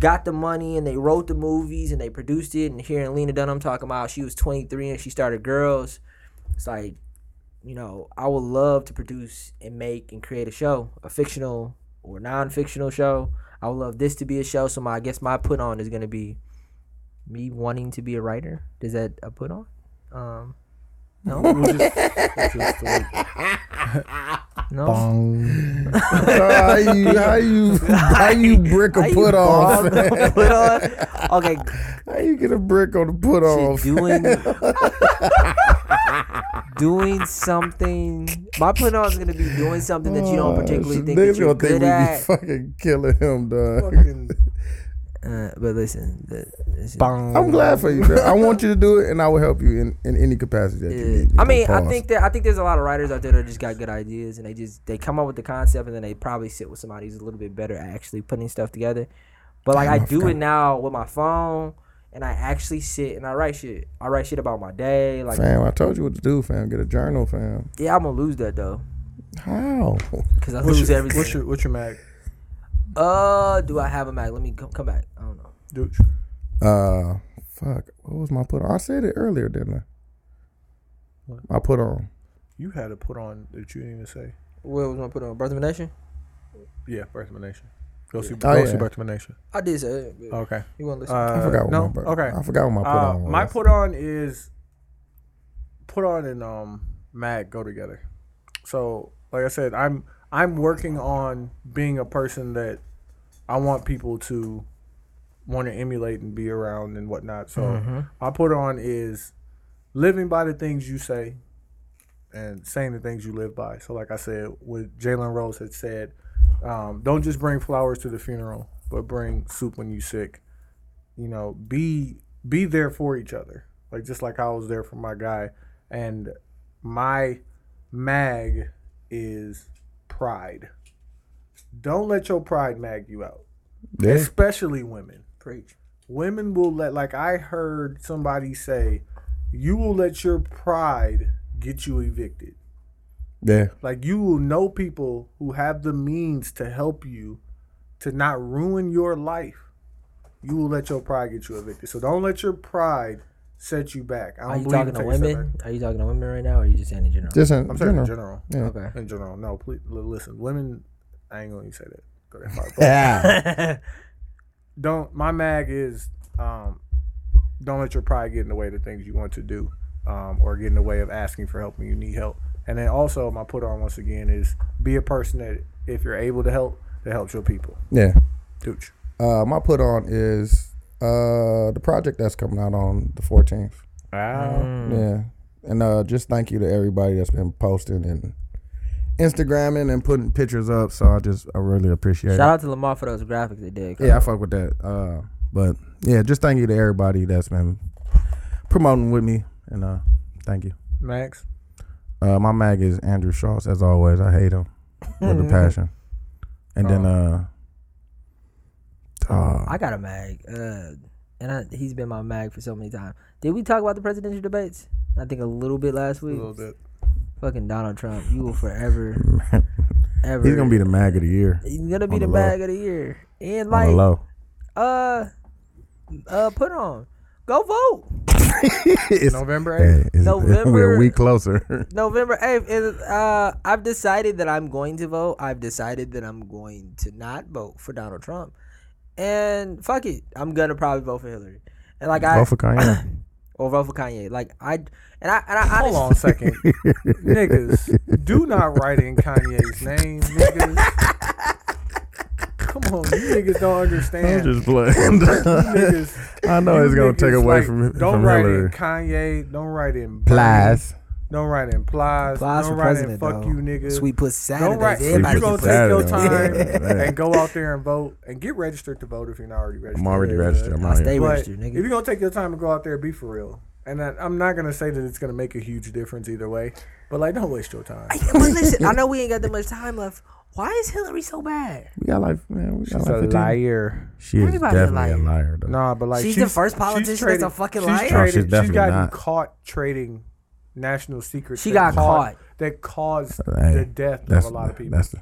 S3: got the money and they wrote the movies and they produced it, and hearing Lena Dunham talking about she was 23 and she started Girls, it's like, you know, I would love to produce and make and create a show, a fictional or non-fictional show. I would love this to be a show. So my, I guess my put on is gonna be me wanting to be a writer. Is that a put on? Um, no, no.
S2: how you how you how you brick a put
S3: Bald
S2: on?
S3: put on. Okay,
S2: How you get a brick on the put
S3: shit,
S2: off?
S3: doing doing something. My put on is gonna be doing something that you
S2: Oh,
S3: don't particularly think that you're good
S2: we be
S3: at.
S2: fucking killing him, dog.
S3: Uh, but listen, the, listen.
S2: I'm glad for you, bro. I want you to do it, and I will help you in, in any capacity that you
S3: Yeah.
S2: need. me.
S3: I mean, I
S2: Pause.
S3: think that I think there's a lot of writers out there that just got good ideas and they just they come up with the concept and then they probably sit with somebody who's a little bit better at actually putting stuff together. But like I do it now with my phone and I actually sit and I write shit. I write shit about my day. Like
S2: fam, I told you what to do, fam. Get a journal, fam.
S3: yeah, I'm gonna lose that though
S2: How?
S3: because I
S6: What's
S3: lose
S6: your,
S3: everything.
S6: what's your what's your mag?
S3: uh, do I have a Mac? Let me come, come back. I don't know.
S6: Dude.
S2: Uh, fuck. What was my put on? I said it earlier, didn't I? I put on.
S6: You had to put on that you didn't even say.
S3: What was I gonna put on? Birth of a Nation?
S6: Yeah, Birth of a Nation. Go see,
S2: Oh,
S6: go see
S2: yeah.
S6: Birth of a Nation.
S3: I did say it. but
S6: Okay.
S3: You want to listen?
S6: Uh,
S2: I forgot what
S6: no?
S2: my put
S6: Okay.
S2: I forgot what my put
S6: Uh,
S2: on was.
S6: my put on is put on and um mag go together. So like I said, I'm I'm working on being a person that I want people to want to emulate and be around and whatnot. So I put on is living by the things you say and saying the things you live by. So like I said, what Jalen Rose had said, um, don't just bring flowers to the funeral, but bring soup when you sick. You know, be be there for each other. Like just like I was there for my guy. And my mag is pride. Don't let your pride mag you out
S2: Yeah.
S6: especially women. Preach. Women will let, like I heard somebody say, you will let your pride get you evicted.
S2: Yeah.
S6: Like you will know people who have the means to help you to not ruin your life. You will let your pride get you evicted. So don't let your pride set you back. I don't
S3: Are you
S6: believe
S3: talking
S6: in
S3: to
S6: taking a step
S3: women?
S6: back.
S3: Are you talking to women right now, or are you just saying in general?
S2: Just in
S6: I'm saying
S2: general.
S6: in general.
S3: Okay.
S6: In general. No, please li- listen. Women, I ain't gonna even say that. Go that far. But
S2: Yeah.
S6: don't my mag is um don't let your pride get in the way of the things you want to do um or get in the way of asking for help when you need help and then also my put on once again is be a person that if you're able to help that helps your people
S2: yeah.
S6: Dooch.
S2: Uh, my put on is uh, the project that's coming out on the 14th.
S6: Mm-hmm.
S3: Um, Mm.
S2: Yeah. And uh, just thank you to everybody that's been posting and Instagramming and putting pictures up. So I just, I really appreciate
S3: Shout out to Lamar for those graphics they did.
S2: it. Yeah, I fuck with that. Uh, but yeah, just thank you to everybody that's been promoting with me. And uh, thank you.
S6: max
S2: Uh, my mag is Andrew Schultz, as always. I hate him with
S3: Mm-hmm.
S2: a passion. And
S3: Oh.
S2: then, uh, uh,
S3: I got a mag, uh, and I, he's been my mag for so many times. Did we talk about the presidential debates? I think a little bit last week.
S6: a little bit
S3: Fucking Donald Trump, you will forever, ever.
S2: he's gonna be the mag of the year.
S3: He's gonna be
S2: on
S3: the,
S2: the low.
S3: mag of the year, and
S2: on the
S3: like,
S2: low.
S3: uh, uh, put on, go vote.
S2: It's-
S6: november 8th
S2: Hey, it's- we're
S3: er, November-
S2: a week closer.
S3: November 8th is uh I've decided that I'm going to vote. I've decided that I'm going to not vote for Donald Trump. And fuck it. I'm gonna probably vote for Hillary. And like I
S2: Vote for Kanye.
S3: or vote for Kanye. Like I and I and I
S6: hold on a
S3: honestly
S6: second niggas do not write in kanye's name niggas come on you niggas don't
S2: I'm
S6: understand
S2: just playing.
S6: niggas
S2: I know
S6: you
S2: it's gonna
S6: niggas,
S2: take away
S6: like,
S2: from
S6: don't
S2: from
S6: write in
S2: Hillary.
S6: Kanye, don't write in Bernie,
S2: Plies.
S6: Don't write in plies.
S3: applies
S6: don't
S3: for
S6: write in
S3: president.
S6: fuck
S3: though.
S6: you niggas.
S3: Sweet puss
S6: don't write.
S3: Saturdays.
S6: If
S3: Everybody
S6: you
S2: Sweet
S6: gonna
S2: puss
S6: take
S3: gets
S6: your time
S2: Saturday.
S6: and go out there and vote and get registered to vote if you're not already registered.
S2: I'm already
S6: Yeah,
S2: registered.
S6: but-
S2: I'm
S3: I
S2: out
S3: stay
S2: here.
S6: But
S3: registered,
S6: if
S3: nigga.
S6: you're gonna take your time and go out there, be for real. And I, I'm not gonna say that it's gonna make a huge difference either way. But like, don't waste your time.
S3: but listen, I know we ain't got that much time left. Why is Hillary so bad?
S2: We got like, man, we got
S6: She's
S2: like 15.
S6: liar.
S2: She is
S3: Everybody's a
S2: definitely a
S3: liar.
S2: liar, though.
S6: Nah, but like
S3: She's the first politician that's a fucking
S6: she's
S3: liar? No,
S6: traded-
S2: Oh, she's
S6: she's
S2: definitely
S6: gotten
S2: not.
S6: caught trading national secrets.
S3: She got
S6: that caused-
S3: caught.
S6: That caused
S2: Hey,
S6: the death of
S2: that's
S6: a lot of people.
S2: That's the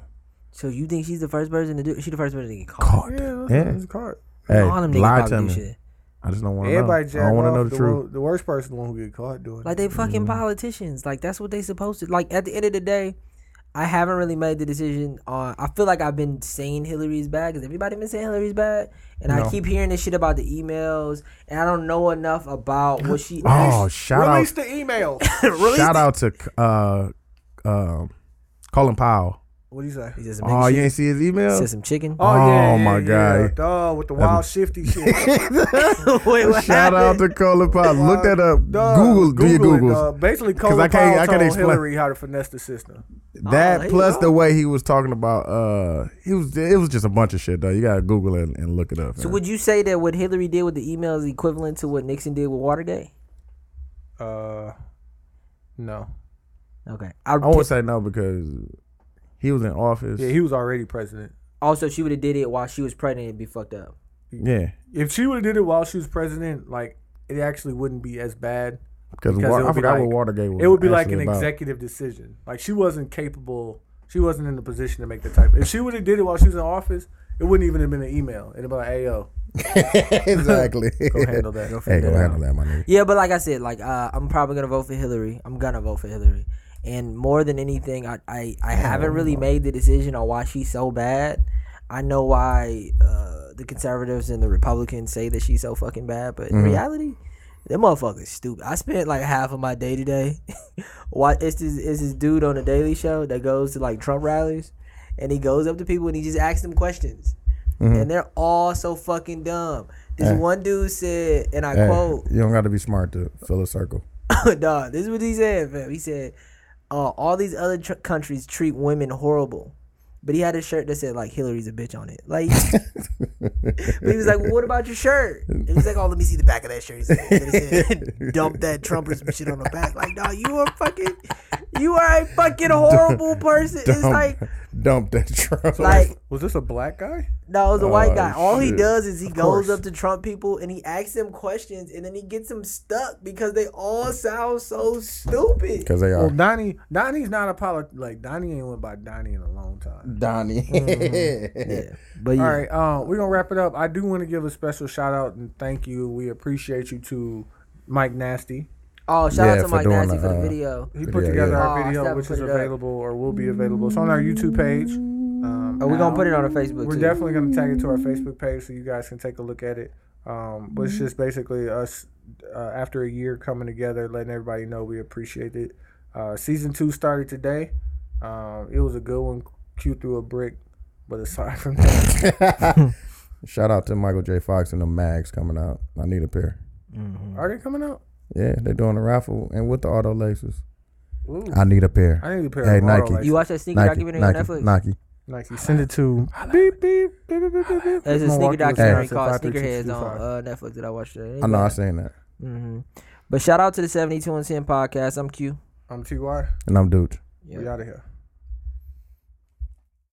S3: So you think she's the first person to do she the first person to get caught?
S2: card.
S6: yeah, that's,
S2: Yeah.
S6: that's caught.
S2: Hey,
S3: All them niggas
S2: lie
S3: probably
S2: to
S3: do
S2: me.
S3: shit.
S2: I just don't want to know. I
S6: Everybody
S2: don't want to know the, truth.
S6: Worst, the worst person, the one who get caught doing.
S3: Like they fucking politicians. Like that's what they supposed to. Like at the end of the day, I haven't really made the decision on. I feel like I've been saying Hillary's bad because everybody been saying Hillary's bad, and I keep hearing this shit about the emails, and I don't know enough about what she.
S2: Oh, shout
S6: Release
S2: out,
S6: the email.
S2: shout out to uh, uh, Colin Powell.
S6: what do you say?
S3: He said some,
S2: Oh,
S3: nigga
S2: you
S3: shit,
S2: ain't see his email?
S3: said some chicken.
S6: Oh,
S2: Oh, my God.
S6: Duh, with the wild shifty shit.
S3: Wait, what
S2: Shout out
S3: happened?
S2: to Colin Powell. Look that up.
S6: Duh,
S2: Google, do your
S6: Google it,
S2: Googles.
S6: duh. Basically,
S2: 'Cause
S6: Colin
S2: I can't-
S6: Powell
S2: I can't
S6: told
S2: explain-
S6: Hillary how to finesse the system.
S3: Oh, there
S2: That
S3: you
S2: plus
S3: go.
S2: the way he was talking about uh he was it was just a bunch of shit though. You gotta Google it and, and look it up.
S3: So
S2: man.
S3: would you say that what Hillary did with the emails is equivalent to what Nixon did with Watergate?
S6: Uh, no.
S3: Okay. I,
S2: I won't say no because he was in office.
S6: Yeah,
S2: Yeah.
S6: he was already president.
S3: also, she would have did it while she was pregnant and be fucked up.
S6: If she would have did it while she was president, like it actually wouldn't be as bad.
S2: Because
S6: Because
S2: Wa-
S6: it would
S2: I
S6: be
S2: forgot
S6: like-
S2: what Watergate was.
S6: It would be like
S2: actually
S6: an
S2: about.
S6: executive decision. Like she wasn't capable. She wasn't in the position to make the type. If she would have did it while she was in office, it wouldn't even have been an email. It'd be like, "Hey yo,
S2: exactly.
S6: go handle that."
S2: Hey, go handle that, my nigga.
S3: Yeah, but like I said, like uh, I'm probably gonna vote for Hillary. I'm gonna vote for Hillary. And more than anything, I I, I haven't really made the decision on why she's so bad. I know why uh, the conservatives and the Republicans say that she's so fucking bad, but
S2: Mm-hmm.
S3: in reality, that motherfucker's stupid. I spent like half of my day today. Why it's this it's this dude on the Daily Show that goes to like Trump rallies, and he goes up to people and he just asks them questions. and they're all so fucking dumb. This
S2: Mm-hmm. Hey.
S3: one dude said, and I
S2: Hey,
S3: quote,
S2: you don't got to be smart to fill a circle.
S3: dog, this is what he said, fam. He said, uh, all these other tr- countries treat women horrible. But he had a shirt that said like Hillary's a bitch on it. Like, but he was like, well, "What about your shirt?" And he was like, "Oh, let me see the back of that shirt." He said, and it said, "Dump that Trump or some shit on the back." Like, dog, you are fucking, you are a fucking horrible person. It's like,
S2: dump that Trump.
S3: like
S6: Was this a black guy?
S3: no, it was a white
S2: Oh,
S3: guy. All he
S2: shit.
S3: does is he goes
S2: course.
S3: up to Trump people and he asks them questions and then he gets them stuck because they all sound so stupid.
S2: because they are
S6: Well, Donnie, Donnie's not a poly- like Donnie ain't went by Donnie in a long time.
S2: Donnie.
S3: But yeah,
S6: All right, um, we're gonna wrap it up. I do want to give a special shout out and thank you. We appreciate you to Mike Nasty.
S3: oh, shout
S2: Yeah,
S3: out to
S2: for
S3: Mike
S2: doing
S3: Nasty
S2: the,
S3: for the
S2: uh,
S3: video.
S6: He put
S2: Yeah,
S6: together
S2: yeah.
S3: Oh, I
S6: our
S3: still
S6: video,
S3: haven't
S6: which
S3: put
S6: is
S3: it up.
S6: available or will be available. It's on our YouTube page. Um,
S3: Oh, we're
S6: now.
S3: gonna put it on our Facebook.
S6: We're
S3: too.
S6: definitely gonna tag it to our Facebook page so you guys can take a look at it. Um, but it's just basically us uh, after a year coming together, letting everybody know we appreciate it. Uh, season two started today. Um, it was a good one. Q through a brick, but aside from that,
S2: Shout out to Michael J. Fox and the Mags coming out. I need a pair.
S3: Mm-hmm.
S6: are they coming out?
S2: Yeah, they're doing a raffle and with the auto laces.
S6: Ooh.
S2: I need a pair.
S6: I need a pair
S2: Hey,
S6: of
S2: Nike.
S6: Nike. Laces.
S3: You watch that sneaker
S2: Nike,
S3: documentary
S2: Nike,
S3: on Netflix?
S2: Nike.
S6: Nike. Send it to beep beep beep beep beep beep. beep.
S3: There's a sneaker
S6: Milwaukee,
S3: documentary
S6: Wisconsin,
S3: called
S6: 53625.
S3: Sneakerheads on uh, Netflix that I watched today.
S2: I know I seen that.
S3: hmm But shout out to the 72 and 10 podcast. I'm Q.
S6: I'm Ty.
S2: And I'm dude.
S6: We out of here.